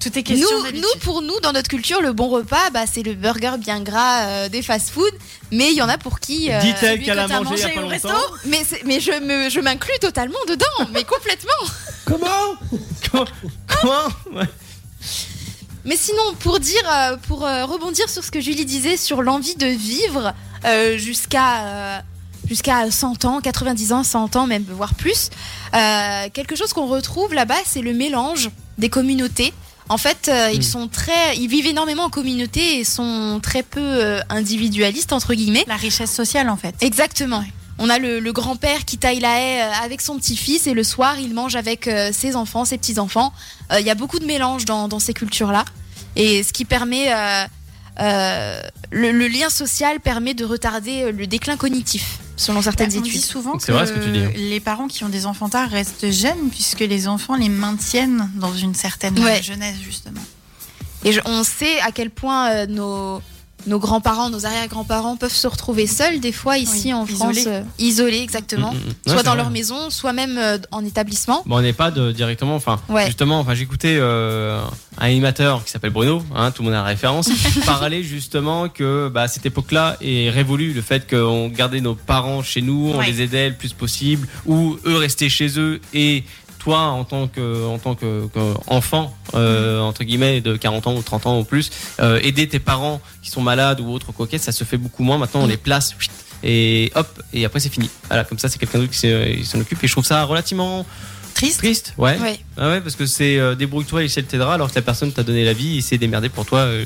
Tout est Nous, question d'habitude. nous, pour nous, dans notre culture, le bon repas, bah, c'est le burger bien gras euh, des fast-food. Mais il y en a pour qui. euh, Dit-elle celui qu'elle que a t'as mangé il y a pas au resto. longtemps. Mais, c'est- mais je me- je m'inclus totalement dedans, mais complètement. Comment Quoi Ouais. Mais sinon, pour dire, euh, pour euh, rebondir sur ce que Julie disait sur l'envie de vivre euh, jusqu'à euh, jusqu'à 100 ans, 90 ans, 100 ans, même voire plus, euh, quelque chose qu'on retrouve là-bas, c'est le mélange des communautés. En fait, euh, ils sont très, ils vivent énormément en communauté et sont très peu euh, individualistes entre guillemets. La richesse sociale, en fait. Exactement. On a le, le grand-père qui taille la haie euh, avec son petit-fils et le soir il mange avec euh, ses enfants, ses petits-enfants. Euh, Il y a beaucoup de mélange dans, dans ces cultures-là. Et ce qui permet. euh, euh, le, le lien social permet de retarder euh, le déclin cognitif, selon certaines Bah, on dit études. souvent que, C'est vrai ce que tu dis, hein. les parents qui ont des enfants tard restent jeunes puisque les enfants les maintiennent dans une certaine Ouais. jeunesse justement. Et je- on sait à quel point euh, nos, nos grands-parents, nos arrière-grands-parents peuvent se retrouver seuls, des fois ici Oui, en France, isolés. euh, isolés exactement, Mm, mm, mm. Ouais, soit c'est dans vrai. leur maison, soit même euh, en établissement. Bon, on n'est pas de- directement, enfin, Ouais. justement, enfin, j'écoutais euh, un animateur qui s'appelle Bruno, hein, tout le monde a la référence, parler justement que bah, cette époque-là est révolue, le fait qu'on gardait nos parents chez nous, on Ouais. les aidait le plus possible, ou eux restaient chez eux et toi, en tant que, en tant que, que enfant, euh, entre guillemets, de 40 ans ou 30 ans ou plus, euh, aider tes parents qui sont malades ou autres coquettes, ça se fait beaucoup moins. Maintenant, on Mm. les place. chuit, Et hop, et après c'est fini. Voilà, comme ça c'est quelqu'un d'autre qui s'est- qui s'en occupe. Et je trouve ça relativement Triste. triste, ouais. Ouais. Ah ouais, parce que c'est euh, débrouille-toi, etc. Alors que la personne t'a donné la vie, il s'est démerdé pour toi euh,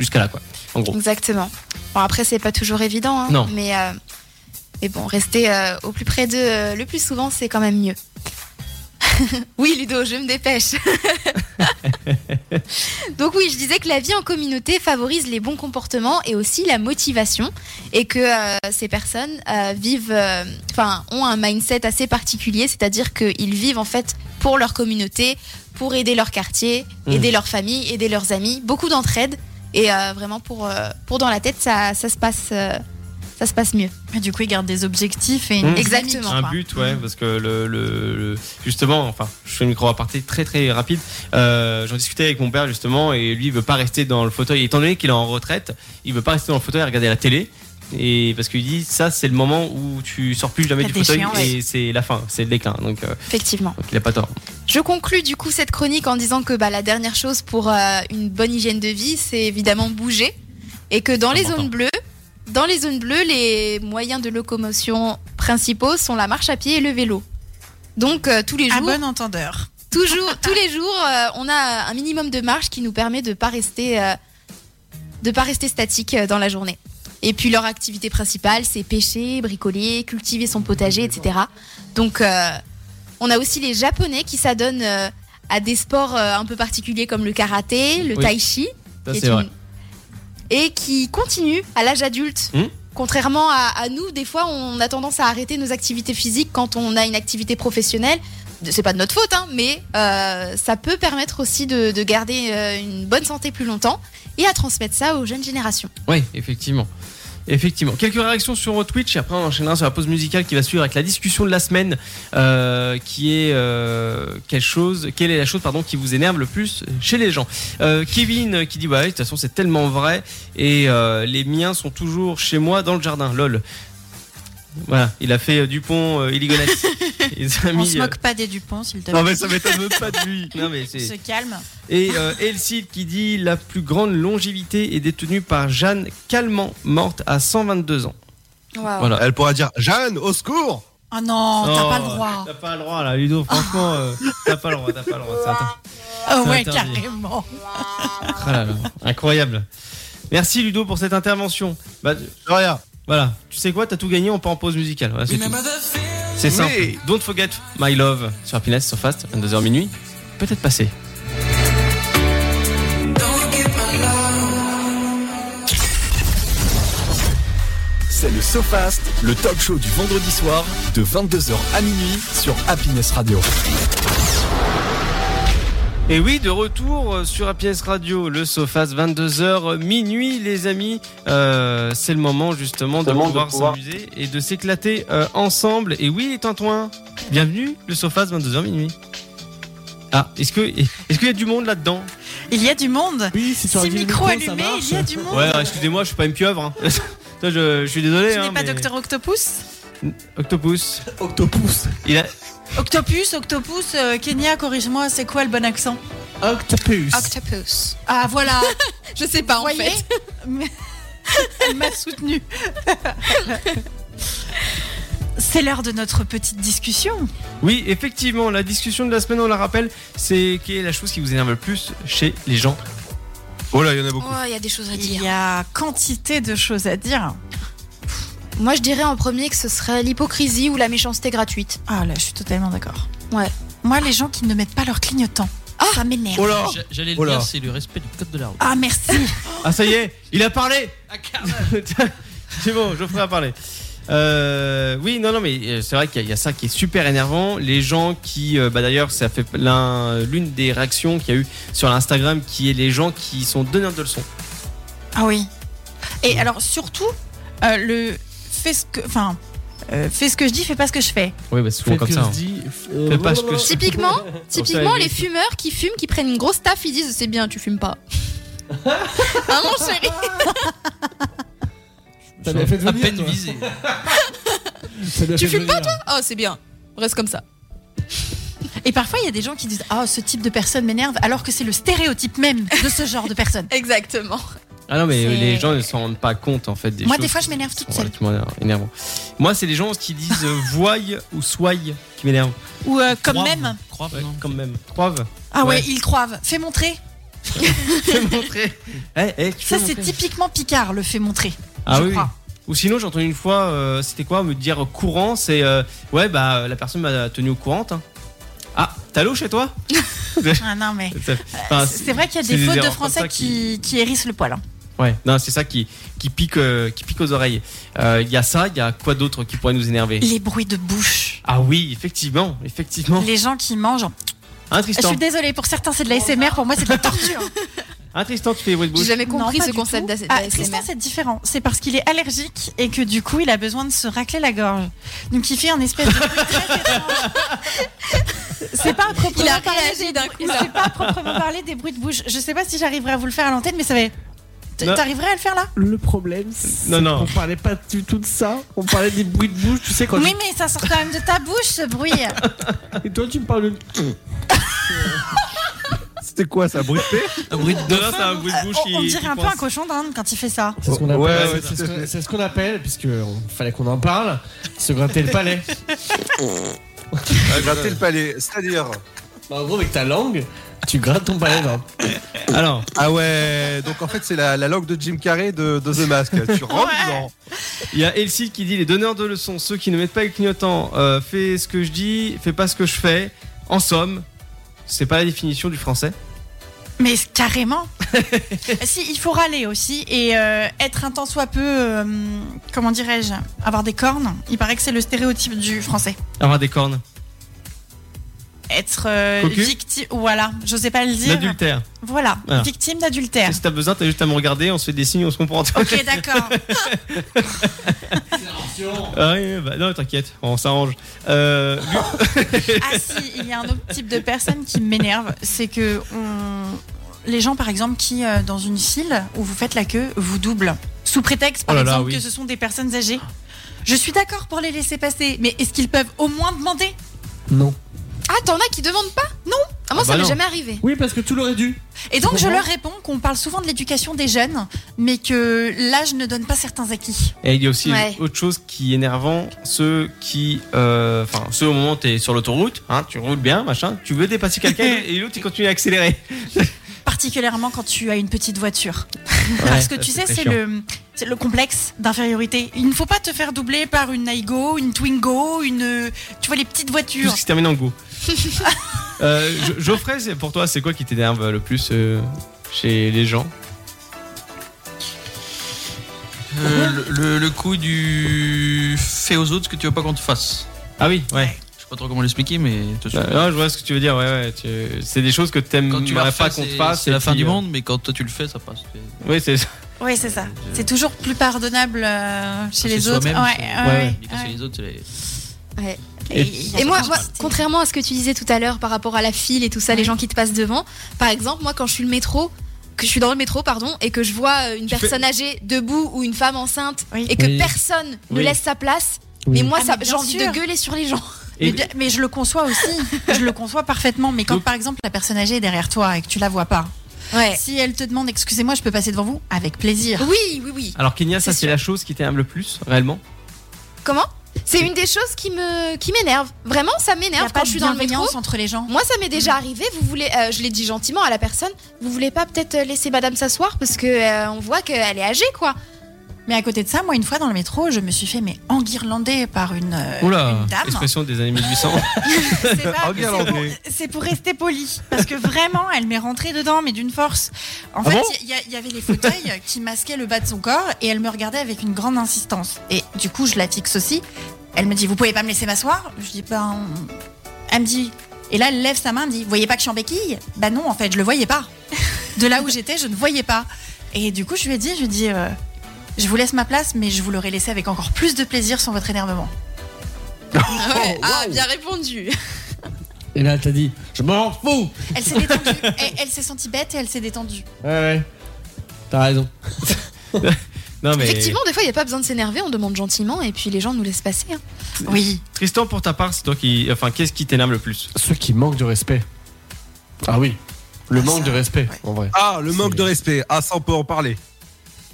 jusqu'à là, quoi. En gros. Exactement. Bon, après, c'est pas toujours évident. hein, Non. Mais, euh, mais bon, rester euh, au plus près d'eux euh, le plus souvent, c'est quand même mieux. oui, Ludo, je me [LAUGHS] dépêche. Donc, oui, je disais que la vie en communauté favorise les bons comportements et aussi la motivation. Et que euh, ces personnes euh, vivent, euh, enfin, ont un mindset assez particulier, c'est-à-dire qu'ils vivent en fait pour leur communauté, pour aider leur quartier, Mhm. aider leur famille, aider leurs amis. Beaucoup d'entraide Et euh, vraiment, pour, euh, pour dans la tête, ça, ça se passe, euh, ça se passe mieux. Hmm. Mais du coup, ils gardent des objectifs et Mmh. une Exactement. un quoi. but, ouais, parce que le, le- le- justement, enfin, je fais une micro aparté très très rapide. Euh, J'en discutais avec mon père justement, et lui il veut pas rester dans le fauteuil. Étant donné qu'il est en retraite, il veut pas rester dans le fauteuil à regarder la télé. Et parce qu'il dit ça, c'est le moment où tu sors plus jamais La du fauteuil déchéance. et c'est la fin, c'est le déclin. Donc, euh, Effectivement. donc il a pas tort. Je conclus du coup cette chronique en disant que bah, la dernière chose pour euh, une bonne hygiène de vie, c'est évidemment bouger. Et que dans les Important. zones bleues, dans les zones bleues, les moyens de locomotion principaux sont la marche à pied et le vélo. Donc euh, tous les À jours, bon entendeur. toujours, tous les jours, euh, on a un minimum de marche qui nous permet de pas rester, euh, de pas rester statique euh, dans la journée. Et puis leur activité principale, c'est pêcher, bricoler, cultiver son potager, etc. Donc, euh, on a aussi les Japonais qui s'adonnent euh, à des sports euh, un peu particuliers comme le karaté, le Oui. tai chi, Ça qui est c'est vrai. une- et qui continue à l'âge adulte. Hmm. Contrairement à, à nous, des fois, on a tendance à arrêter nos activités physiques quand on a une activité professionnelle. De- C'est pas de notre faute, hein, mais euh, ça peut permettre aussi de, de garder euh, une bonne santé plus longtemps et à transmettre ça aux jeunes générations. Oui, effectivement. Effectivement. Quelques réactions sur Twitch et après on enchaînera sur la pause musicale qui va suivre avec la discussion de la semaine euh, qui est euh, quelque chose, quelle est la chose pardon, qui vous énerve le plus chez les gens. Euh, Kevin euh, qui dit bah, de toute façon c'est tellement vrai et euh, les miens sont toujours chez moi dans le jardin. Lol. Voilà, il a fait euh, Dupont, [LAUGHS] euh, Illigonès. Il s'est On mis, se moque pas des Dupont, s'il te Non, plaît. mais ça m'étonne même pas [LAUGHS] de lui. euh, non, mais c'est- Se calme. et euh, Elsie qui dit la plus grande longévité est détenue par Jeanne Calment, morte à 122 ans. Ah. Voilà. Elle pourra dire Jeanne, au secours Oh non, t'as Oh, pas le droit. T'as pas le droit là, Ludo. Franchement, euh, t'as pas le droit, t'as pas le droit. c'est inter- Oh c'est ouais, interdit. carrément. Ah là là, incroyable. Merci Ludo pour cette intervention. Bah, De rien. voilà, tu sais quoi, t'as tout gagné, on part en pause musicale. Voilà, c'est tout. C'est simple. Oui. Don't forget my love sur Happiness, sur Fast, 22h minuit. Peut-être passé. C'est le SoFast, le talk show du vendredi soir de 22h à minuit sur Happiness Radio. Et oui, de retour euh, sur APS Radio, le Sofas, 22h minuit, les amis. Euh, c'est le moment justement de Justement, de pouvoir, pouvoir- s'amuser et de s'éclater euh, ensemble. Et oui, les Tintouins, bienvenue, le Sofas, 22h minuit. Ah, est-ce que est-ce qu'il y a du monde là-dedans Il y a du monde. Oui, si tu Si enlèves le micro micro, ça allumé, marche. il y a du monde. Ouais, excusez-moi, je suis pas une pieuvre. hein. [LAUGHS] Ça, je, je suis désolé. Tu hein, n'es pas mais- Docteur Octopus Octopus. Octopus. Il a- Octopus, Octopus, euh, Kenya, corrige-moi, c'est quoi le bon accent Octopus. Octopus. Ah voilà, [LAUGHS] Je sais pas en Voyez fait. [LAUGHS] elle m'a [LAUGHS] soutenue. c'est l'heure de notre petite discussion. Oui, effectivement, la discussion de la semaine, on la rappelle, c'est quelle est la chose qui vous énerve le plus chez les gens Oh là, il y en a Oh, beaucoup. il y a des choses à Il dire. y a quantité de choses à dire. Moi, je dirais en premier que ce serait l'hypocrisie ou la méchanceté gratuite. Ah là, je suis totalement d'accord. Ouais. Moi, les gens qui ne mettent pas leur clignotant, Ah ça m'énerve. Oh là J'a- J'allais le Oh là. dire, c'est le respect du code de la route. Ah merci. [LAUGHS] Ah ça y est, il a parlé [LAUGHS] C'est bon, Geoffrey a parlé. Euh, oui, non, non, mais euh, c'est vrai qu'il y, a- il y a ça qui est super énervant. Les gens qui, euh, bah, d'ailleurs, ça fait l'un- l'une des réactions qu'il y a eu sur l'Instagram, qui est les gens qui sont donneurs de leçons. Ah oui. Et alors surtout, euh, le fais ce que, enfin, euh, fais ce que je dis, fais pas ce que je fais. Oui, bah, c'est souvent Faites comme que ça. je hein. dis, Fais euh, pas ce que je- [LAUGHS] Typiquement, typiquement ça, les oui. fumeurs qui fument, qui prennent une grosse taffe, ils disent c'est bien, tu fumes pas. ah mon chéri Ça l'a fait À venir, peine toi. visé. [LAUGHS] Ça l'a Tu fait fumes pas, venir. Oh c'est bien, reste comme ça. Et parfois, il y a des gens qui disent Ah, ce type de personne m'énerve, alors que c'est le stéréotype même de ce genre de personne. [LAUGHS] Exactement. Ah non, mais C'est- les gens ne s'en rendent pas compte, en fait. Des Moi, choses des fois, qui je m'énerve toute sont seule. relativement énervantes. Moi, c'est les gens qui disent euh, [LAUGHS] voye ou soye qui m'énervent. Ou euh, comme Croix, même. Croix, Ouais, non. quand même. Preuve Ah ouais, Ouais. ils croivent. Fais montrer. Fais montrer. Eh, eh, tu Ça, fais c'est montrer. typiquement Picard, le fait montrer. Ah je oui. [LAUGHS] crois. Ou sinon, j'ai entendu une fois, euh, c'était quoi Me dire courant, c'est euh, ouais, bah euh, la personne m'a tenu au courant. hein. Ah, t'as l'eau [LAUGHS] chez toi Ah non, mais. Enfin, C'est vrai qu'il y a c'est des fautes de erreurs comme français ça qui... qui hérissent le poil. hein. Ouais, non, c'est ça qui, qui, pique, euh, qui pique aux oreilles. Euh, Il y a ça, il y a quoi d'autre qui pourrait nous énerver Les bruits de bouche. Ah oui, effectivement, effectivement. Les gens qui mangent. Hein, Je Tristan suis désolée, pour certains c'est de la SMR, pour moi c'est de la torture. Ah, Tristan, tu fais bruit de J'ai bouche. jamais Non, compris pas ce du concept tout. d'AS- Ah, Tristan, d'ASMR. c'est différent. C'est parce qu'il est allergique et que du coup, il a besoin de se racler la gorge. Donc, il fait un espèce de. bruit très étrange. C'est pas à proprement Il a parler réagi d'un coup. des- là. C'est pas à proprement parler des bruits de bouche. Je sais pas si j'arriverai à vous le faire à l'antenne, mais ça va. Non. T'arriverais à le faire là Le problème, c'est Non, non. qu'on parlait pas du tout de ça. On parlait des bruits de bouche, tu sais, quand Oui, mais ça sort quand même de ta bouche ce bruit. tu... Et toi, tu me parles [LAUGHS] de. C'était quoi ça, bruit de paix Un bruit de Non, non, c'est un bruit de bouche on, qui. on dirait qui un peu pense. un cochon d'Inde quand il fait ça. C'est ce qu'on appelle, Ouais, ouais, ouais, c'est tout ce à qu'on- fait. c'est ce qu'on appelle, puisque on- fallait qu'on en parle, se gratter le palais. [LAUGHS] Gratter le palais, c'est-à-dire. Bah, en gros, avec ta langue, tu grattes ton palais. genre. [LAUGHS] Alors, Ah ouais, donc en fait c'est la, la langue de Jim Carrey de, de The Mask. [LAUGHS] Tu rentres dedans. il y a Elsie qui dit les donneurs de leçons, ceux qui ne mettent pas le clignotant, euh, fais ce que je dis, fais pas ce que je fais. En somme, c'est pas la définition du français. Mais carrément. si, il faut râler aussi et euh, être un tant soit peu, euh, comment dirais-je, avoir des cornes. Il paraît que c'est le stéréotype du français. Avoir des cornes. Être euh, Cocu victime, voilà, j'osais pas le dire. L'adultère. Ah. Voilà, Voilà. victime d'adultère. Si t'as besoin, t'as juste à me regarder, on se fait des signes, on se comprend. Ok, d'accord. [LAUGHS] [LAUGHS] Ah oui, bah, non, t'inquiète, on s'arrange. [LAUGHS] Euh, [LAUGHS] Ah si, il y a un autre type de personne qui m'énerve, c'est que on- les gens par exemple qui euh, dans une file où vous faites la queue vous doublent sous prétexte par Oh là là, exemple oui. que ce sont des personnes âgées. Je suis d'accord pour les laisser passer, mais est-ce qu'ils peuvent au moins demander Non. Ah, t'en as qui demandent pas Non. Ah, moi, ça bah m'est non. jamais arrivé. Oui, parce que tout l'aurait dû. Et donc je Pourquoi leur réponds qu'on parle souvent de l'éducation des jeunes, mais que l'âge ne donne pas certains acquis. Et il y a aussi Ouais. autre chose qui est énervant, ceux qui, euh, enfin ceux au moment où t'es sur l'autoroute, hein, tu roules bien, machin, tu veux dépasser quelqu'un [LAUGHS] et l'autre il continue à accélérer. Particulièrement quand tu as une petite voiture. Parce que ça, tu c'est sais, très c'est chiant. le, c'est le complexe d'infériorité. Il ne faut pas te faire doubler par une Aigo, une Twingo, une. euh, Tu vois, les petites Tout voitures. ce qui [LAUGHS] se termine en go. Euh, Jo- Geoffrey, c'est- pour toi, c'est quoi qui t'énerve le plus euh, chez les gens Euh, le, le- le coup du fais aux autres ce que tu veux pas qu'on te fasse. Ah oui, ouais. Je sais pas trop comment l'expliquer, mais tout de Euh, Bah, suite. non, je vois ce que tu veux dire. Ouais, ouais. tu- C'est des choses que t'aimes Quand tu la pas refais, qu'on te c'est- fasse. c'est et la fin puis, du euh, monde, mais quand toi tu le fais, ça passe. Oui, c'est ça. Oui, c'est ça. C'est toujours plus pardonnable euh, chez les autres. Même, Ouais, ouais, ouais, Mais quand c'est ouais. les autres, c'est les- Et- il y a Et moi, cette moi, intensité. contrairement à ce que tu disais tout à l'heure par rapport à la file et tout ça, les gens qui te passent devant, par exemple, moi quand je suis le métro, que je suis dans le métro, pardon, et que je vois euh, une Tu personne âgée debout ou une femme enceinte Oui. et que Oui. personne ne Oui. laisse sa place, Oui. mais moi Ah, ça, mais bien j'ai envie sûr. de gueuler sur les gens. Et- Mais, bien- mais je le conçois aussi. je le conçois parfaitement. Mais quand, Donc- par exemple, la personne âgée est derrière toi et que tu la vois pas, Ouais. si elle te demande Excusez-moi, je peux passer devant vous Avec plaisir. Oui, oui, oui. Alors Kenya, ça C'est c'est la chose qui t'énerve le plus réellement. Comment C'est une des choses qui me qui m'énerve. Vraiment, ça Il n'y a m'énerve quand pas de je suis dans le métro. bienveillance entre les gens. Mm. Moi, ça m'est déjà arrivé. Vous voulez, euh, je l'ai dit gentiment à la personne. Vous voulez pas peut-être euh, laisser Madame s'asseoir parce que euh, on voit qu'elle est âgée, quoi. Mais à côté de ça, moi, une fois dans le métro, je me suis fait mais enguirlander par une, euh, une dame. Expression des années 1800. C'est pas- c'est pour- Enguirlander. C'est pour, rester poli. Parce que vraiment, elle m'est rentrée dedans, mais d'une force. En Ah fait, bon il y, a- il y avait les fauteuils [LAUGHS] qui masquaient le bas de son corps et elle me regardait avec une grande insistance. Et du coup, je la fixe aussi. Elle me dit Vous pouvez pas me laisser m'asseoir Je dis Ben. Elle me dit. Et là, elle lève sa main, elle dit Vous voyez pas que je suis en béquille Bah non, en fait, je le voyais pas. [LAUGHS] De là où j'étais, je ne voyais pas. Et du coup, je lui ai dit Je lui ai dit. euh, je vous laisse ma place, mais je vous l'aurais laissé avec encore plus de plaisir sans votre [LAUGHS] énervement. Oh, Ah, ouais. Ah, bien répondu. Et là, t'as dit, je m'en fous. Elle s'est détendue. elle elle s'est sentie bête et elle s'est détendue. Ouais, ouais. T'as [LAUGHS] raison. non mais. Effectivement, des fois, il n'y a pas besoin de s'énerver. On demande gentiment et puis les gens nous laissent passer. hein. Oui. Tristan, pour ta part, c'est toi qui. Enfin, qu'est-ce qui t'énerve le plus Ceux qui manquent de respect. Ah oui. Le Ah, manque ça, de respect, en vrai. Ah, le manque de respect. Ah, ça on peut en parler.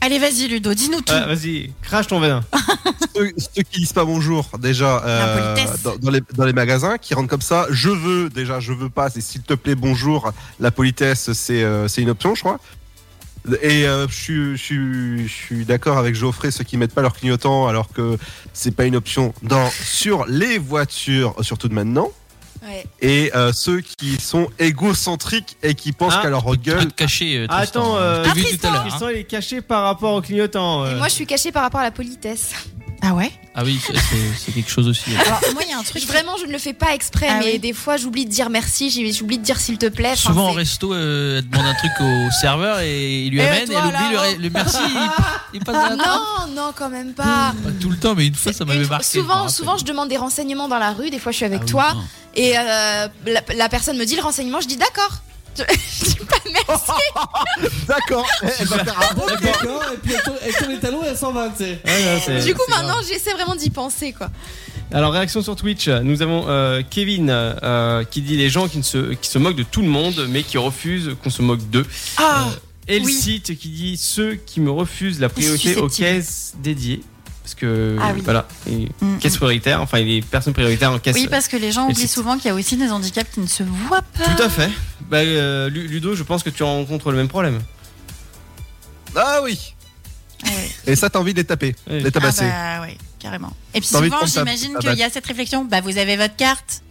Allez, vas-y, Ludo, dis-nous tout. Ah, Vas-y, crache ton venin. [LAUGHS] Ceux, ceux qui disent pas bonjour déjà euh, L'impolitesse. dans, dans les, dans les magasins, qui rentrent comme ça. Je veux déjà, je veux pas. C'est s'il te plaît bonjour. La politesse, c'est euh, c'est une option, je crois. Et euh, je suis, je suis, je suis d'accord avec Geoffrey, ceux qui mettent pas leur clignotant alors que c'est pas une option dans, sur les voitures, surtout de maintenant. [LAUGHS] Ouais. et euh, ceux qui sont égocentriques et qui pensent Ah. qu'à leur Pas gueule. te cacher. euh, Ah, Tristan. attends, euh, Je t'ai Ah, vu tout à l'heure. hein. Tristan, il est caché par rapport au clignotant. Et euh. moi, je suis cachée par rapport à la politesse. Ah ouais Ah oui, c'est- c'est c'est quelque chose aussi. Alors, moi, il y a un truc. Je- Vraiment, je ne le fais pas exprès, Ah mais oui. des fois, j'oublie de dire merci, j'y- j'oublie de dire s'il te plaît. Enfin, Souvent en c'est- resto, euh, elle demande un truc au serveur et il lui Et amène toi, et elle oublie le, là, hein. re- le merci. Il, il passe à la Mmh. trappe. Ah, Non, non, quand même pas. Pas tout le temps, mais une fois ça m'avait Une- marqué. je m'en souvent, rappelle. souvent, je demande des renseignements dans la rue. Des fois, je suis avec Ah oui, toi non. et euh, la, la personne me dit le renseignement. Je dis d'accord. [LAUGHS] Je je dis pas merci. [LAUGHS] D'accord, elle va faire un beau truc. D'accord, et puis elle tourne- elle tourne les talons et elle s'en va, tu sais. Ah. Du coup, maintenant, j'essaie vraiment d'y penser, quoi. Alors réaction sur Twitch, nous avons euh, Kevin euh, qui dit les gens qui, ne se, qui se moquent de tout le monde mais qui refusent qu'on se moque d'eux. Ah Euh, Elsite qui dit ceux qui me refusent la priorité aux Susceptible. caisses dédiées. Parce que Ah oui. voilà, il- Mm, caisse prioritaire, enfin il est personne prioritaire en caisse. Oui, parce que les gens Et oublient c'est- souvent qu'il y a aussi des handicaps qui ne se voient pas. Tout à fait. Bah, euh, Lu- Ludo, je pense que tu rencontres le même problème. Ah oui. Ouais. Et ça, t'as envie de les taper, Oui. de les tabasser. Ah bah ouais, carrément. Et puis T'as envie de souvent, prendre ta- j'imagine ta qu'il y a cette réflexion, bah vous avez votre carte.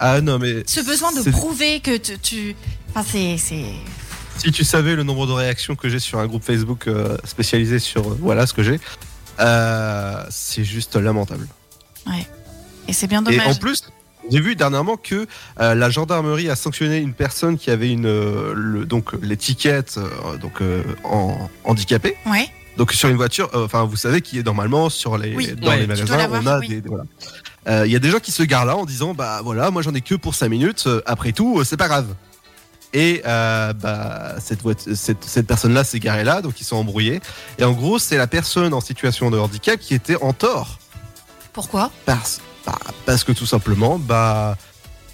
Ah non, mais Ce besoin de C'est- prouver que tu... tu- Enfin, c'est... c'est- si tu savais le nombre de réactions que j'ai sur un groupe Facebook euh, spécialisé sur euh, voilà ce que j'ai, euh, c'est juste lamentable. Et c'est bien Et en dommage. plus, j'ai vu dernièrement que euh, la gendarmerie a sanctionné une personne qui avait une euh, le, donc l'étiquette euh, donc euh, en handicapée. Ouais. Donc sur une voiture, euh, enfin vous savez qui est normalement sur les Oui, dans ouais, les tu dois magasins, l'avoir, on a oui. des, des- voilà. Euh, Il y a des gens qui se garent là en disant bah voilà moi j'en ai que pour 5 minutes euh, après tout euh, c'est pas grave et euh, bah cette, voit- cette, cette personne là s'est garée là donc ils sont embrouillés et en gros c'est la personne en situation de handicap qui était en tort Pourquoi parce, bah, parce que tout simplement, bah,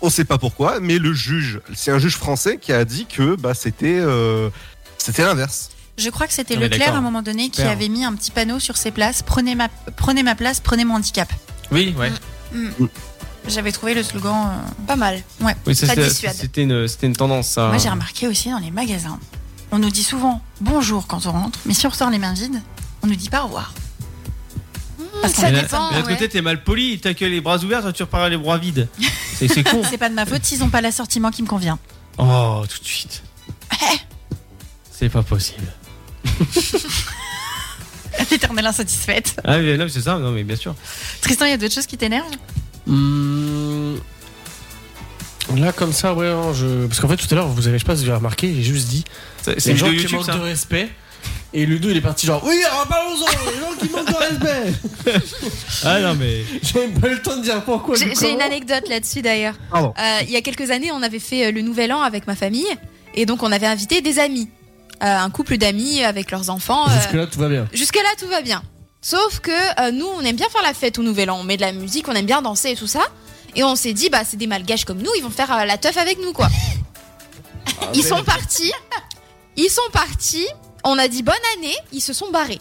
on sait pas pourquoi, mais le juge, c'est un juge français qui a dit que bah, c'était euh, c'était l'inverse. Je crois que c'était Non, mais Leclerc d'accord. à un moment donné qui Leclerc. avait mis un petit panneau sur ses places, prenez ma, prenez ma place, prenez mon handicap. Oui, ouais. Mm, Mm. J'avais trouvé le slogan. euh, Pas mal. Oui, ça, Ça c'était- dissuade. c'était une, c'était une tendance. hein. ça. Moi, j'ai remarqué aussi dans les magasins. On nous dit souvent bonjour quand on rentre, mais si on ressort les mains vides, on nous dit pas au revoir. Parce ça qu'on- Mais d'un- dépend, mais d'un ouais. côté, t'es mal poli, t'as que les bras ouverts, toi tu repars les [LAUGHS] bras vides. C'est c'est con. C'est pas de ma faute s'ils ont pas l'assortiment qui me convient. Eh Oh, tout de suite. C'est pas possible. Éternelle insatisfaite. Ah, mais non, mais c'est ça, non, mais bien sûr. Tristan, il y a d'autres choses qui t'énervent Hum, Là, comme ça, ouais, non, je... parce qu'en fait, tout à l'heure, vous avez, je sais pas si vous avez remarqué, j'ai juste dit C'est les c'est gens vidéo qui YouTube, manquent ça. de respect. Et Ludo, il est parti genre, oui, alors parlons-en, les gens qui manquent de respect. [LAUGHS] Ah, non, mais. J'ai même pas eu le temps de dire pourquoi. J'ai ni j'ai une comment. anecdote là-dessus d'ailleurs. Pardon. Euh, il y a quelques années, on avait fait euh, le Nouvel An avec ma famille et donc on avait invité des amis, Euh, un couple d'amis avec leurs enfants. euh, Jusque-là, tout va bien. Jusque-là, tout va bien. Sauf que euh, nous, on aime bien faire la fête au Nouvel An. On met de la musique, on aime bien danser et tout ça. Et on s'est dit, bah, c'est des malgaches comme nous, ils vont faire euh, la teuf avec nous, quoi. Ah, ils sont partis. Ils sont partis. On a dit bonne année. Ils se sont barrés.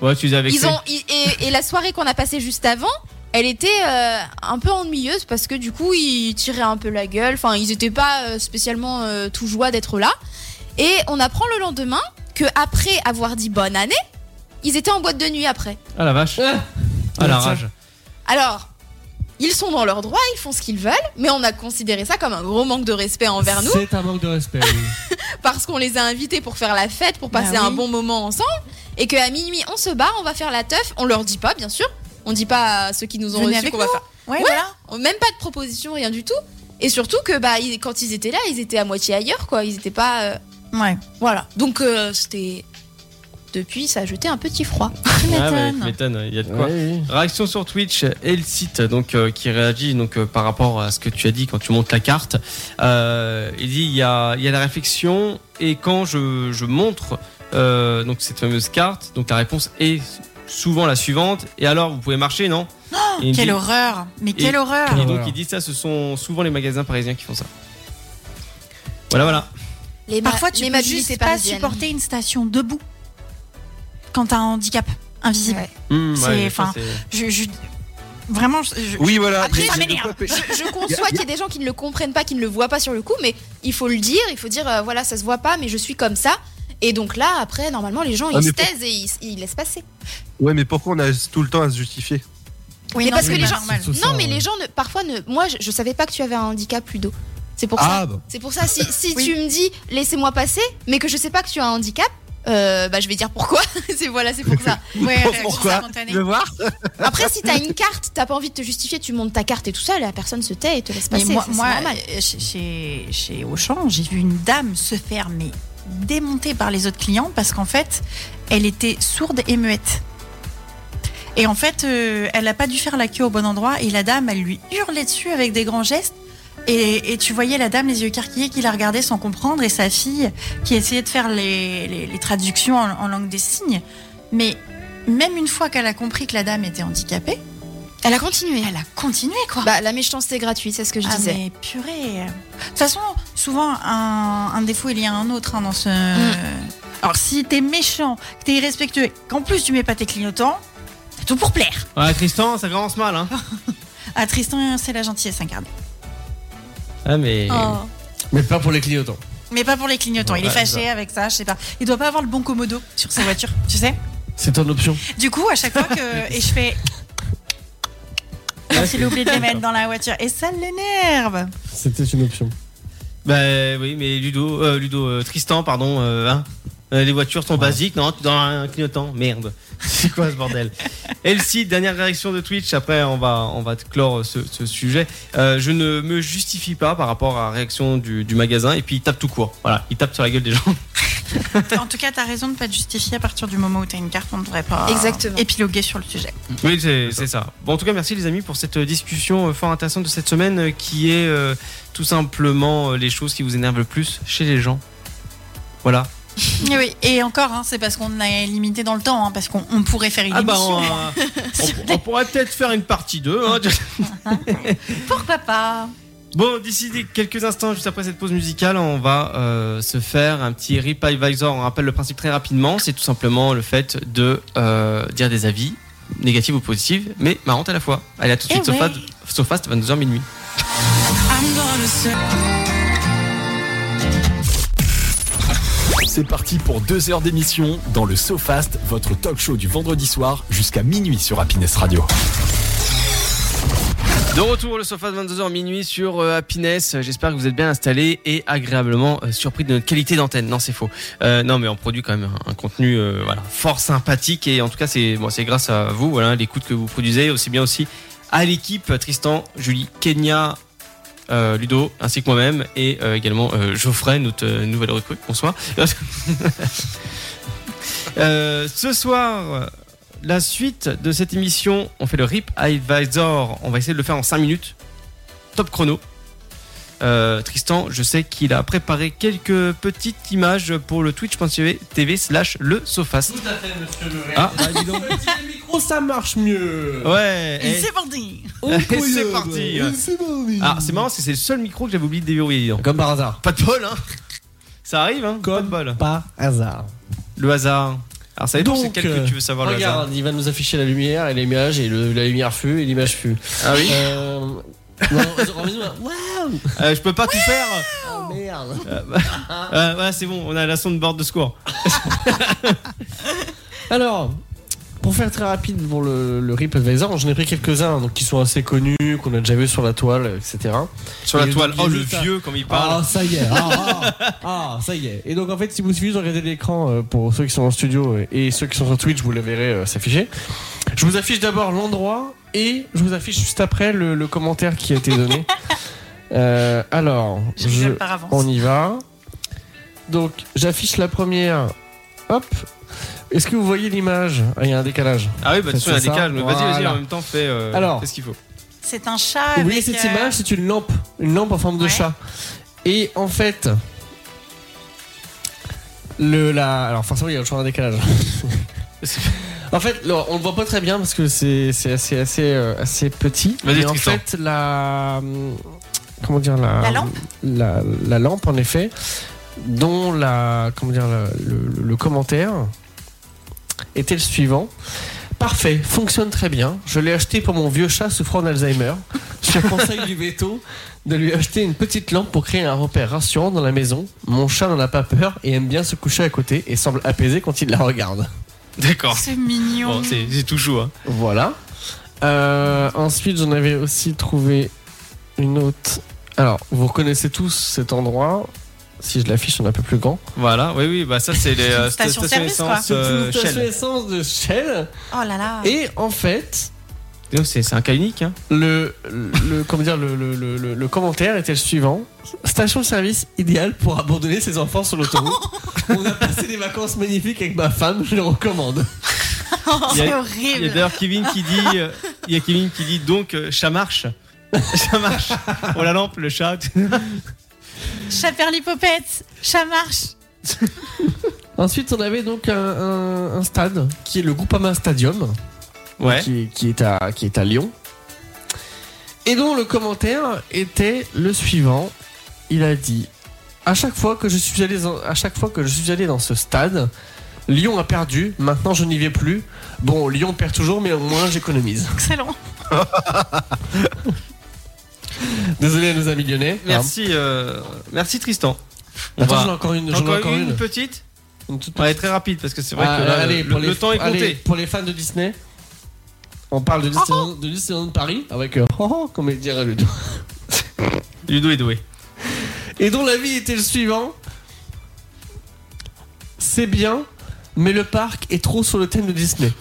Ouais, tu les as avec Ils ont, ils- et, et la soirée qu'on a passée juste avant, elle était euh, un peu ennuyeuse parce que du coup, ils tiraient un peu la gueule. Enfin, ils n'étaient pas euh, spécialement euh, tout joie d'être là. Et on apprend le lendemain que après avoir dit bonne année, ils étaient en boîte de nuit après. Ah, la vache. Ah. Ah, la Ah, ça. rage. Alors, ils sont dans leur droit, ils font ce qu'ils veulent, mais on a considéré ça comme un gros manque de respect envers nous C'est un manque de respect. oui. parce qu'on les a invités pour faire la fête, pour passer Bah oui. un bon moment ensemble, et qu'à minuit on se barre, on va faire la teuf. On leur dit pas, bien sûr. On dit pas à ceux qui nous ont Venez reçus avec qu'on va nous. faire. Ouais, voilà. Même pas de proposition, rien du tout. Et surtout que bah ils- quand ils étaient là, ils étaient à moitié ailleurs, quoi. Ils étaient pas. euh, Ouais. voilà. Donc euh, c'était. Depuis, ça a jeté un petit froid. Tu Ah, bah, m'étonnes. tu m'étonnes, il y a de quoi. Ouais, Réaction sur Twitch, Elsite donc euh, qui réagit donc euh, par rapport à ce que tu as dit quand tu montes la carte. Euh, il dit il y a il y a la réflexion et quand je, je montre euh, donc cette fameuse carte, donc la réponse est souvent la suivante. Et alors vous pouvez marcher non Et il Oh, Quelle dit- horreur Mais quelle Et- horreur Et donc Voilà. il dit ça, ce sont souvent les magasins parisiens qui font ça. Voilà voilà. Les ma- Parfois, tu les peux mobilités juste pas parisiennes. supporter une station debout quand t'as un handicap invisible. Ouais. Hmm, C'est- des fois, enfin, c'est- Je, je- Vraiment, je- je- Oui, voilà. Après, il y a- ça il y a de m'énerve. [LAUGHS] quoi pé- je conçois qu'il y a des gens qui ne le comprennent pas, qui ne le voient pas sur le coup, mais il faut le dire, il faut dire, euh, voilà, ça se voit pas, mais je suis comme ça. Et donc là, après, normalement, les gens, Ah, ils se mais pour- taisent et ils, ils laissent passer. Ouais, mais pourquoi on a tout le temps à se justifier Oui, mais non, parce c'est que les pas gens- normal. Tout ça, non, mais ouais. les gens, ne, parfois, ne, moi, je, je savais pas que tu avais un handicap, Ludo. C'est pour ça. Ah, bah. C'est pour ça, si, si Oui. tu me dis, laissez-moi passer, mais que je sais pas que tu as un handicap, euh, bah, je vais dire pourquoi. [LAUGHS] c'est voilà, [LAUGHS] c'est pour ça. Ouais, réaction Pourquoi spontanée. Je veux voir. Après, si [LAUGHS] t'as une carte, t'as pas envie de te justifier, tu montes ta carte et tout ça, la personne se tait et te laisse Mais passer. moi, ça, c'est moi, normal. euh, chez- chez, chez Auchan, j'ai vu une dame se faire mais démonter par les autres clients parce qu'en fait, elle était sourde et muette. Et en fait, euh, elle n'a pas dû faire la queue au bon endroit et la dame, elle lui hurlait dessus avec des grands gestes. Et, et tu voyais la dame les yeux carquillés qui la regardait sans comprendre et sa fille qui essayait de faire les, les- les traductions en, en langue des signes. Mais même une fois qu'elle a compris que la dame était handicapée, Elle a continué. elle a continué quoi. Bah, la méchanceté gratuite, c'est ce que je Ah, disais. mais purée. De toute façon, souvent, un, un défaut, il y a un autre hein, dans ce. Alors, si t'es méchant, que t'es irrespectueux, qu'en plus tu mets pas tes clignotants, c'est tout pour plaire. Ouais, Tristan, ça commence [LAUGHS] mal, hein. Ah, Tristan, c'est la gentillesse incarnée. Ah, mais. Oh. Mais pas pour les clignotants. Mais pas pour les clignotants. il est fâché avec ça, je sais pas. Il doit pas avoir le bon commodo sur sa voiture, tu sais. C'est ton option. Du coup, à chaque fois que. Et je fais. Quand il oublie de les mettre dans la voiture. Et ça l'énerve. C'était une option. Bah oui, mais Ludo, euh, Ludo euh, Tristan, pardon, euh, hein, euh, les voitures sont basiques, non, tu donnes un clignotant, merde. [LAUGHS] C'est quoi ce bordel Elsie, dernière réaction de Twitch, après on va, on va te clore ce, ce sujet. Euh, je ne me justifie pas par rapport à la réaction du, du magasin, et puis il tape tout court. Voilà, il tape sur la gueule des gens. En tout cas, t'as raison de pas te justifier à partir du moment où t'as une carte, on ne devrait pas Exactement. épiloguer sur le sujet. Oui, c'est c'est ça. Bon, en tout cas, merci les amis pour cette discussion euh, fort intéressante de cette semaine euh, qui est euh, tout simplement euh, les choses qui vous énervent le plus chez les gens. Voilà. Et Eh oui, et encore, hein, c'est parce qu'on est limité dans le temps, hein, parce qu'on on pourrait faire une Ah bah émission. [LAUGHS] on, on- on pourrait peut-être faire une partie hein. 2. Pourquoi pas [LAUGHS] Bon, d'ici des- quelques instants, juste après cette pause musicale, on va euh, se faire un petit repivisor. On rappelle le principe très rapidement, c'est tout simplement le fait de euh, dire des avis, négatives ou positives, mais marrantes à la fois. Allez, à tout de Eh suite, ouais. Sofast, Sofast 22h minuit. C'est parti pour deux heures d'émission dans le SoFast, votre talk show du vendredi soir jusqu'à minuit sur Happiness Radio. De retour le sofa de 22h minuit sur euh, Happiness. J'espère que vous êtes bien installés et agréablement euh, surpris de notre qualité d'antenne. Non, c'est faux. Euh, non, mais on produit quand même un, un contenu euh, voilà, fort sympathique et en tout cas, c'est bon, c'est grâce à vous, voilà, l'écoute que vous produisez, aussi bien aussi à l'équipe Tristan, Julie, Kenya, euh, Ludo, ainsi que moi-même et euh, également euh, Geoffrey, notre euh, nouvelle recrue. Bonsoir. [LAUGHS] Euh, ce soir, la suite de cette émission, on fait le RIP Advisor. On va essayer de le faire en 5 minutes. Top chrono. Euh, Tristan, je sais qu'il a préparé quelques petites images pour le twitch.tv slash le Sofast. à fait, monsieur le Ah. bah, [LAUGHS] le micro, ça marche mieux. Ouais, Et Eh, [LAUGHS] et- C'est parti et c'est parti. Ah, c'est marrant parce que c'est le seul micro que j'avais oublié de déverrouiller. dis donc. Comme par hasard. Pas de bol, hein Ça arrive, hein Pas de bol. Par hasard. Le hasard. Alors, ça dépend, Donc, c'est quel que euh, tu veux savoir le hasard. Regarde, il va nous afficher la lumière et l'image, et le- la lumière fut, et l'image fut. Ah oui Euh, non, [LAUGHS] revenez-nous à- Waouh Euh, Je peux pas tout faire. Ah, Merde Euh, bah, [LAUGHS] euh, voilà, c'est bon, on a la soundboard de secours. Alors, pour faire très rapide pour le, le Rip Advisor, j'en ai pris quelques-uns donc, qui sont assez connus, qu'on a déjà vu sur la toile, etc. Sur la Il- toile. il Oh, est le ça. vieux, comme il parle. Ah, ça y est. Ah, ah, ah, ça y est. Et donc, en fait, si vous suivez, regardez l'écran euh, pour ceux qui sont en studio euh, et ceux qui sont sur Twitch, vous le verrez euh, s'afficher. Je vous affiche d'abord l'endroit et je vous affiche juste après le, le commentaire qui a [LAUGHS] été donné. Euh, alors, Je je- rigole par avance. on y va. Donc, j'affiche la première. Hop. Est-ce que vous voyez l'image Ah, Il y a un décalage. [LAUGHS] Ah oui, bah de toute façon, il y a C'est des ça. cages, mais vas-y, vas-y, Voilà. en même temps, fais euh, Alors. fais ce qu'il faut. C'est un chat Vous voyez avec, cette euh, image, c'est une lampe, une lampe en forme de Ouais. chat. Et en fait, le la, alors forcément il y a toujours un [LAUGHS] décalage. en fait, là, on le voit pas très bien parce que c'est c'est assez assez euh, assez petit. Vas-y, Mais en Tristan. fait la comment dire la La lampe la, la lampe en effet dont la comment dire la- le- le- le commentaire était le suivant. Parfait, fonctionne très bien. Je l'ai acheté pour mon vieux chat souffrant d'Alzheimer. Je [LAUGHS] conseille du veto de lui acheter une petite lampe pour créer un repère rassurant dans la maison. Mon chat n'en a pas peur et aime bien se coucher à côté et semble apaisé quand il la regarde. D'accord. C'est mignon. Bon, c'est c'est tout chaud. Hein. Voilà. Euh, ensuite, j'en avais aussi trouvé une autre. Alors, vous reconnaissez tous cet endroit. si je l'affiche en un peu plus grand. Voilà, oui, oui, bah ça c'est les euh, sta- Station service, quoi. essence, C'est une euh, station Shell. essence de Shell. Oh là là. Et en fait, Dis donc, Oh, C'est c'est un cas unique. Hein. le, le, comment dire, le, le, le- le- le commentaire était le suivant Station de service idéale pour abandonner ses enfants [LAUGHS] sur l'autoroute. On a passé des vacances magnifiques avec ma femme, je le recommande. [LAUGHS] [LAUGHS] Oh, Il y a- C'est Il y a horrible. d'ailleurs Kevin qui dit, euh, il y a Kevin qui dit donc euh, chat marche. [LAUGHS] Chat marche. Oh la lampe, le chat. [LAUGHS] euh, Chat perd l'hypopète. Chat marche. Ensuite, on avait donc un, un- un stade qui est le Groupama Stadium, Ouais. qui, qui est à, qui est à Lyon, et dont le commentaire était le suivant. Il a dit à chaque fois que je suis allé, en- à chaque fois que je suis allé dans ce stade, Lyon a perdu. Maintenant, je n'y vais plus. Bon, Lyon perd toujours, mais au moins j'économise. Excellent. Désolé à nos amis lyonnais. hein. Merci, euh, merci Tristan. On Attends, va- j'en ai encore une. j'en ai Encore, encore une, une. petite. Une toute Ouais, très rapide parce que c'est vrai que Ah, là, allez, le, pour le les- temps est compté. allez, pour les fans de Disney, on parle de Disneyland, de, Disneyland Paris avec euh, [LAUGHS] oh, oh, comme il dirait Ludo. [LAUGHS] Ludo est doué. Et dont l'avis était le suivant C'est bien, mais le parc est trop sur le thème de Disney.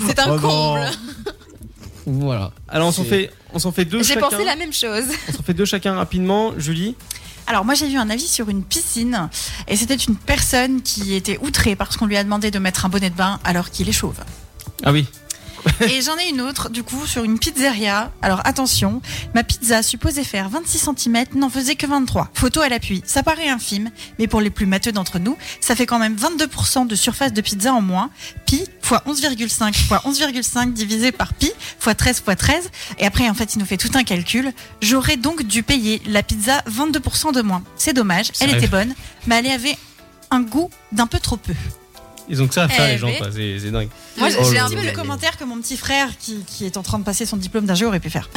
C'est Oh un comble. Voilà. Alors on s'en C'est- fait, on s'en fait deux J'ai chacun. pensé la même chose. [LAUGHS] On s'en fait deux chacun rapidement. Julie. Alors moi j'ai vu un avis sur une piscine et c'était une personne qui était outrée parce qu'on lui a demandé de mettre un bonnet de bain alors qu'il est chauve. Ah oui. Et j'en ai une autre du coup sur une pizzeria. Alors attention, ma pizza supposée faire 26 cm n'en faisait que 23. Photo à l'appui, ça paraît infime, mais pour les plus matheux d'entre nous, ça fait quand même 22% de surface de pizza en moins. Pi fois 11,5 fois 11,5 divisé par pi fois 13 fois 13. Et après en fait il nous fait tout un calcul. J'aurais donc dû payer la pizza 22% de moins. C'est dommage, elle Sérieux était bonne, mais elle avait un goût d'un peu trop peu. Ils ont que ça à faire Eh les gens. ben. quoi. C'est c'est dingue. Moi, j'ai- Oh j'ai là un là. peu le commentaire que mon petit frère qui, qui est en train de passer son diplôme d'ingé aurait pu [LAUGHS] faire.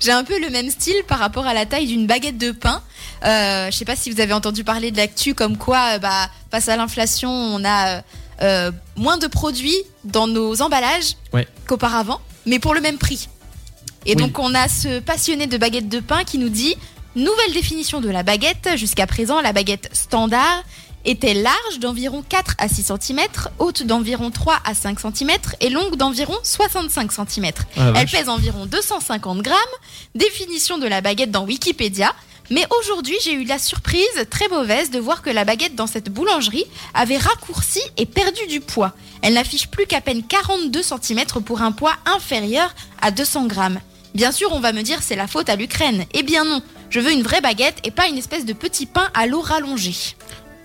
J'ai un peu le même style par rapport à la taille d'une baguette de pain. Euh, je sais pas si vous avez entendu parler de l'actu comme quoi, euh, bah, face à l'inflation, on a euh, euh, moins de produits dans nos emballages Ouais. qu'auparavant, mais pour le même prix. Et donc on a ce passionné de baguette de pain qui nous dit nouvelle définition de la baguette. Jusqu'à présent, la baguette standard était large d'environ 4 à 6 cm, haute d'environ 3 à 5 cm et longue d'environ 65 cm. Ah, la Elle vache. pèse environ 250 grammes. Définition de la baguette dans Wikipédia. Mais aujourd'hui, j'ai eu la surprise très mauvaise de voir que la baguette dans cette boulangerie avait raccourci et perdu du poids. Elle n'affiche plus qu'à peine 42 cm pour un poids inférieur à 200 grammes. Bien sûr, on va me dire c'est la faute à l'Ukraine. Eh bien non, je veux une vraie baguette et pas une espèce de petit pain à l'eau rallongé.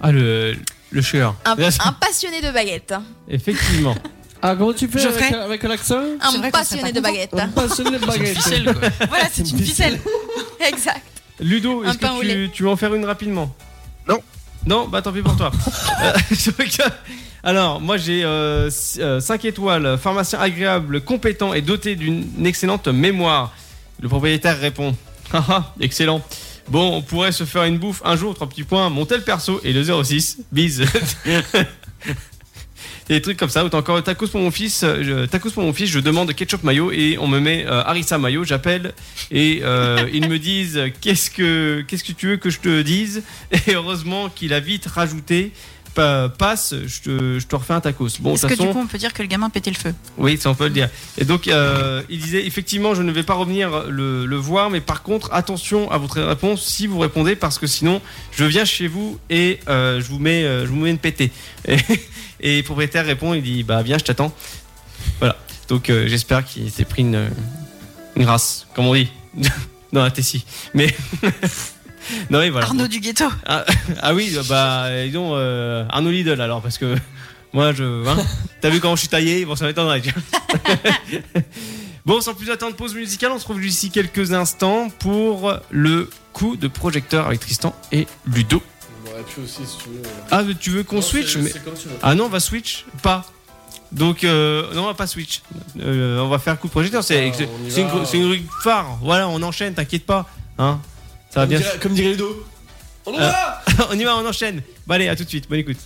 Ah le le chieur. [LAUGHS] Un, un passionné de baguette. hein. Effectivement. Ah, comment tu fais Je avec, ferai. avec l'accent C'est vrai Un qu'on passionné serait pas de baguette. hein. Passionné de baguette. Ficelle, quoi. voilà, c'est une ficelle. [LAUGHS] Exact. Ludo, Un est-ce pain au que tu, tu veux en faire une rapidement Non. Non, bah tant pis pour toi. Euh, donc, euh, Alors, moi j'ai 5 étoiles, pharmacien agréable, compétent et doté d'une excellente mémoire. Le propriétaire répond [LAUGHS] Ah ah, excellent. Bon, on pourrait se faire une bouffe un jour, trois petits points, mon tel perso et le 06. [LAUGHS] Bise. Des trucs comme ça, ou t'as encore tacos pour mon fils, euh, je- tacos pour mon fils, je demande ketchup mayo et on me met euh, harissa mayo, j'appelle et euh, ils me disent qu'est-ce que qu'est-ce que tu veux que je te dise et heureusement qu'il a vite rajouté pa- passe je te, je te refais un tacos bon de Est-ce toute que du façon coup on peut dire que le gamin pétait le feu oui ça on peut le dire et donc euh, il disait effectivement je ne vais pas revenir le, le voir mais par contre attention à votre réponse si vous répondez parce que sinon je viens chez vous et euh, je vous mets euh, je vous mets une pétée et, [LAUGHS] et le propriétaire répond il dit bah viens je t'attends voilà donc euh, j'espère qu'il s'est pris une, une race comme on dit [LAUGHS] dans la Tessie mais [LAUGHS] non oui voilà Arnaud du ghetto. ah [LAUGHS] oui, bah, euh, dis donc, euh, Arnaud Lidl alors, parce que [LAUGHS] moi, je. hein, T'as vu comment je suis taillé Bon, ça m'étonnerait. tu vois. [LAUGHS] bon, sans plus attendre, pause musicale, on se retrouve d'ici quelques instants pour le coup de projecteur avec Tristan et Ludo. Ah, mais tu veux qu'on switch mais... Ah non, on va switch Pas. Donc, euh, non, on va pas switch. Euh, on va faire coup de projecteur. C'est Ah, on y c'est une, va. c'est une rubrique phare. Voilà, on enchaîne, t'inquiète pas. Hein ça va Comme bien. dirait- Comme dirait Ludo. On y Ah. va [LAUGHS] on y va, on enchaîne. Bah, allez, à tout de suite. Bonne écoute.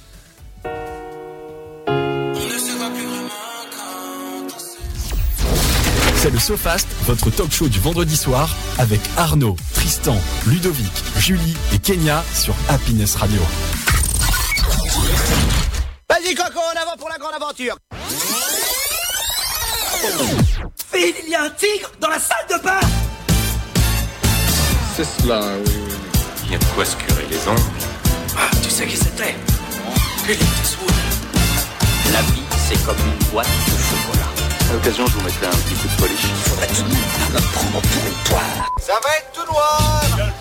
C'est le SoFast, votre talk show du vendredi soir avec Arnaud, Tristan, Ludovic, Julie et Kenya sur Happiness Radio. Vas-y, Coco, en avant pour la grande aventure Phil, il y a un tigre dans la salle de bain C'est cela, oui. Il y a de quoi se curer les ongles. Ah, Tu sais qui c'était Clint Eastwood. La vie, c'est comme une boîte de chocolat. À l'occasion, je vous mettrai un petit coup de polish. Il faudrait tout de même pas me prendre pour une poire. Ça va être tout noir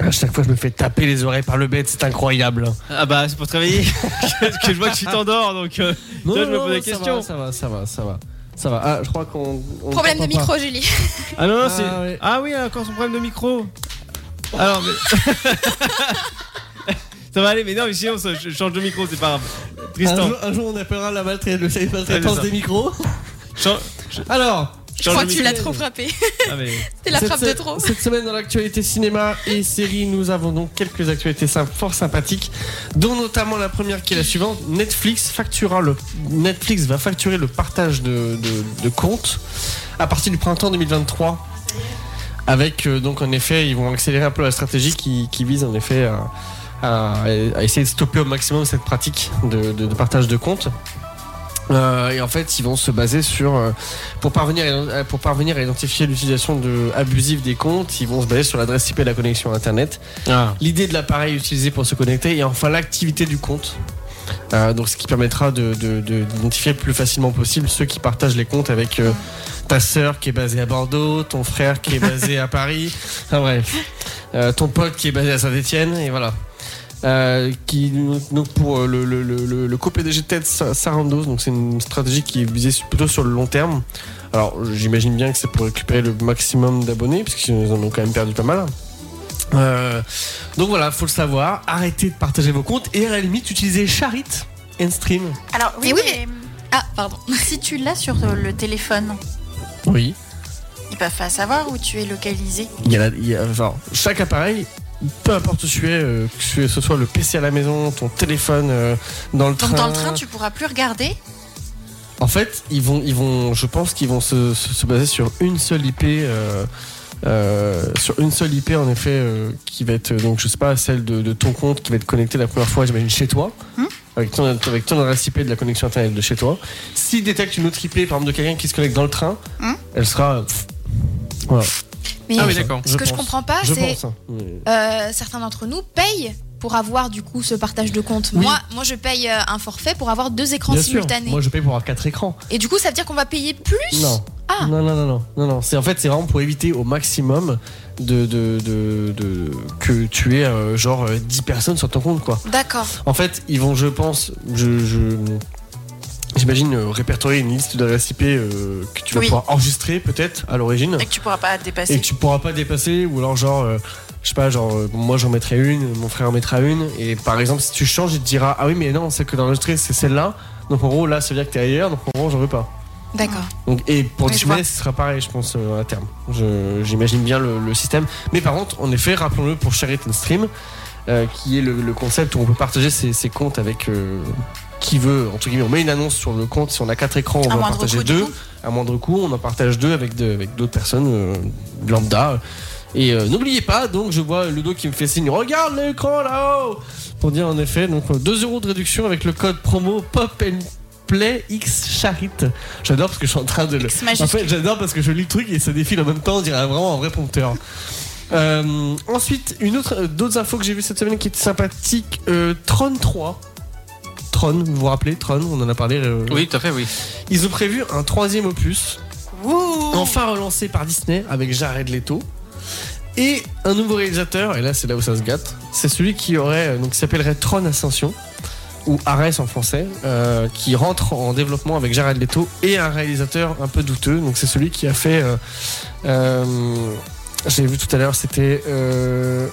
À chaque fois, je me fais taper les oreilles par le bête, c'est incroyable. Ah bah c'est pour travailler [LAUGHS] que, que je vois que tu t'endors donc euh, Non, toi, je non, me non, pose des ça questions. va, ça va, ça va, ça va. Ça va. Ah, je crois qu'on. on Problème de t'entend micro, pas. Julie. Ah non, non, Ah, c'est ouais. Ah oui, encore son problème de micro. Alors mais Ça va aller mais non, mais sinon ça- je change de micro, c'est pas grave. Un Tristan, jour, un jour, on appellera la maltraitance le- la Ouais, c'est maltraitance ça. des micros. change- Alors, Je change crois de que tu micro. l'as trop frappé. Ah, mais- C'était la cette frappe de se- trop. Cette semaine, dans l'actualité cinéma et séries, nous avons donc quelques actualités symp- fort sympathiques, dont notamment la première qui est la suivante. Netflix, facturera le, Netflix va facturer le partage de, de- de comptes à partir du printemps 2023. Avec, euh, donc, en effet, ils vont accélérer un peu la stratégie qui, qui vise, en effet, à, à- à essayer de stopper au maximum cette pratique de, de- de partage de comptes. Euh, et en fait, ils vont se baser sur euh, pour parvenir, à- euh, pour parvenir à identifier l'utilisation de, abusive des comptes, ils vont se baser sur l'adresse IP de la connexion Internet, l'idée de l'appareil utilisé pour se connecter et enfin l'activité du compte. Euh, donc, ce qui permettra de- de- de- d'identifier le plus facilement possible ceux qui partagent les comptes avec euh, ta sœur qui est basée à Bordeaux, ton frère qui est basé à Paris, enfin bref, euh, ton pote qui est basé à Saint-Etienne, et voilà. Euh, qui donc pour euh, le, le, le, le, le co-PDG de tête Sarandos, donc c'est une stratégie qui est visée plutôt sur le long terme. Alors j'imagine bien que c'est pour récupérer le maximum d'abonnés, parce qu'ils en ont quand même perdu pas mal. Euh, donc voilà, faut le savoir, arrêtez de partager vos comptes et à la limite utilisez Charit and Stream. Alors, Eh oui, Mais oui, mais, Ah, pardon. [LAUGHS] si tu l'as sur euh, le téléphone, Oui. ils peuvent pas savoir où tu es localisé. Il y a la- il y a- enfin, chaque appareil, peu importe où tu es, euh, que tu es- ce soit le PC à la maison, ton téléphone, euh, dans le Donc, train. dans le train, tu pourras plus regarder. En fait, ils vont, ils vont, je pense qu'ils vont se, se- se baser sur une seule IP, euh, euh, sur une seule IP en effet, euh, qui va être euh, donc je sais pas celle de, de ton compte qui va être connecté la première fois, j'imagine chez toi, Hmm avec ton avec ton adresse IP de la connexion internet de chez toi. S'ils détectent une autre IP, par exemple de quelqu'un qui se connecte dans le train, Hmm. elle sera. euh, pff, voilà. Mais Ah oui, d'accord. ce que je pense. comprends pas, Je c'est pense, hein. Mais- euh, certains d'entre nous payent pour avoir du coup ce partage de compte. Oui. Moi, moi, je paye euh, un forfait pour avoir deux écrans Bien sûr. simultanés. Moi, je paye pour avoir quatre écrans. Et du coup, ça veut dire qu'on va payer plus Non. Ah. Non, non, non, non, non, non. C'est en fait, c'est vraiment pour éviter au maximum de, de, de, de- que tu aies euh, genre euh, 10 personnes sur ton compte, quoi. D'accord. En fait, ils vont, je pense, je, je- j'imagine euh, répertorier une liste d'adresses IP euh, que tu vas Oui. pouvoir enregistrer peut-être à l'origine Et que tu pourras pas dépasser. et que tu pourras pas dépasser ou alors genre euh, je sais pas genre euh, moi j'en mettrai une mon frère en mettra une et par exemple si tu changes il te dira ah oui mais non celle que t'as enregistrée c'est celle-là donc en gros là ça veut dire que t'es ailleurs donc en gros j'en veux pas D'accord. [LAUGHS] donc, et pour Oui, je Disney, vois. ce sera pareil, je pense, euh, à terme. Je- J'imagine bien le, le système. Mais par contre, en effet, rappelons-le pour Sheraton Stream, euh, qui est le, le concept où on peut partager ses, ses comptes avec euh, qui veut. Entre guillemets, on met une annonce sur le compte. Si on a quatre écrans, À on va en moindre partager coût, du deux. coup. À moindre coût, on en partage deux avec de- avec d'autres personnes euh, lambda. Et euh, n'oubliez pas, donc je vois Ludo qui me fait signe, regarde l'écran là-haut Pour dire en effet, donc euh, 2 euros de réduction avec le code promo Pop and Play X Charit. J'adore parce que je suis en train de le. X En majuscule. fait, j'adore parce que je lis le truc et ça défile en même temps, on dirait vraiment un vrai [LAUGHS] prompteur. Euh, ensuite, une autre, euh, d'autres infos que j'ai vues cette semaine qui étaient sympathiques. euh, Tron 3. Tron, vous vous rappelez Tron, on en a parlé. euh, Oui, tout à fait, oui. Ils ont prévu un troisième opus Wouh enfin relancé par Disney avec Jared Leto et un nouveau réalisateur et là c'est là où ça se gâte c'est celui qui aurait euh, donc qui s'appellerait Tron Ascension ou Ares en français euh, qui rentre en développement avec Jared Leto et un réalisateur un peu douteux donc c'est celui qui a fait euh, euh, j'ai vu tout à l'heure c'était euh,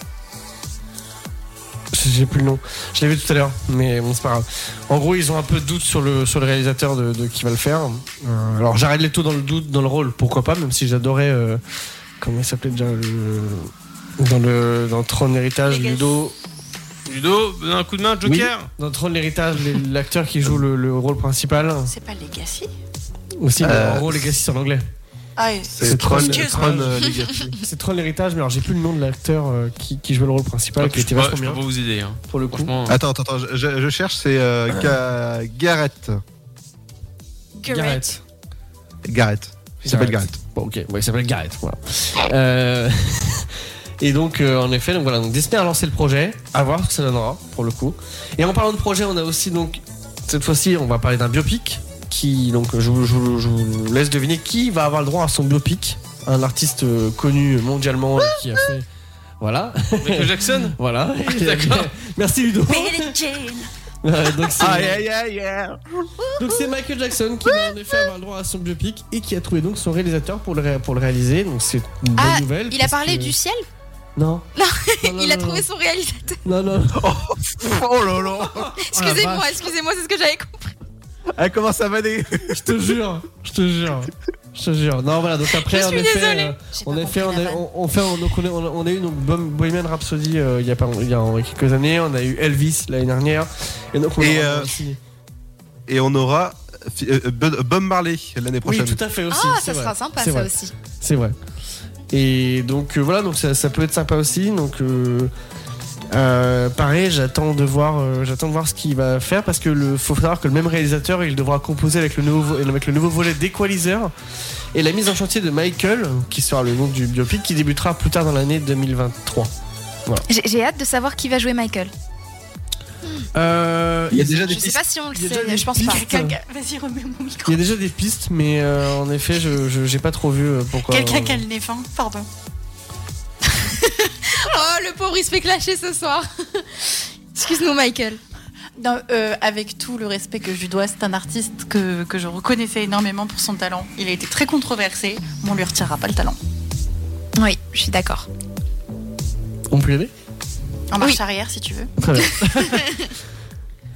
j'ai plus le nom je l'ai vu tout à l'heure mais bon c'est pas grave en gros, ils ont un peu de doute sur le, sur le réalisateur de, de qui va le faire. Euh, alors, j'arrête les taux dans le doute, dans le rôle, pourquoi pas, même si j'adorais. euh, comment il s'appelait déjà le- Dans le dans Tron Héritage, Legacy. Ludo. Ludo, donne un coup de main, Joker. Dans Tron Héritage, l'acteur qui joue le, le rôle principal. C'est pas Legacy Aussi, mais Euh, en gros, Legacy, c'est en anglais. Ah, oui. C'est Tron, Excuse. Tron, euh, Legacy. C'est Tron l'héritage, mais alors j'ai plus le nom de l'acteur euh, qui, qui jouait le rôle principal, Ah, qui je était peux pas- vachement je peux bien. pas vous aider. hein. Pour le coup. Franchement, Attends, attends, attends, je, je- je cherche, c'est euh, Ga- Gareth. Garrett. Gareth. Il s'appelle Gareth. Bon, ok, bon, il s'appelle Garrett. Voilà. Euh, [LAUGHS] et donc, euh, en effet, donc voilà, donc Disney a lancé le projet. À voir ce que ça donnera pour le coup. Et en parlant de projet, on a aussi donc cette fois-ci, on va parler d'un biopic. Qui donc, je, vous- je vous- je vous laisse deviner qui va avoir le droit à son biopic. Un artiste euh, connu mondialement et qui a fait. Voilà. Michael Jackson Voilà. [LAUGHS] D'accord. [LAUGHS] Merci Ludo. Billie Jean. Euh, donc c'est- Ah, yeah, yeah, yeah. donc c'est Michael Jackson qui va en effet avoir le droit à son biopic et qui a trouvé donc son réalisateur pour le, ré- pour le réaliser. Donc c'est une bonne Ah, nouvelle. il a parce parlé que- du ciel Non. Non, [LAUGHS] il a trouvé son réalisateur. Non, non. [LAUGHS] Oh Oh, là là Excusez-moi, excusez-moi, c'est ce que j'avais compris. Elle commence à vaner Je te jure, je te jure. Je te jure. Non, voilà, donc après, Je en suis effet, désolée. euh, J'ai en pas effet, on compris la a, on, on fait, on, donc on a, on a- on a eu donc Bom- Bohemian Rhapsody euh, il y a pas, il y a en- quelques années, on a eu Elvis l'année dernière, et donc on Et, aura euh, aussi- Et on aura euh, euh, Bud- Bob Marley l'année Oui, prochaine. tout à fait aussi. Ah, c'est ça vrai. sera sympa C'est ça vrai. aussi. C'est vrai. Et donc euh, voilà, donc ça, ça peut être sympa aussi. Donc euh, euh, pareil, j'attends de voir, euh, j'attends de voir ce qu'il va faire parce que le faut savoir que le même réalisateur, il devra composer avec le nouveau avec le nouveau volet d'Equalizer et la mise en chantier de Michael, qui sera le nom du biopic, qui débutera plus tard dans l'année 2023. Voilà. J'ai j'ai hâte de savoir qui va jouer Michael. Euh, il y a déjà Je sais pas si on le il y a déjà sait, des je pense pas. pistes. Vas-y, remets mon micro. Il y a déjà des pistes, mais euh, en effet, je je- j'ai pas trop vu euh, pourquoi. Quelqu'un qui a le nez fin, pardon. [LAUGHS] Oh, le pauvre, il se fait clasher ce soir. Excuse-nous, Michael. Non, euh, avec tout le respect que je lui dois, c'est un artiste que, que je reconnaissais énormément pour son talent. Il a été très controversé, mais on lui retirera pas le talent. Oui, je suis d'accord. On peut y aller. En marche arrière, si [LAUGHS] tu veux. Très bien.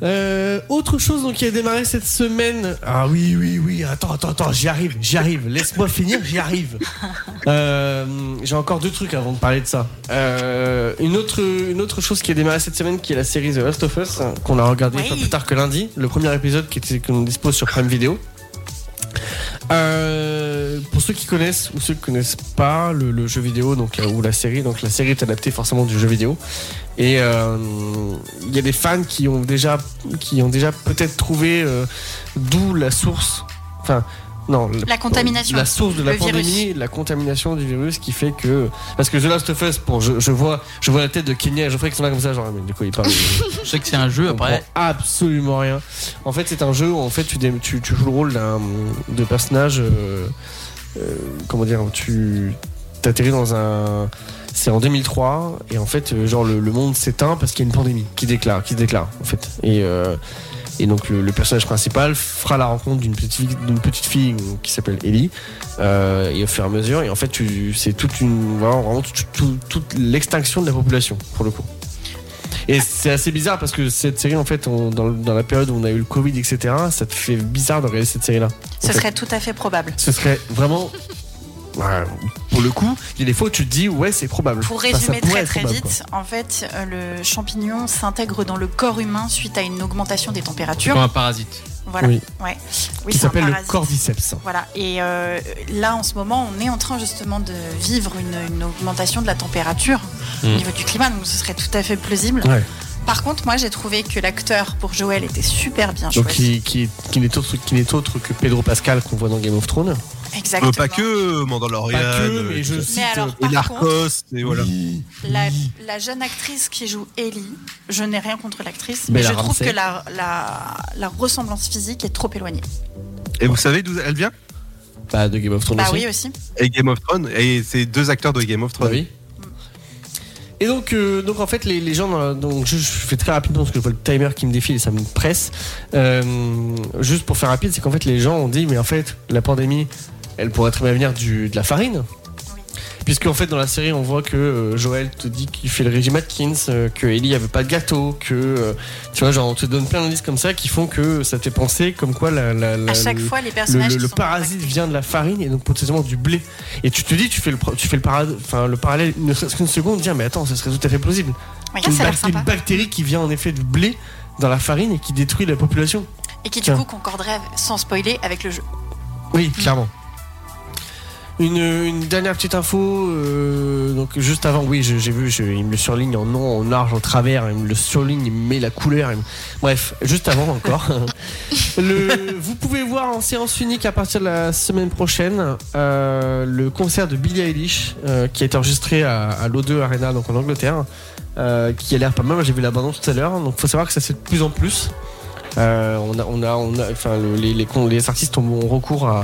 Euh, autre chose donc, qui a démarré cette semaine. Ah oui, oui, oui. Attends, attends, attends. J'y arrive, j'y arrive. Laisse-moi [LAUGHS] finir, j'y arrive. Euh, J'ai encore deux trucs avant de parler de ça. Euh, une, autre, une autre chose qui a démarré cette semaine, qui est la série The Last of Us, hein, qu'on a regardé Oui. pas plus tard que lundi. Le premier épisode qui était que l'on dispose sur Prime Video. Euh, pour ceux qui connaissent ou ceux qui connaissent pas le, le jeu vidéo donc euh, ou la série, donc la série est adaptée forcément du jeu vidéo. Et euh, il y a des fans qui ont déjà, qui ont déjà peut-être trouvé euh, d'où la source. Enfin, non. La contamination. La source de la Le virus. pandémie, la contamination du virus qui fait que. Parce que The Last of Us, bon, je, je vois, je vois la tête de Kenya et Geoffrey qui sont là comme ça, genre, ah, mais de quoi il parle [LAUGHS] Je sais que c'est un jeu après. comprends absolument rien. En fait, c'est un jeu où en fait tu, dé- tu, tu joues le rôle d'un de personnage. euh, euh, comment dire Tu t'atterris dans un. C'est en 2003 et en fait, euh, genre le, le monde s'éteint parce qu'il y a une pandémie qui déclare, qui se déclare en fait. Et euh, et donc le, le personnage principal fera la rencontre d'une petite fille, d'une petite fille qui s'appelle Ellie. euh, et au fur et à mesure, et en fait, tu, c'est toute une vraiment, vraiment tout- tout- toute l'extinction de la population pour le coup. Et c'est assez bizarre parce que cette série, en fait, on- dans, dans la période où on a eu le Covid, etc., ça te fait bizarre de regarder cette série-là. En Ce fait, serait tout à fait probable. ce serait vraiment. Ouais, pour le coup, il y a des fois où tu te dis, ouais, c'est probable. Pour Enfin, ça résumer très pourrait être très probable, vite, en fait, euh, le champignon s'intègre dans le corps humain suite à une augmentation des Comme températures. un parasite. Voilà. Oui. Ouais. quoi. Oui, Qui c'est un s'appelle le parasite. cordyceps. Voilà, et euh, là en ce moment, on est en train justement de vivre une, une augmentation de la température Mm. au niveau du climat, donc ce serait tout à fait plausible. Ouais. Par contre, moi j'ai trouvé que l'acteur pour Joël était super bien Donc, choisi. qui, qui, qui n'est autre, qui n'est autre que Pedro Pascal qu'on voit dans Game of Thrones. Exactement. Euh, pas que, euh, Mandalorian. Pas que, mais euh, je et cite. Mais alors, par Narcos, contre, et voilà. la, la jeune actrice qui joue Ellie, je n'ai rien contre l'actrice, mais, Bella je trouve Ramsey. que la, la, la ressemblance physique est trop éloignée. Et vous savez d'où elle vient Bah, de Game of Thrones Bah aussi. oui aussi. Et Game of Thrones, et c'est deux acteurs de Game of Thrones. Bah oui. Et donc, euh, donc en fait, les, les gens, dans la- donc je, je fais très rapidement parce que je vois le timer qui me défile et ça me presse. Euh, juste pour faire rapide, c'est qu'en fait, les gens ont dit, mais en fait, la pandémie, elle pourrait très bien venir du, de la farine. Puisque en fait dans la série on voit que euh, Joël te dit qu'il fait le régime Atkins, euh, que Ellie avait pas de gâteau, que euh, tu vois genre on te donne plein d'indices comme ça qui font que ça te fait penser comme quoi la, la- la- à chaque le- fois, les le, personnages le- qui le sont parasite vient de la farine et donc potentiellement du blé. Et tu te dis, tu fais le, pro- tu fais le, para- enfin, le parallèle, ne serait-ce qu'une seconde, dire mais attends, ce serait tout à fait plausible. Ouais, une, ça a l'air bac- sympa. une bactérie qui vient en effet du blé dans la farine et qui détruit la population. et qui du Tiens. coup concorderait avec- sans spoiler avec le jeu. Oui, clairement. Une, une dernière petite info, euh, donc juste avant, oui, je- j'ai vu, je- il me le surligne en long, en large, en travers, il me le surligne, il me met la couleur. il me- Bref, juste avant encore, [LAUGHS] le, vous pouvez voir en séance unique à partir de la semaine prochaine euh, le concert de Billie Eilish euh, qui a été enregistré à, à l'O2 Arena, donc en Angleterre, euh, qui a l'air pas mal. J'ai vu la bande tout à l'heure, donc faut savoir que ça se fait de plus en plus. Euh, on a, on a, on a- enfin, le- les, les con- les artistes ont, ont recours à,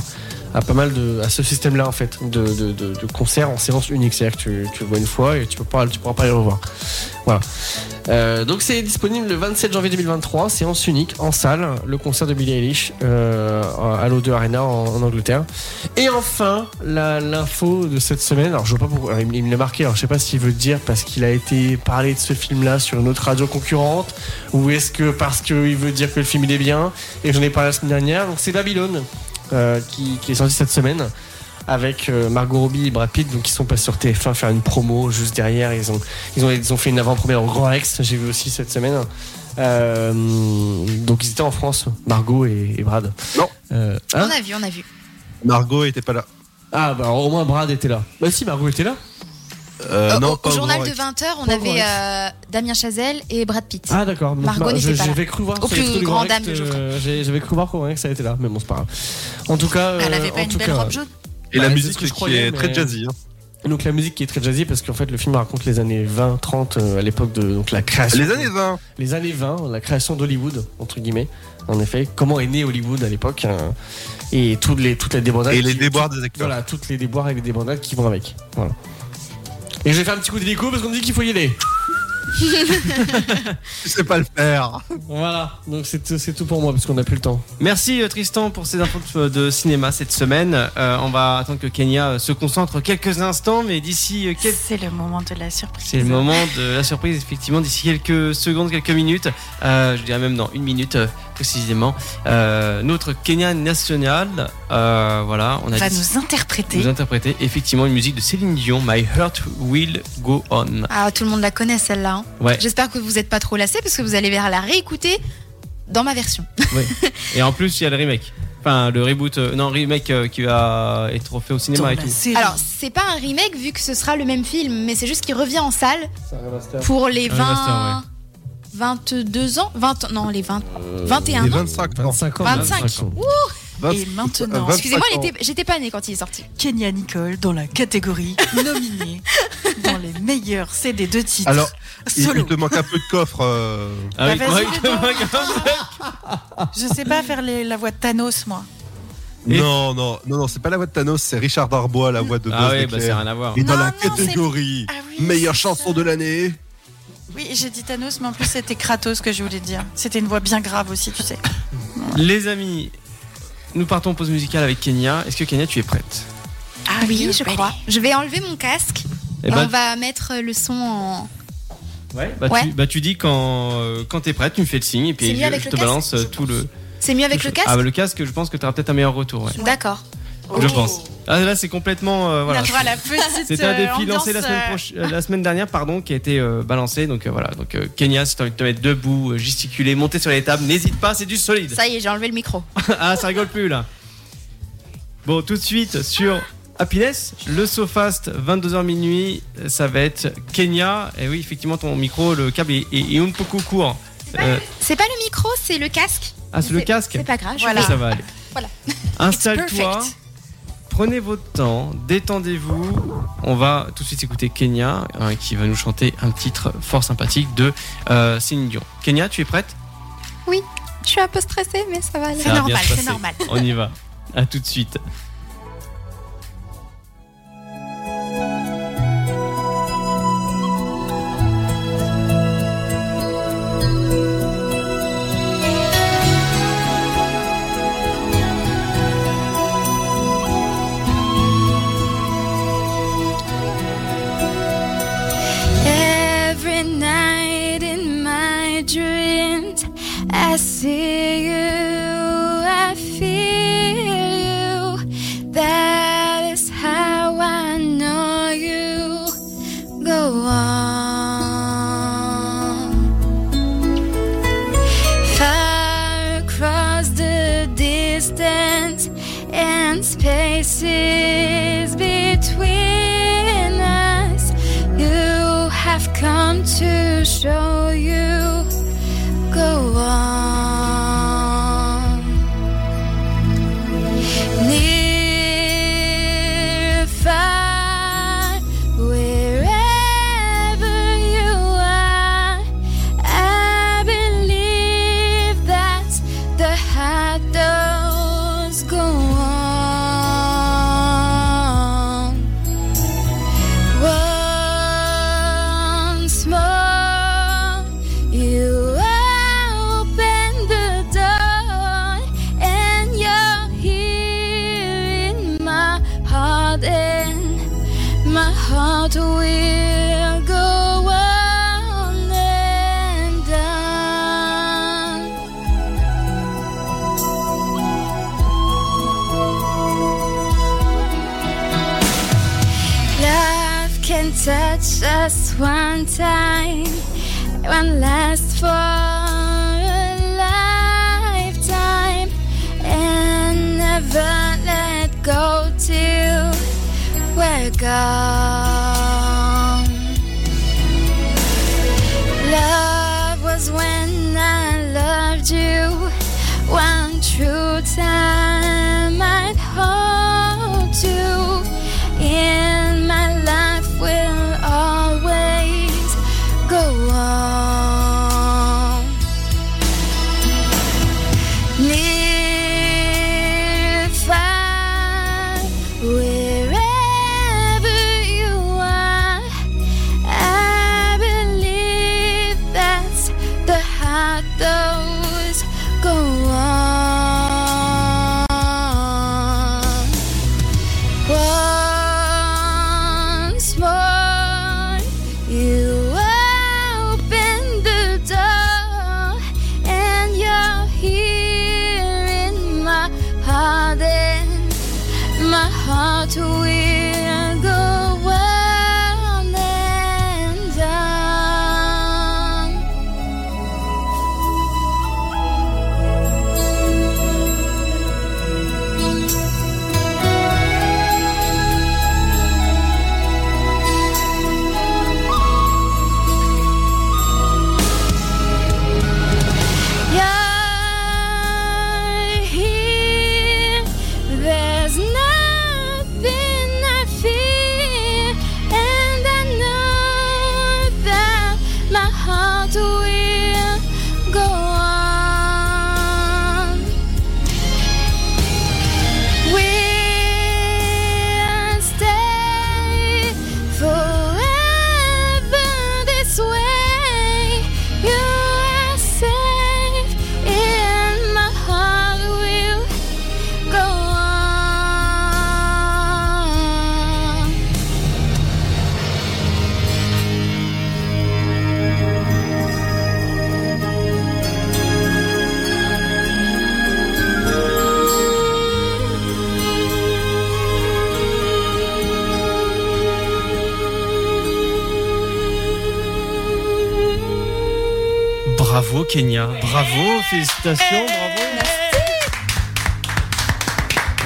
à pas mal de, à ce système-là en fait, de, de, de- de concerts en séance unique. C'est-à-dire que tu, tu le vois une fois et tu peux pas, tu pourras pas y revoir. Voilà. Euh, donc c'est disponible le 27 janvier 2023, séance unique en salle, le concert de Billie Eilish euh, à l'O2 Arena en, en Angleterre. Et enfin, la- l'info de cette semaine, alors je vois pas pourquoi, alors, il, me- il me l'a marqué, alors je sais pas s'il veut dire parce qu'il a été parlé de ce film-là sur une autre radio concurrente, ou est-ce que parce qu'il veut dire que le film il est bien, et j'en ai parlé la semaine dernière, donc c'est Babylone euh, qui, qui est sorti cette semaine avec euh, Margot Robbie et Brad Pitt donc ils sont passés sur TF1 faire une promo juste derrière ils ont ils ont, ils ont fait une avant-première au Grand Rex j'ai vu aussi cette semaine Euh, donc ils étaient en France Margot et, et Brad Euh, non Hein on a vu, on a vu. Margot était pas là ah bah au moins Brad était là bah si Margot était là Euh, Au- Euh, au, au journal de 20h, on Pas au avait Grand euh, Damien Chazelle et Brad Pitt. Ah d'accord. Donc, Margot bah, je- n'était pas là. J'avais cru voir Au sur plus les photos du grand Grand dame, Rex, je crois. euh, j'ai- J'avais cru voir que ça était là, mais bon c'est pas grave. En tout cas, Elle euh, avait pas en une tout belle cas, robe jaune Et la c'est musique ce que je qui est très jazzy, hein. Et Donc la musique qui est très jazzy parce qu'en fait le film raconte les années 20, 30 euh, à l'époque de donc la création. Les années 20. Les années 20, la création d'Hollywood entre guillemets. En effet, comment est né Hollywood à l'époque euh, et toutes les toutes les débandades Et les qui- déboires qui- des acteurs. Voilà, toutes les déboires et les débandades qui vont avec. Voilà. Et je vais faire un petit coup d'hélico parce qu'on me dit qu'il faut y aller. Je sais pas le faire. Voilà, donc c'est tout, c'est tout pour moi parce qu'on a plus le temps. Merci euh, Tristan pour ces infos de- de cinéma cette semaine. Euh, on va attendre que Kenya euh, se concentre quelques instants, mais d'ici euh, quelques... C'est le moment de la surprise. C'est le moment de la surprise, effectivement, d'ici quelques secondes, quelques minutes, euh, je dirais même dans une minute euh, précisément, euh, notre Kenya national, euh, voilà, on a va dit- nous interpréter. nous interpréter effectivement une musique de Céline Dion, My Heart Will Go On. Ah, tout le monde la connaît celle-là. hein. Ouais. J'espère que vous n'êtes pas trop lassés parce que vous allez vers la réécouter dans ma version. Oui. Et en plus, il y a le remake. Enfin, le reboot, euh, non, remake euh, qui va être fait au cinéma et tout. Alors, c'est pas un remake vu que ce sera le même film, mais c'est juste qu'il revient en salle pour les Un remaster, 20 22 ans, 20 non, les 20 Euh, 21 Euh, les ans. 25 25 25. Ouh Et euh, maintenant, Excusez-moi, il était- j'étais pas née quand il est sorti. Kenya Nicole dans la [LAUGHS] catégorie nominée dans les meilleurs CD de titres. Alors, il, solo. il te manque un peu de coffre. euh. Bah, vas-y, les deux. Je sais pas faire les- la voix de Thanos, moi. Non, non, non, non, c'est pas la voix de Thanos, c'est Richard Darbois, la voix de Ah Buzz ouais, bah, l'éclair. c'est rien à voir. Et dans Non, la non, c'est- catégorie Ah meilleure chanson de l'année. Oui, j'ai dit Thanos, mais en plus c'était Kratos que je voulais dire. C'était une voix bien grave aussi, tu sais. Les amis, nous partons en pause musicale avec Kenya. Est-ce que Kenya, tu es prête Ah oui, je crois. Je vais enlever mon casque Eh et ben- on va mettre le son en Ouais. Bah, Tu, Ouais. bah, tu dis quand, euh, quand t'es prête, tu me fais le signe et C'est puis mieux je, avec je le te casque, balance euh, tout le. C'est mieux avec le casque Ah, bah, le casque, je pense que t'auras peut-être un meilleur retour, ouais. D'accord. Oh. Je pense. Ah, là, c'est complètement. euh, voilà. On [LAUGHS] aura la petite, C'est un euh, défi ambiance, lancé la semaine, euh, proche- euh, la semaine dernière, pardon, qui a été euh, balancé. Donc euh, voilà. Donc euh, Kenya, si t'as envie de te mettre debout, euh, gesticuler, monter sur les tables, n'hésite pas, c'est du solide. Ça y est, j'ai enlevé le micro. ah, ça rigole plus là. Bon, tout de suite sur Happiness, le SoFast, 22h minuit, ça va être Kenya. Et oui, effectivement, ton micro, le câble est, est- est un peu court. Euh, C'est pas le micro, c'est le casque. ah, c'est le casque C'est pas grave. je Voilà. vais- Ça va aller. Voilà. [LAUGHS] Installe-toi, perfect. prenez votre temps, détendez-vous. On va tout de suite écouter Kenya, hein, qui va nous chanter un titre fort sympathique de euh, Céline Dion. Kenya, tu es prête Oui, je suis un peu stressée, mais ça va aller. Ça va bien se passer. On y va. À tout de suite. [LAUGHS] Every night in my dreams, I see you, I feel you. That is how I know you. Go on. Far across the distance and spaces between us. You have come to show you. Go on. Near, far, wherever you are, I believe that the heart does go on. Once more, you open the door, and you're here in my heart, and my heart will go on and on. Love can touch us one time, one last for a lifetime, and never let go till we're gone. Love was when I loved you. One true time I'd hold you in my life will always go on. Near, far, wherever you are, I believe that's the heart those go on. Once more, you open the door, and you're here in my heart, and my heart will go on and on. You're here. There's nothing I fear, and I know that my heart will go on. We'll stay forever this way. You are safe in my heart. Will go on. Bravo Kenya, bravo, félicitations, bravo.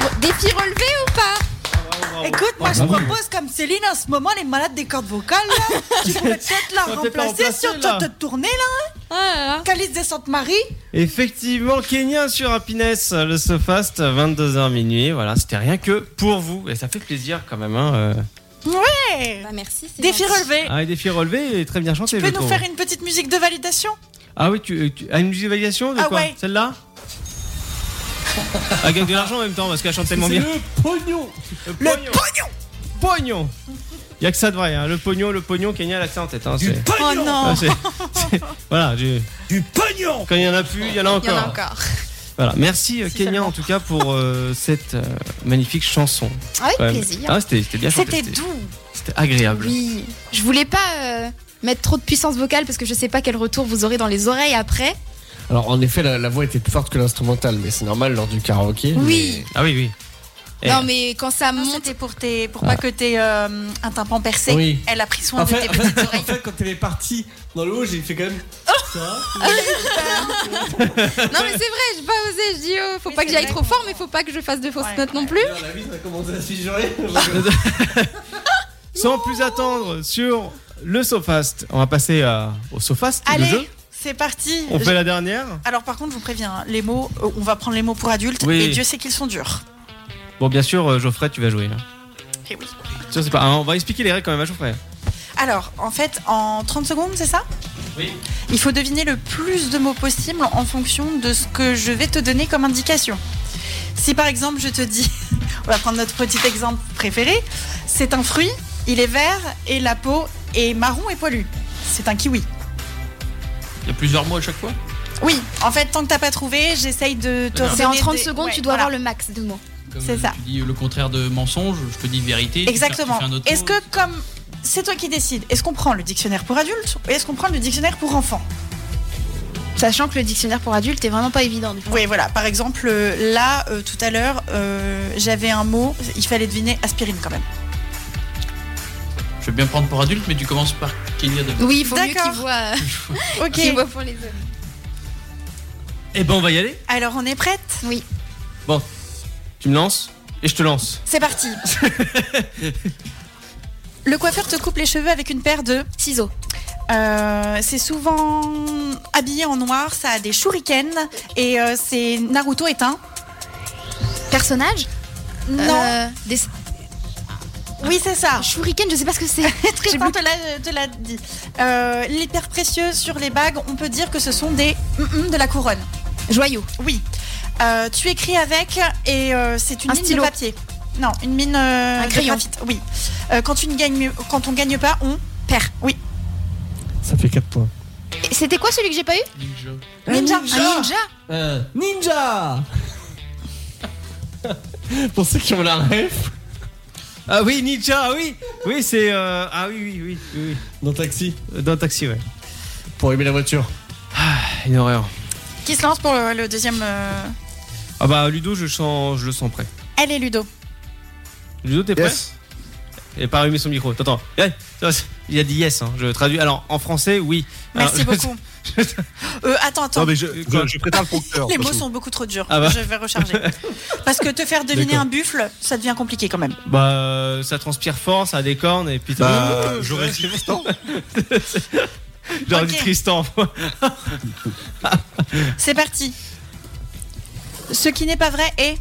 Bon, Défi relevé ou pas Écoute, moi je Bravo. propose comme Céline en ce moment, les malades des cordes vocales, [LAUGHS] là, tu pourrais peut-être la peut-être la remplacer remplacer, si on là. te te tournait là. Calice des Sainte Marie. Effectivement, Kenya sur Happiness, le SoFast, 22h minuit. Voilà, c'était rien que pour vous. Et ça fait plaisir quand même. Hein. euh. Ouais. merci. Défi relevé. Ah, et défi relevé et très bien Tu chanté. je peux nous trouve. faire une petite musique de validation Ah oui, tu, tu as une musique de validation de Ah quoi ouais. [LAUGHS] Celle-là Elle gagne de l'argent en même temps parce qu'elle chante tellement bien. Le pognon Le pognon Pognon Il a que ça de vrai. hein. Le pognon, le pognon, Kenya a l'accent en tête. Hein, du pognon Oh Ah, non. [LAUGHS] Voilà, du... pognon Quand il y en a plus, il y en a encore. Voilà, merci euh, Kenya en tout cas pour euh, cette euh, magnifique chanson. Ah oui, Quand même. plaisir. Ah, c'était c'était bien chanté, C'était doux. C'était agréable. Oui, je voulais pas euh, mettre trop de puissance vocale parce que je sais pas quel retour vous aurez dans les oreilles [LAUGHS] après. Alors en effet, la, la voix était plus forte que l'instrumental, mais c'est normal lors du karaoké. Oui. Ah oui, oui. Eh. Non mais quand ça monte, c'était pour tes, pour Ah. pas que t'aies euh, un tympan percé. Oui. Elle a pris soin En de fait, tes en fait- petites en fait, quand elle est partie dans le haut, j'ai fait quand même. Non mais c'est vrai, j'ai pas osé. Je dis, oh, faut pas que j'aille trop fort, mais faut pas que je fasse de fausses notes non plus. La vie, ça a commencé à se figurer. Sans plus attendre sur le Sofast, on va passer à- au Sofast, le jeu. Allez, c'est parti. On Je- fait la dernière. Alors par contre, je vous préviens, les mots, euh, on va prendre les mots pour adultes Oui. et Dieu sait qu'ils sont durs. Bon, bien sûr, euh, Geoffrey, tu vas jouer. hein. Eh oui. Ça, c'est pas... ah, on va expliquer les règles quand même à Geoffrey. Alors, en fait, en 30 secondes, c'est ça Oui. Il faut deviner le plus de mots possible en fonction de ce que je vais te donner comme indication. Si par exemple, je te dis, [LAUGHS] on va prendre notre petit exemple préféré, c'est un fruit, il est vert et la peau est marron et poilue. C'est un kiwi. Il y a plusieurs mots à chaque fois Oui, en fait, tant que t'as pas trouvé, j'essaye de te C'est en redonner 30 des- secondes, ouais, tu dois voilà. avoir le max de mots. Comme C'est ça. Tu dis le contraire de mensonge, je te dis vérité. tu fais- Exactement. tu fais un autre Est-ce mot. que comme c'est toi qui décides, est-ce qu'on prend le dictionnaire pour adultes ou est-ce qu'on prend le dictionnaire pour enfants Sachant que le dictionnaire pour adultes est vraiment pas évident. des fois. Oui, voilà. Par exemple, euh, là, euh, tout à l'heure, euh, j'avais un mot, il fallait deviner aspirine quand même. Je vais bien prendre pour adulte, mais tu commences par Kenya de Oui, il faut mieux qu'il D'accord. voit, [LAUGHS] Ok. qu'il voit pour les hommes. Eh ben, on va y aller. Alors, on est prête Oui. Bon, tu me lances et je te lance. C'est parti. Le coiffeur te coupe les cheveux avec une paire de ciseaux. Euh, c'est souvent habillé en noir, ça a des shurikens et euh, c'est Naruto est un. Personnage Non. Euh, des- Oui, c'est ça. Shuriken, je sais pas ce que [LAUGHS] c'est. J'ai Tristan te l'a- te l'a dit. Euh, les pierres précieuses sur les bagues, on peut dire que ce sont des mm-mm de la couronne. Joyaux. Oui. Euh, tu écris avec et euh, c'est une Un mine stylo. de papier. Non, une mine euh, Un de crayon. graphite. Oui. Euh, quand, tu ne gagnes, quand on gagne pas, on perd. Oui. Ça fait 4 points. Et C'était quoi celui que j'ai pas eu Ninja. Un ninja Euh. ninja [LAUGHS] Pour ceux qui ont la ref, Ah oui, Ninja, ah oui. Oui, c'est. euh, Ah oui, oui, oui, oui. dans taxi, oui. Dans le taxi, ouais. Ah, pour aimer la voiture. Une horreur. Qui se lance pour le, le deuxième euh, Ah bah, Ludo, je, sens... je le sens prêt. Elle et Ludo. Ludo, t'es prêt Il n'a pas allumé son micro. Attends. Eh, Il a dit yes, hein. je traduis. Alors, en français, oui. [LAUGHS] Ah, [LAUGHS] Merci Alors, je- beaucoup. Euh, attends, attends. Ah, Non, mais je, Quoi je, je prépare le prompteur. Les de toute mots façon. sont beaucoup trop durs. Ah bah. Je vais [LAUGHS] recharger. Parce que te faire deviner D'accord. un buffle, ça devient compliqué quand même. Bah, euh, ça transpire fort, ça a des cornes, et puis. [LAUGHS] Bah, j'aurais dit Tristan. J'aurais dit Ok. Tristan. C'est parti. Ce qui n'est pas vrai est.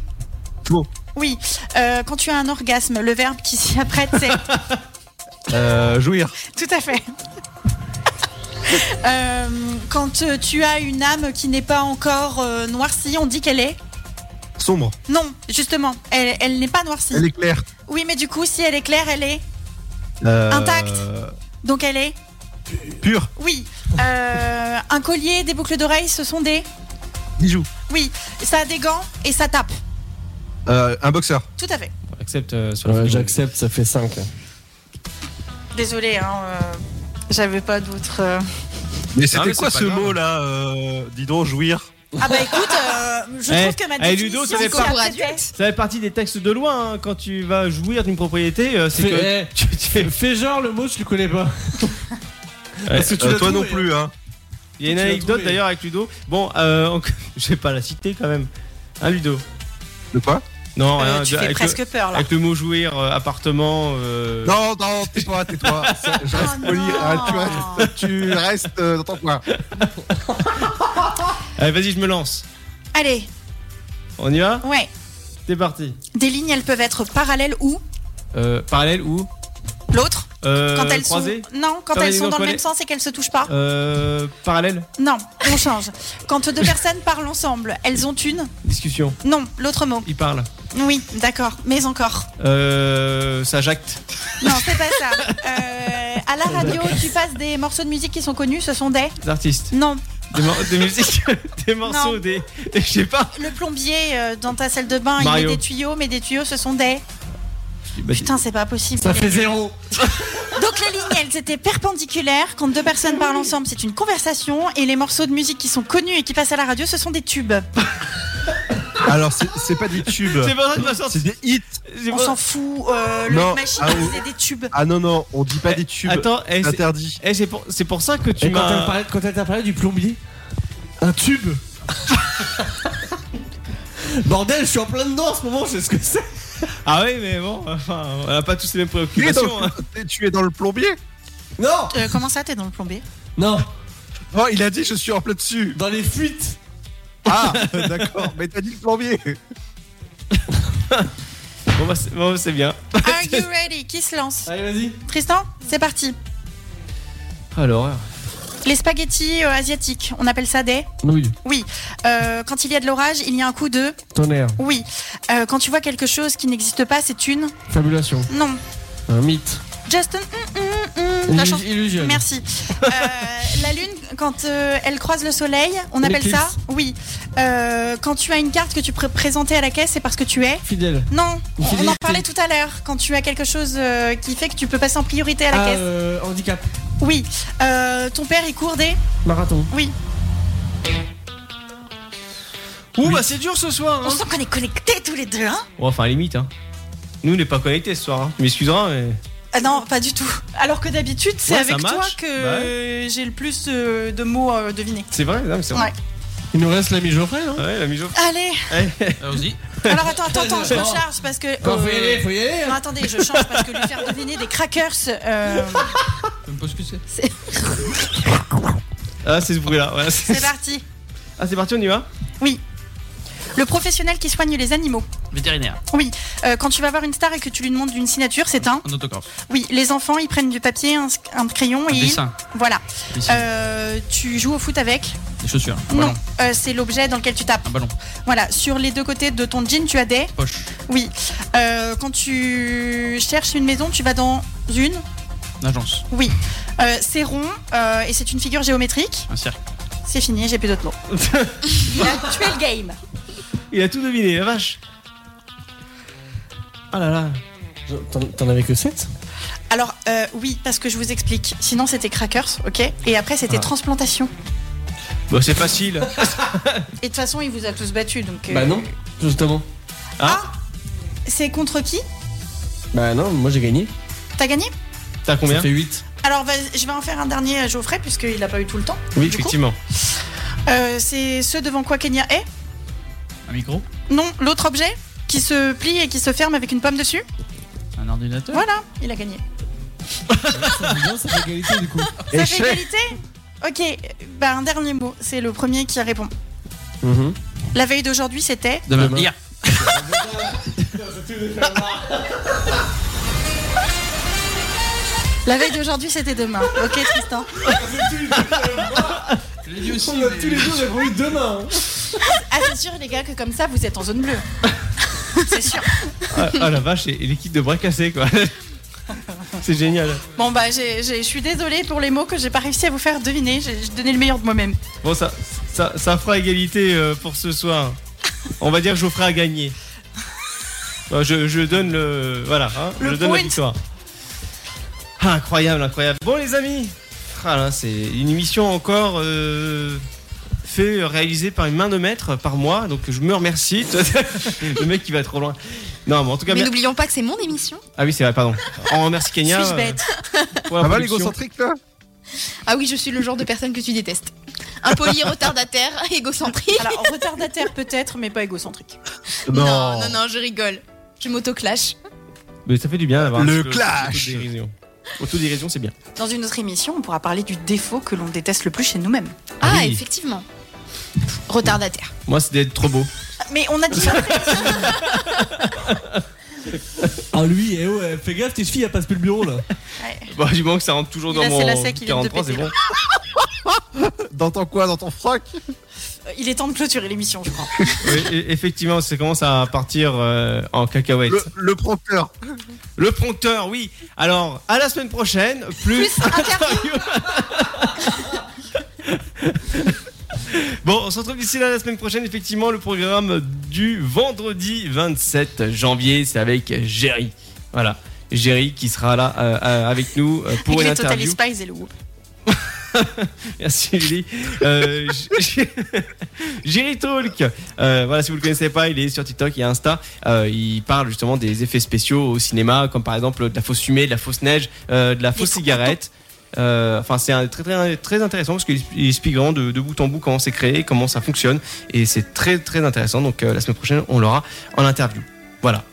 Faux. Oui. Euh, quand tu as un orgasme, le verbe qui s'y apprête, [LAUGHS] c'est. Euh, jouir. Tout à fait. Euh, quand euh, tu as une âme qui n'est pas encore euh, noircie, on dit qu'elle est. Sombre. Non, justement, elle, elle n'est pas noircie. Elle est claire. Oui, mais du coup, si elle est claire, elle est. Euh, Intact. Donc elle est. Pure. Oui. Euh, un collier, des boucles d'oreilles, ce sont des. Bijou. Oui. Ça a des gants et ça tape. Euh, un boxeur. Tout à fait. Accepte. J'accepte, ça fait 5. Désolée, hein, euh, j'avais pas d'autres. euh. Mais Non, c'était Ah, mais quoi c'est ce pas grave. mot là euh, Dis donc, jouir. Ah bah écoute, euh, je Eh, trouve que ma eh, Ludo, ça définition fait s'y pas- apprêtait. Ça fait partie des textes de loi. hein. Quand tu vas jouir d'une propriété, euh, c'est que. Fais, eh, tu- tu- fais genre le mot, je le connais pas. Parce que tu Euh, l'as toi non trouvé, plus, hein. Il y a une Tu l'as anecdote trouvé. d'ailleurs avec Ludo. Bon, euh, on- [LAUGHS] je vais pas la citer quand même. Hein, Ludo De quoi Non, Euh, rien, tu fais avec, presque le, peur là. avec le mot jouir, euh, appartement. euh, Non, non, tais-toi, [LAUGHS] tais-toi. Ça, Je reste Oh poli. non. hein, tu restes, tu restes, euh, dans ton coin. Allez, vas-y, je me lance. Allez, On y va ouais. T'es parti. Des lignes, elles peuvent être parallèles ou Euh, parallèle ou l'autre euh, quand elles croisées sont non quand Quand elles les sont gens dans le collés. même sens et qu'elles se touchent pas. Euh, parallèle Non, on change. Quand [LAUGHS] deux personnes parlent ensemble, elles ont une Discussion. non l'autre mot. Il parle. Oui, d'accord, mais encore. Euh, ça jacte. Non, c'est pas ça. Euh, à Oh, la radio, tu passes des morceaux de musique qui sont connus, ce sont des Des artistes. non. Des, mor- des musiques. [LAUGHS] Des morceaux. Non. Des. des- Je sais pas. Le plombier euh, dans ta salle de bain, il Mario. met des tuyaux, mais des tuyaux, ce sont des Bah, putain, c'est pas possible. Ça fait 0. Donc les lignes, elles étaient perpendiculaires. Quand deux personnes parlent ensemble, c'est une conversation. Et les morceaux de musique qui sont connus et qui passent à la radio, ce sont des tubes. Alors, c'est- c'est pas des tubes. C'est pas ça que ma sorte- Ah, C'est des hits. C'est On pas- s'en fout, euh, le Non, machine ah, il oui. faisait des tubes. Ah non, non, on dit pas des tubes. Attends, eh, c'est c'est- interdit. eh, c'est pour, c'est pour ça que tu Et quand elle m'as. parlait- quand elle t'a parlé du plombier, [LAUGHS] un tube. Bordel, je suis en plein dedans en ce moment, je sais ce que c'est. Ah oui, mais bon, enfin, on n'a pas tous les mêmes Tu es, dans, préoccupations. hein. le- tu es dans le plombier Non Euh, comment ça, t'es dans le plombier Non Oh, il a dit je suis en plein dessus Dans les fuites Ah, [LAUGHS] d'accord, mais t'as dit le plombier Bon, bah, c'est bon, c'est bien. Are you ready Qui se lance Allez, vas-y. Tristan, c'est parti. Alors, Les spaghettis euh, asiatiques, on appelle ça des Oui. Oui. Euh, quand il y a de l'orage, il y a un coup de Tonnerre. Oui. Euh, quand tu vois quelque chose qui n'existe pas, c'est une Fabulation. Non. Un mythe. Justin hum, La chanson- Illusion. Merci. [LAUGHS] Euh, la lune, quand euh, elle croise le soleil, on Une appelle ça éclipse. Oui. Euh, quand tu as une carte que tu peux présenter à la caisse, c'est parce que tu es Fidèle. Non. Une On en fidélité. parlait tout à l'heure. Quand tu as quelque chose euh, qui fait que tu peux passer en priorité à la Ah, caisse. euh, handicap. Oui. Euh, ton père, il court des Marathon. Oui. Ouh, bah c'est dur ce soir. On sent qu'on est connectés tous les deux, hein Bon, enfin, limite, hein. Nous, on n'est pas connectés ce soir. hein. Tu m'excuseras, mais. Ah non, pas du tout. Alors que d'habitude, c'est Ouais, ça avec toi match. que Bah euh, j'ai le plus euh, de mots euh, devinés. C'est vrai, non, mais c'est Ouais. vrai. Il nous reste l'ami Geoffrey, hein. non Ouais, Eh. la mise au. Allez, Allons-y. alors attends, attends, [LAUGHS] attends, je me Bon. charge parce que. euh, Bon, faut y aller, faut y aller. Non, attendez, je change parce que lui faire deviner des crackers. [LAUGHS] euh, Je me pose plus c'est. Ah, c'est ce bruit-là. ouais. C'est parti. Ah, c'est parti, on y va Oui. Le professionnel qui soigne les animaux. Vétérinaire. Oui. Euh, quand tu vas voir une star et que tu lui demandes une signature, c'est un. Un autographe. Oui. Les enfants, ils prennent du papier, un, un crayon et. ils- dessin. Voilà. Dessin. Euh, tu joues au foot avec Des chaussures. Un Non. ballon. Euh, c'est l'objet dans lequel tu tapes. Un ballon. Voilà. Sur les deux côtés de ton jean, tu as des. Poche. Oui. Euh, quand tu cherches une maison, tu vas dans une. L'agence. Oui. Euh, c'est rond euh, et c'est une figure géométrique. Un cercle. C'est fini, j'ai plus d'autres mots. Il a tué le game. Il a tout deviné, la vache. Ah là là. T'en- T'en avais que 7 Alors euh, oui, parce que je vous explique. Sinon c'était crackers, ok Et après c'était Ah. transplantation. Bon, Bah, c'est facile. Et de toute façon il vous a tous battus, donc. euh, Bah non, justement. Ah, C'est contre qui Bah non, moi j'ai gagné. T'as gagné t'as combien Ça fait 8. Alors vas- je vais en faire un dernier à Geoffrey puisqu'il n'a pas eu tout le temps. Oui, du coup. effectivement. Euh, c'est ce devant quoi Kenya est Un micro. Non, l'autre objet qui se plie et qui se ferme avec une pomme dessus. Un ordinateur. Voilà, il a gagné. C'est égalité du coup. Ça fait égalité Ok, bah un dernier mot. C'est le premier qui répond. Mhm. La veille d'aujourd'hui c'était. Demain. Hier. La veille d'aujourd'hui c'était demain. Ok Tristan. Je l'ai dit aussi. On a tous les deux on a couru demain. hein. Ah c'est sûr les gars que comme ça vous êtes en zone bleue. c'est sûr. Ah, ah, la vache, et et l'équipe de bras cassés, quoi. [LAUGHS] c'est génial. Bon bah j'ai- j'ai- je suis désolée pour les mots que j'ai pas réussi à vous faire deviner. J'ai j'ai donné le meilleur de moi-même. Bon, ça, ça, ça fera égalité euh, pour ce soir. On va dire Geoffrey a gagné. Bah, Je, je donne le. Voilà, hein, Le je donne la point. victoire. Ah, incroyable, incroyable. Bon, les amis, ah, là, c'est une émission encore euh, fait, réalisée par une main de maître, par moi. Donc, je me remercie. [LAUGHS] le mec qui va trop loin. Non, mais en tout cas, Mais mer- n'oublions pas que c'est mon émission. ah oui, c'est vrai, [LAUGHS] pardon. On Oh, remercie Kenya. Suis-je euh, bête [LAUGHS] pour la Ça va, production. l'égocentrique là Ah oui, je suis le genre de personne que tu détestes. Impoli, retardataire, [LAUGHS] égocentrique. Alors retardataire peut-être, mais pas égocentrique. non, non, non, je rigole. Je m'auto-clash. Mais ça fait du bien d'avoir un Le petit peu- clash. Autodérision, Autodérision, c'est bien. Dans une autre émission, on pourra parler du défaut que l'on déteste le plus chez nous-mêmes. Ah, oui. effectivement. Retardataire. Moi, c'est d'être trop beau. Mais on a dit. [LAUGHS] Ah lui, eh ouais, fais gaffe, tes chevilles, elles passent plus le bureau là. Bah, du moment que ça rentre toujours Il dans a- mon c'est la sec, il vient de 43, c'est péter. bon. Dans ton quoi Dans ton froc Euh, Il est temps de clôturer l'émission, je crois. Oui, et- effectivement, ça commence à partir euh, en cacahuète. Le, Le, le prompteur. prompteur, oui. Alors, à la semaine prochaine, plus. [LAUGHS] bon, on se retrouve d'ici là la semaine prochaine. Effectivement, le programme du vendredi 27 janvier, c'est avec Jerry. Voilà. Jerry qui sera là euh, euh, avec nous euh, pour Avec une les Total interview. Spies et le Whoop. [LAUGHS] Merci Julie. Euh, J- [LAUGHS] Jerry Talk, euh, voilà, si vous le connaissez pas, il est sur TikTok et Insta. Euh, il parle justement des effets spéciaux au cinéma, comme par exemple de la fausse fumée, de la fausse neige, euh, de la fausse cigarette. Euh, Enfin, c'est un- très, très, très intéressant parce qu'il il explique vraiment de, de bout en bout comment c'est créé, comment ça fonctionne, et c'est très très intéressant. Donc euh, la semaine prochaine, on l'aura en interview. Voilà.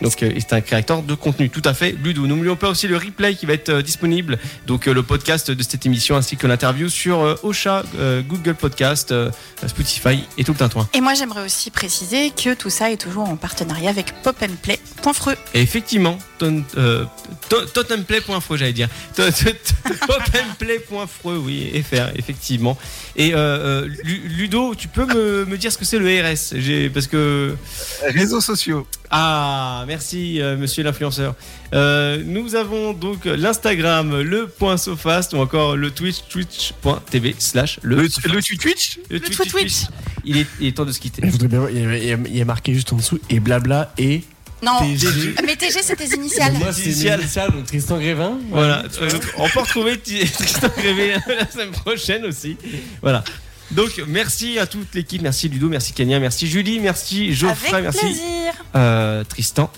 Donc, euh, et c'est un créateur de contenu, tout à fait, Ludo. N'oublions pas aussi le replay qui va être euh, disponible, donc euh, le podcast de cette émission ainsi que l'interview sur euh, Ocha, euh, Google Podcast, euh, Spotify et tout le tintouin. Et moi, j'aimerais aussi préciser que tout ça est toujours en partenariat avec popandplay.fr. Et effectivement, ton- euh, to- totemplay.fr, j'allais dire. To- to- [LAUGHS] to- Totemplay.fr, oui, FR, effectivement. Et euh, euh, Lu- Ludo, tu peux me, me dire ce que c'est le RS J'ai- Parce que. Réseaux sociaux. Ah, merci, euh, monsieur l'influenceur. Euh, nous avons donc l'Instagram, le point Sofast, ou encore le Twitch, twitch.tv slash le. Le Twitch Le Twitch Twitch Il est, il est temps de se quitter. Je voudrais bien voir, il y a- il y a- il y a marqué juste en dessous et blabla et. Non, TG. Ah, mais TG, c'est tes initiales. Moi, c'est mes initiales, donc Tristan Grévin. Voilà, donc, on peut retrouver T- [LAUGHS] Tristan Grévé la semaine prochaine aussi. Voilà. Donc merci à toute l'équipe, merci Ludo, merci Kenya, merci Julie, merci Geoffrey, Avec merci plaisir. euh, Tristan.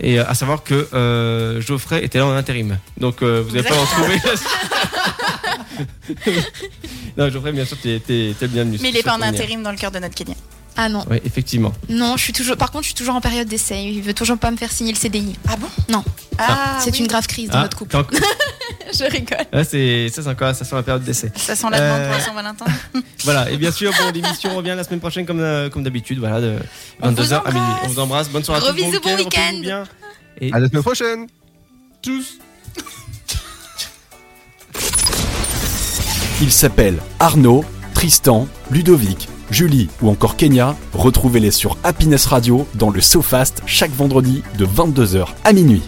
Et euh, à savoir que euh, Geoffrey était là en intérim, donc euh, vous n'avez pas retrouvé. [LAUGHS] non Geoffrey, bien sûr, t'es t'es- t'es le bienvenu. Mais il est pas en Kenya. intérim dans le cœur de notre Kenya. Ah non. Oui, effectivement. Non, je suis toujours. Par contre, je suis toujours en période d'essai. Il veut toujours pas me faire signer le CDI. Ah bon Non. Ah, c'est oui. une grave crise dans Ah, notre couple. [LAUGHS] t'es encore- je rigole. Là, Ah, c'est ça, c'est encore ça sent la période d'essai. Ça sent la demande Euh, pour la Saint-Valentin. Voilà, et bien sûr, bon, l'émission revient la semaine prochaine comme, euh, comme d'habitude, voilà, de On 22h à vous minuit. On vous embrasse, bonne soirée à Gros tous, bisous, bon week-end. portez-vous bien. À la semaine prochaine. Tous. Ils s'appellent Arnaud, Tristan, Ludovic, Julie ou encore Kenya. Retrouvez-les sur Happiness Radio dans le SoFast chaque vendredi de 22h à minuit.